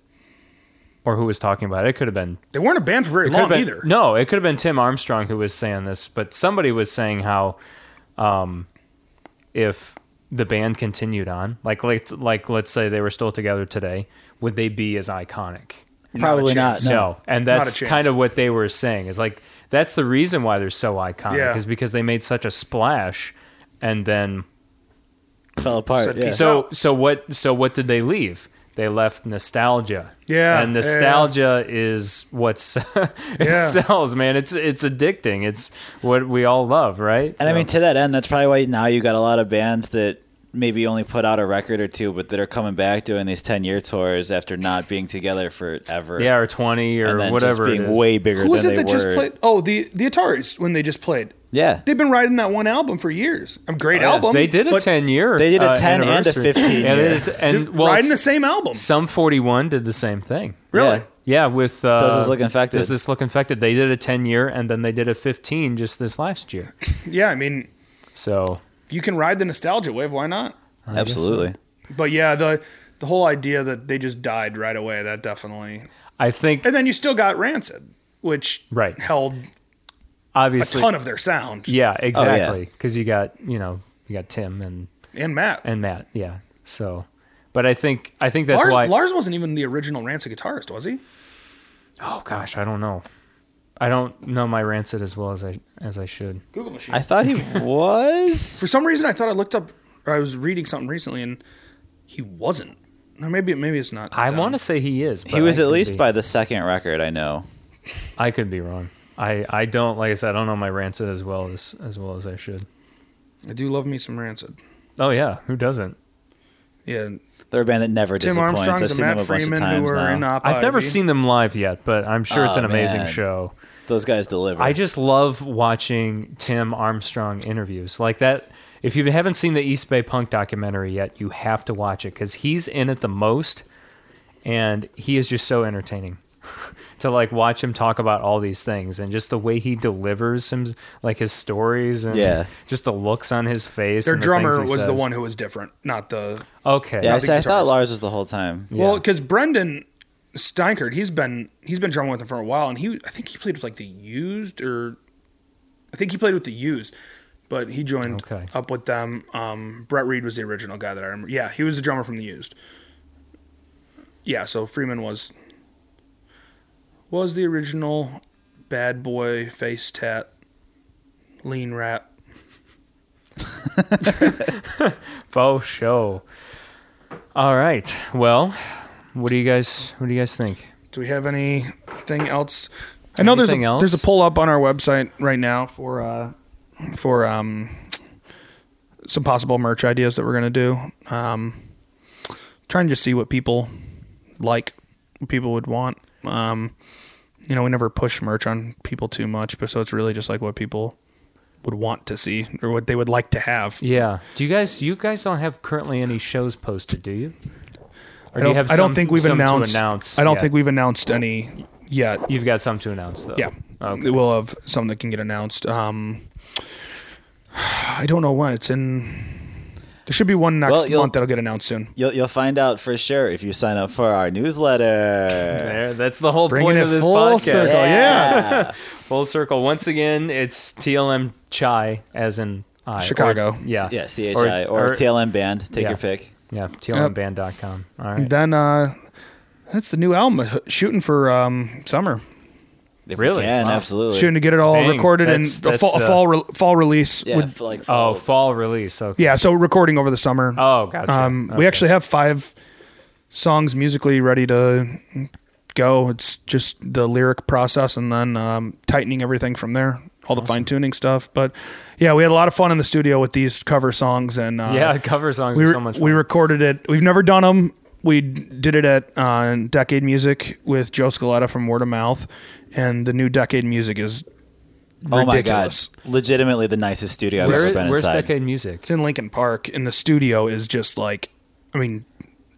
or who was talking about it. It could have been
they weren't a band for very
could have
long
been-
either.
No, it could have been Tim Armstrong who was saying this, but somebody was saying how um, if the band continued on, like let like let's say they were still together today, would they be as iconic?
Probably not.
No, and
Not a
that's
chance.
kind of what they were saying. Is like that's the reason why they're so iconic
Yeah.
is because they made such a splash, and then
Fell apart.
Said
Yeah.
peace
so so what so what did they leave? They left nostalgia.
Yeah,
and
yeah, yeah.
nostalgia is what's it
Yeah.
sells, man. It's it's addicting. It's what we all love, right?
And I
So-
mean, to that end, that's probably why now you got a lot of bands that maybe only put out a record or two, but that are coming back doing these ten-year tours after not being together forever.
yeah, or twenty or
and then
whatever.
just being
it is.
way bigger
Who was
than
it
they
that
were.
just played? Oh, the the Ataris when they just played.
Yeah,
They've been writing that one album for years. A great
yeah.
album.
they did a
but
ten year.
They did a
uh,
10 and a
anniversary.
15
And,
year.
it- and
dude,
well,
riding the
s-
same album.
some forty one did the same thing.
Really?
Yeah.
Yeah, with uh,
Does This Look Infected?
Does this look infected? They did a ten year, and then they did a fifteen just this last year.
Yeah, I mean,
So
you can ride the nostalgia wave. Why not?
absolutely.
But yeah, the the whole idea that they just died right away that definitely.
I think
And then you still got Rancid, which
Right.
held a
obviously
ton of their sound.
Oh,
Yeah, exactly. Because you got you know you got Tim and
And Matt
and Matt. Yeah. So, but I think I think that's
Lars,
why.
Lars wasn't even the original Rancid guitarist, was he?
oh gosh, I don't know. I don't know my Rancid as well as I as I should.
Google machine.
I thought he was.
For some reason, I thought I looked up or I was reading something recently, and he wasn't. Or maybe maybe it's not.
I want to say he is. But
He was
I
at
could
least
be-
by the second record, I know.
I could be wrong. I I don't like I said I don't know my Rancid as well as as well as I should.
I do love me some Rancid.
Oh yeah, who doesn't?
Yeah,
They're a band that never
Tim
disappoints.
Armstrong's
I've
and
seen them a
Matt
bunch of
Freeman who
times
were in uh,
now.
Op
I've never
Ivy.
seen them live yet, but I'm sure it's
Oh,
an amazing
man.
show.
Those guys deliver.
I just love watching Tim Armstrong interviews like that. If you haven't seen the East Bay Punk documentary yet, you have to watch it because he's in it the most, and he is just so entertaining to like watch him talk about all these things and just the way he delivers him like his stories and
Yeah.
just the looks on his face.
their
and the
drummer
things he
was the
says.
one who was different, not the.
Okay,
yeah, I, see, I thought
guitarist.
Lars was the whole time.
Well, 'cause Well, because Brendan Steinkert, he's been he's been drumming with them for a while, and he I think he played with like the Used or I think he played with the Used. but he joined
Okay.
up with them. Um, Brett Reed was the original guy that I remember. Yeah, he was the drummer from The Used. Yeah, so Freeman was was the original bad boy face tat lean rap.
Faux show. All right. Well, what do you guys? What do you guys think?
Do we have anything else? I know there's a,
Anything else?
there's a pull up on our website right now for uh, for um, some possible merch ideas that we're gonna do. Um, trying to just see what people like, what people would want. Um, you know, we never push merch on people too much, but so it's really just like what people would want to see or what they would like to have.
Yeah. Do you guys? You guys don't have currently any shows posted, do you? Or
I don't, I don't
some-
think we've
some
announced.
To announce
I don't
yet?
think we've announced any yet.
You've got some to announce though.
Yeah.
Okay.
We'll have some that can get announced. Um, I don't know when. It's in. There should be one next
Well, you'll-
month that'll get announced soon.
You'll, you'll find out for sure if you sign up for our newsletter.
There, that's the whole
Bringing
point
it
of this
full
podcast.
circle,
yeah.
Full circle. Once again, it's TLM Chai, as in I. or-
Chicago.
yeah.
Yeah, CHI or, TLM band. Take
yeah.
your pick.
Yeah, TLMband.com. All right.
Then uh, that's the new album uh, shooting for um, summer.
If
Really?
We can,
Wow.
absolutely.
Shooting to get it all
Dang,
recorded and
that's-
a fall,
that's,
a
uh,
fall, re- fall release.
yeah,
would-
f- like
oh,
follow-
fall release. Okay.
yeah. So recording over the summer.
Oh, gotcha.
Um,
Okay.
We actually have five songs musically ready to go. It's just the lyric process and then um, tightening everything from there, all the fine tuning stuff. But yeah, we had a lot of fun in the studio with these cover songs and uh,
yeah, cover songs
we
are
re-
so much fun.
we recorded it. We've never done them. We d- did it at uh, Decade Music with Joe Scaletta from Word of Mouth, and the new Decade Music is
Oh
ridiculous.
my god! Legitimately, the nicest studio I've
Where-
ever been
where's
inside.
Decade Music?
it's in Lincoln Park, and the studio is just like, I mean,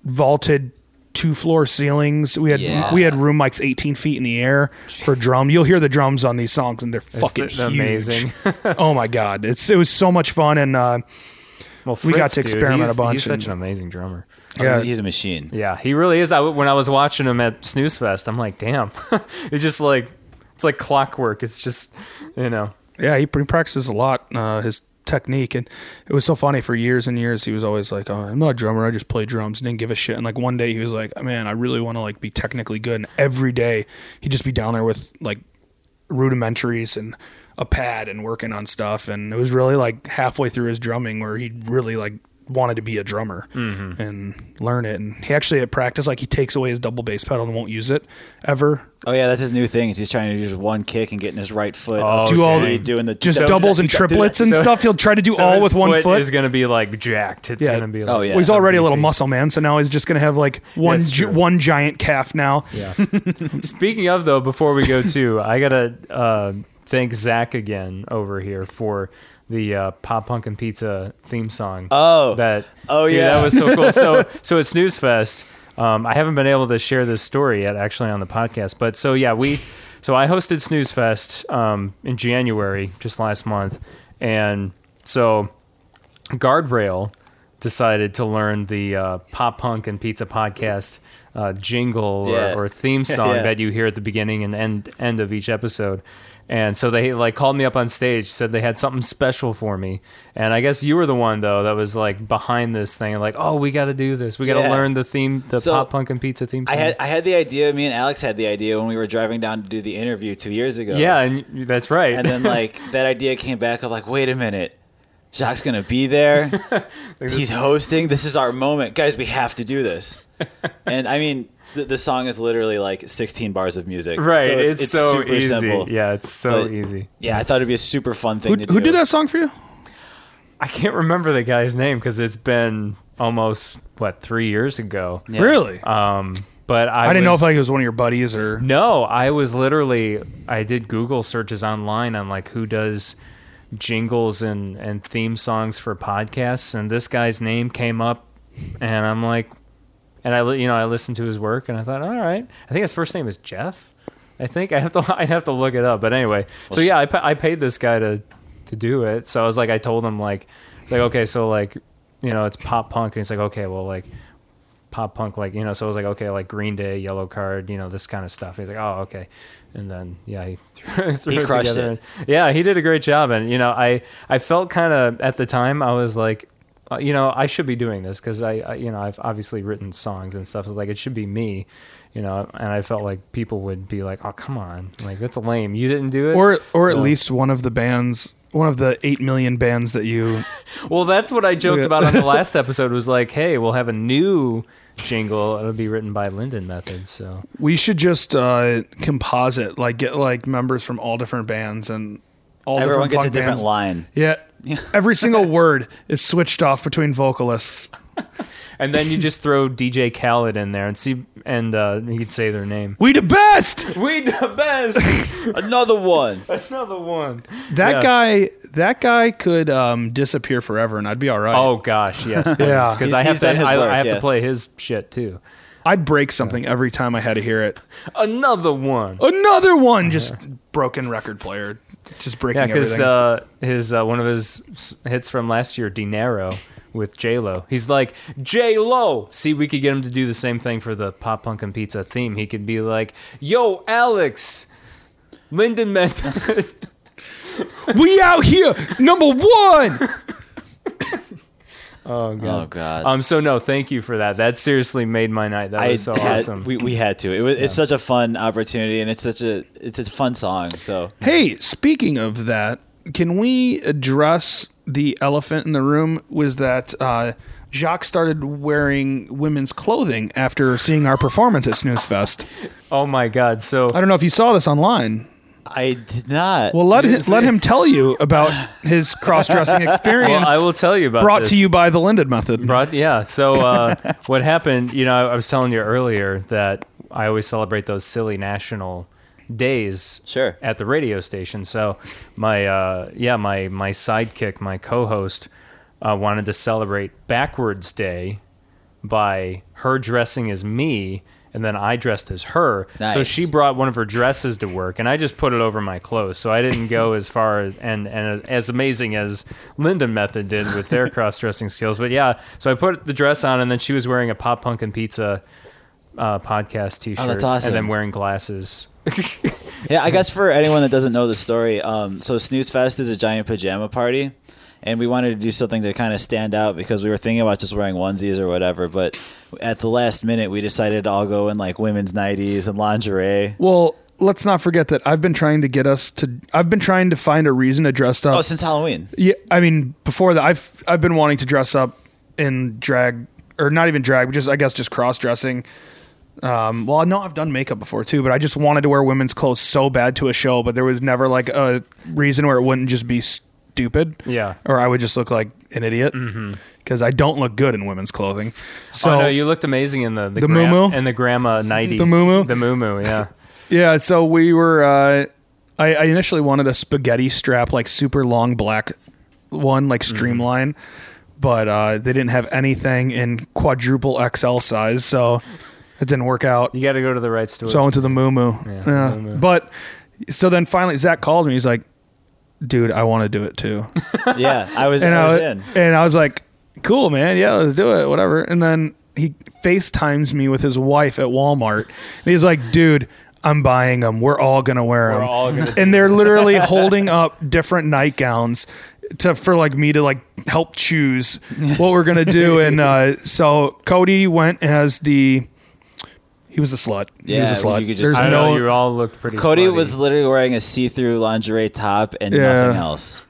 vaulted two floor ceilings. We had
Yeah.
we had room mics eighteen feet in the air for drum. You'll hear the drums on these songs, and they're fucking
th- they're
huge.
amazing.
oh my god, it's it was so much fun, and uh,
Well,
We
Fritz,
got to
dude,
experiment
he's-
a bunch
He's such an
and-
amazing drummer.
I mean,
yeah,
Oh, he's a machine.
Yeah, he really is. I, when I was watching him at Snooze Fest, I'm like, damn, it's just like it's like clockwork. It's just you know,
yeah, he pre- practices a lot uh, his technique, and it was so funny. For years and years, he was always like, oh, "I'm not a drummer. I just play drums." Didn't give a shit. And like one day, he was like, "Man, I really want to like be technically good." And every day, he'd just be down there with like rudimentaries and a pad and working on stuff. And it was really like halfway through his drumming where he really like wanted to be a drummer and learn it. And he actually at practice, like he takes away his double bass pedal and won't use it ever
Oh yeah, that's his new thing. He's trying to use one kick and getting his right foot.
Oh,
up
Do
to
all
speed,
the-
doing the
just
so-
doubles and triplets and
So-
stuff. He'll try to do
So
all
his
with one foot.
is gonna be like jacked. It's
Yeah.
gonna be like,
Oh yeah.
Well, he's already a little
beefy.
muscle man, so now he's just gonna have like one
That's
gi-
true.
one giant calf now.
Yeah. Speaking of though, before we go to, I gotta uh, thank Zach again over here for the uh, pop punk and pizza theme song.
Oh.
that
Oh,
dude,
yeah.
that was so cool. So so it's Snooze Fest. Um, I haven't been able to share this story yet, actually, on the podcast. But so yeah, we so I hosted Snooze Fest um, in January, just last month, and so guardrail decided to learn the uh, pop punk and pizza podcast uh, jingle
Yeah.
or, or theme song
Yeah.
that you hear at the beginning and end end of each episode. And so they like called me up on stage, said they had something special for me. And I guess you were the one though that was like behind this thing, like, oh, we got to do this. We got to
Yeah.
learn the theme, the
So,
pop punk and pizza theme. Song.
I had I had the idea. Me and Alex had the idea when we were driving down to do the interview two years ago.
yeah, and you- that's right.
and then like that idea came back of like, wait a minute, Jacques gonna be there. He's hosting. This is our moment, guys. We have to do this. And I mean, the, the song is literally like 16 bars of music.
right,
So
it's, so
super
easy.
simple.
Yeah, it's so
But-
easy.
Yeah, I thought it'd be a super fun thing
Who,
to do.
who did that song for you?
I can't remember the guy's name because it's been almost what three years ago.
Yeah.
Really?
But I,
I didn't know
was-
if like it was one of your buddies or.
No, I was literally I did Google searches online on like who does jingles and and theme songs for podcasts, and this guy's name came up, and I'm like, and I li- you know I listened to his work, and I thought, all right, I think his first name is Jeff. I think I have to I have to look it up, but anyway, so yeah, I, pa- I paid this guy to to do it, so I was like, I told him like, like okay, so like you know it's pop punk, and he's like, okay, well like pop punk like you know. So I was like, okay, like Green Day, Yellow Card, you know, this kind of stuff. He's like, oh, okay, and then yeah, he threw, threw
He
it
crushed
together.
it.
And- yeah, he did a great job, and you know, I I felt kind of at the time I was like. uh, You know, I should be doing this because I, I, you know, I've obviously written songs and stuff. It's like it should be me, you know. And I felt like people would be like, "Oh, come on, like that's lame. You didn't do it."
or or at least one of the bands, one of the eight million bands that you.
Well, that's what I joked
Yeah.
about on the last episode. Was like, hey, we'll have a new jingle. It'll be written by Linden Method. So
We should just uh, composite, like get like members from all different bands and all
Everyone
different
gets a
punk
different line.
bands. Yeah, every single word is switched off between vocalists.
and then you just throw DJ Khaled in there and see, and uh, he'd say their name.
We the best.
We the best.
Another one.
Another one.
That
Yeah.
guy, that guy could um, disappear forever, and I'd be all right.
Oh gosh, yes.
Yeah.
because I
He's
have to.
done his
I,
work,
I have
yeah.
to play his shit too.
I'd break something every time I had to hear it.
Another
Oh,
one.
Another one, just broken record player, just breaking
Yeah, because
everything.
uh, his uh, one of his s- hits from last year, Dinero with J Lo. He's like J Lo. See, we could get him to do the same thing for the pop punk and pizza theme. He could be like, Yo, Alex, Linden Method. uh,
we out here, number one.
Oh God.
um. So no, thank you for that. That seriously made my night. That
I
was so
had,
awesome.
We, we had to. It was, It's such a fun opportunity, and it's such a it's a fun song. So
Hey, speaking of that, can we address the elephant in the room? Was that uh, Jacques started wearing women's clothing after seeing our performance at Snooze Fest?
oh my god. So
I don't know if you saw this online.
I did not.
Well, let him,
didn't
let
see-
him tell you about his cross-dressing experience.
well, I will tell you about
brought
this.
to you by the Linden Method.
Brought, yeah. So uh, what happened? You know, I, I was telling you earlier that I always celebrate those silly national days.
Sure.
At the radio station. So my uh, yeah my my sidekick my co-host uh, wanted to celebrate Backwards Day by her dressing as me. And then I dressed as her, so
Nice.
she brought one of her dresses to work, and I just put it over my clothes. So I didn't go as far as and and as amazing as Linda Method did with their cross dressing skills. But yeah, so I put the dress on, and then she was wearing a pop punk and pizza uh, podcast T-shirt.
Oh, that's awesome.
And then wearing glasses.
Yeah, I guess for anyone that doesn't know the story, um, so Snooze Fest is a giant pajama party, and we wanted to do something to kind of stand out because we were thinking about just wearing onesies or whatever. But at the last minute, we decided to all go in like women's nighties and lingerie.
Well, let's not forget that I've been trying to get us to. I've been trying to find a reason to dress up.
Oh, since Halloween.
yeah, I mean, before that, I've I've been wanting to dress up in drag, or not even drag, but just I guess just cross dressing. Um, well, I know I've done makeup before too, but I just wanted to wear women's clothes so bad to a show, but there was never like a reason where it wouldn't just be stupid.
Yeah. Mm-hmm.
or I would just look like an idiot because I don't look good in women's clothing. So
oh no, you looked amazing in the the,
The
gra-
moo-moo?
and the grandma nighty
The moo-moo?
the moo moo yeah.
Yeah, so we were. Uh, I, I initially wanted a spaghetti strap, like super long black one, like
Mm-hmm.
streamline, but uh, they didn't have anything in quadruple XL size, so it didn't work out.
You got to go to the right store.
So I went to the Moo Moo.
Yeah,
Yeah,
Moo Moo.
But so then finally Zach called me. He's like, "Dude, I want to do it too."
Yeah, I was,
and
I
I
was
was,
in.
and I was like, "Cool, man. Yeah, let's do it. Whatever." And then he FaceTimes me with his wife at Walmart, and he's like, "Dude." I'm buying them. We're all gonna wear them.
We're all gonna
and they're literally holding up different nightgowns to for like me to like help choose what we're gonna do. And uh, so Cody went as the he was a slut. he
Yeah,
was a slut.
you could just-
There's
I don't
no
know. You all looked pretty.
Cody
slutty.
was literally wearing a see-through lingerie top and
Yeah.
nothing else.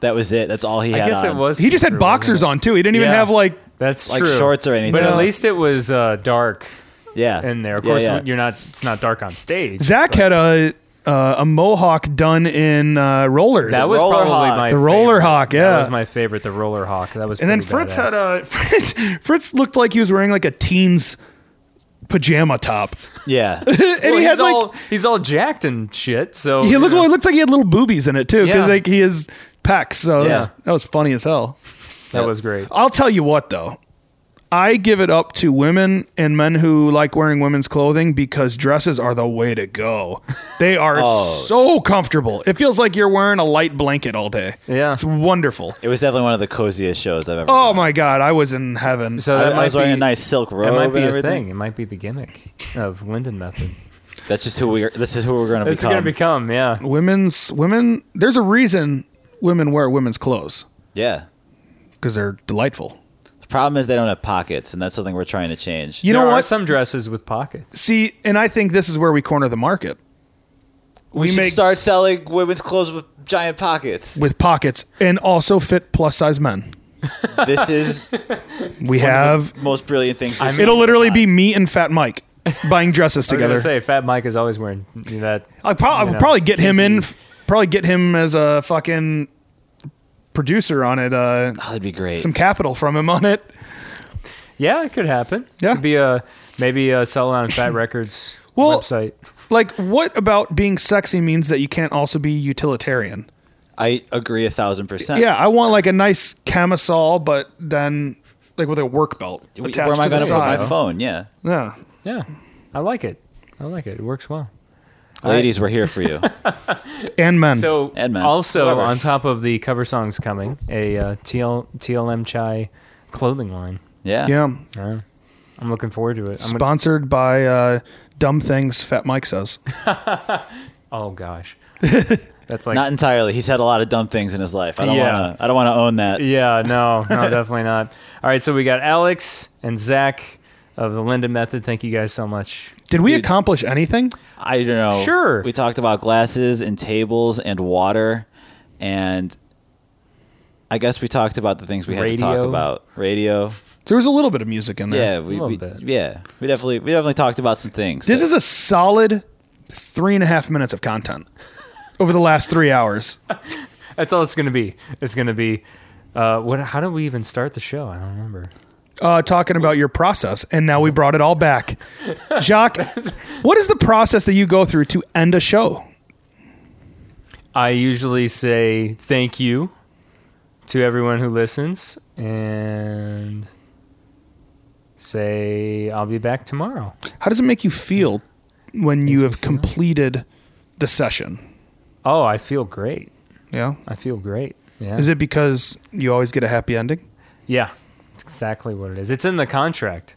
That was it. That's all he had.
I guess
on.
it was.
he just had
see-through,
boxers
wasn't
on too. He didn't even
Yeah.
have like
it? That's
like
true.
shorts or anything.
But at least it was uh, dark
yeah,
in there. Of
Yeah,
course,
yeah.
you're not. It's not dark on stage.
Zach had a uh, a mohawk done in uh, rollers.
That was
Roller
probably
hawk.
my
The roller
favorite.
hawk, yeah.
that was my favorite. The roller hawk. That was.
and then
pretty
Fritz
badass.
had uh, a Fritz, Fritz looked like he was wearing like a teens pajama top,
yeah.
and
Well,
he had
he's
like
all, he's all jacked and shit. So
he
you
looked
know.
well, it looked like he had little boobies in it too
Yeah.
because like he is pecs. So that,
Yeah.
was, that was funny as hell.
that was great.
I'll tell you what though, I give it up to women and men who like wearing women's clothing because dresses are the way to go. They are
Oh.
so comfortable. It feels like you're wearing a light blanket all day.
Yeah.
It's wonderful.
It was definitely one of the coziest shows I've ever.
Oh
done.
my god, I was in heaven.
So
I,
that
I
might
was wearing
be,
a nice silk robe.
It might be
and
a
everything.
thing. It might be the gimmick of Linden method.
That's just who we. Are, this is who we're gonna
It's
become.
gonna become, yeah.
women's women there's a reason women wear women's clothes
yeah.
because they're delightful.
The problem is they don't have pockets, and that's something we're trying to change.
You
there
know
are
what?
some dresses with pockets.
See, and I think this is where we corner the market.
we, should
make-
start selling women's clothes with giant pockets.
with pockets and also fit plus size men.
this is
We have
most brilliant things. we've seen
it'll
in
literally
time.
be me and Fat Mike buying dresses
I was gonna
together.
say Fat Mike is always wearing that.
I prob- I
you
would
know,
probably get him in, f- probably get him as a fucking producer on it, uh,
Oh, that'd be great.
some capital from him on it.
Yeah, it could happen.
Yeah.
Could be a maybe a sell on Fat Records
Well-
website.
Like, what about being sexy means that you can't also be utilitarian?
I agree a thousand percent.
Yeah, I want like a nice camisole, but then like with a work belt
Where
attached
am I
to the
going to put my
side.
phone? Yeah.
Yeah.
Yeah, I like it. I like it. It works well.
Ladies, we're here for you.
and men.
So
Edmund,
also
whatever.
on top of the cover songs coming, a uh, TL, TLM Chai clothing line.
Yeah.
yeah,
I'm looking forward to it. I'm gonna,
sponsored by uh, dumb things Fat Mike says.
oh gosh, that's like
Not entirely. He's had a lot of dumb things in his life. I don't
Yeah.
want to. I don't want to own that.
yeah, no, no, definitely not. All right, so we got Alex and Zach of the Linda Method. Thank you guys so much.
Did we
Dude.
accomplish anything?
I don't know.
Sure.
We talked about glasses and tables and water, and I guess we talked about the things we had to talk
Radio.
about. Radio.
There was a little bit of music in there.
Yeah. We,
little
we-
bit.
yeah. We definitely. We definitely talked about some things.
This
that-
is a solid three and a half minutes of content over the last three hours.
That's all it's gonna be. It's gonna be. Uh, what? How do we even start the show? I don't remember.
Uh, talking about your process, and now we brought it all back. Jacques, what is the process that you go through to end a show?
I usually say thank you to everyone who listens and say I'll be back tomorrow.
How does it make you feel when you have completed the session?
Oh, I feel great.
Yeah.
I feel great. Yeah.
Is it because you always get a happy ending?
yeah. It's exactly what it is. It's in the contract.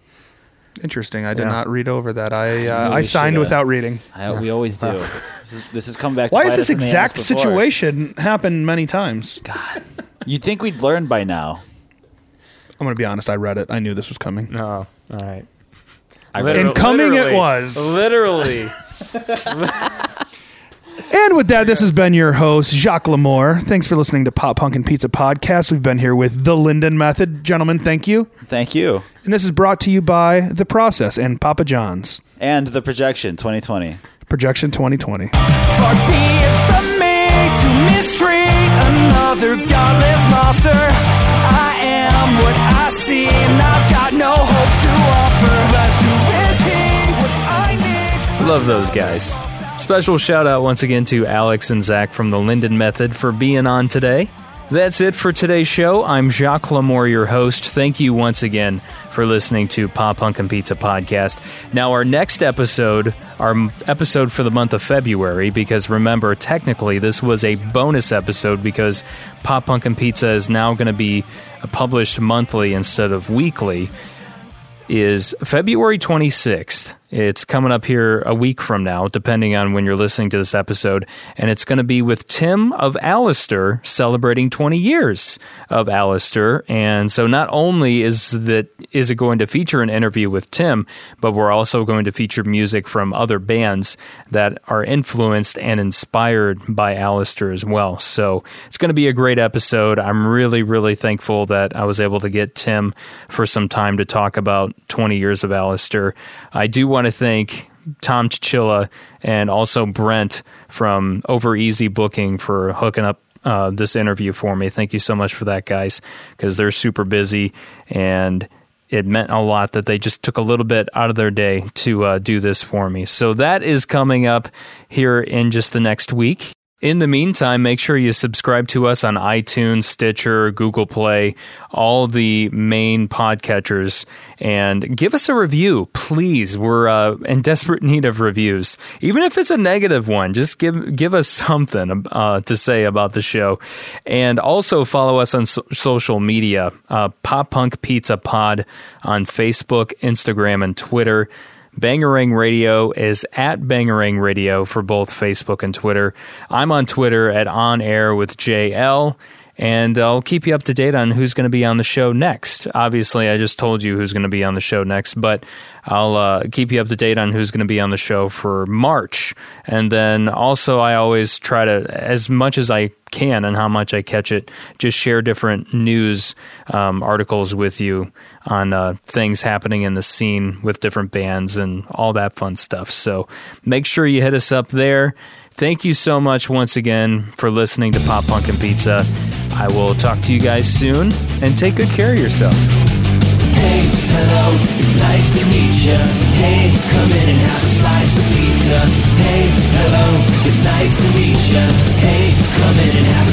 Interesting. I did
Yeah.
not read over that. I uh, I
you
signed
shoulda.
without reading.
I, we always do. this, is, this has come back. To
Why
bite
has
us
this
in the ass
exact
before.
situation happened many times?
You'd think we'd learn by now.
I'm gonna be honest. I read it. I knew this was coming.
Oh, all right.
I read
And
Literal-
coming it
literally-
was.
Literally.
And with that, this has been your host Jacques Lamour. Thanks for listening to Pop Punk and Pizza podcast. We've been here with the Linden Method, gentlemen. Thank you.
Thank you.
And this is brought to you by The Process and Papa John's
And the projection 2020.
Projection 2020.
Far be it from me to mistreat another godless monster. I am what I see, and I've got no hope to offer. Less who is he? What I need.
Love those guys. Special shout out once again to Alex and Zach from the Linden Method for being on today. That's it for today's show. I'm Jacques Lamour, your host. Thank you once again for listening to Pop Punk and Pizza podcast. Now, our next episode, our m- episode for the month of February, because remember, technically, this was a bonus episode because Pop Punk and Pizza is now going to be published monthly instead of weekly is February 26th. It's coming up here a week from now, depending on when you're listening to this episode. And it's going to be with Tim of Alistair celebrating 20 years of Alistair. And so not only is that is it going to feature an interview with Tim, but we're also going to feature music from other bands that are influenced and inspired by Alistair as well. So it's going to be a great episode. I'm really, really thankful that I was able to get Tim for some time to talk about 20 years of Alistair. I do want to thank Tom Chichilla and also Brent from Over Easy Booking for hooking up uh, this interview for me. Thank you so much for that, guys, because they're super busy and it meant a lot that they just took a little bit out of their day to uh, do this for me. So that is coming up here in just the next week. In the meantime, make sure you subscribe to us on iTunes, Stitcher, Google Play, all the main podcatchers, and give us a review, please. We're uh, in desperate need of reviews, even if it's a negative one. Just give give us something uh, to say about the show, and also follow us on so- social media: uh, Pop Punk Pizza Pod on Facebook, Instagram, and Twitter. Bangarang Radio is at Bangarang Radio for both Facebook and Twitter. I'm on Twitter at On Air with JL, and I'll keep you up to date on who's going to be on the show next. Obviously, I just told you who's going to be on the show next, but I'll uh, keep you up to date on who's going to be on the show for March. And then also, I always try to, as much as I can and how much I catch it. Just share different news um, articles with you on uh, things happening in the scene with different bands and all that fun stuff. So make sure you hit us up there. Thank you so much once again for listening to Pop Punk and Pizza. I will talk to you guys soon and take good care of yourself.
Hey, hello, it's nice to meet ya. Hey, come in and have a slice of pizza. Hey, hello, it's nice to meet ya. Hey, come in and have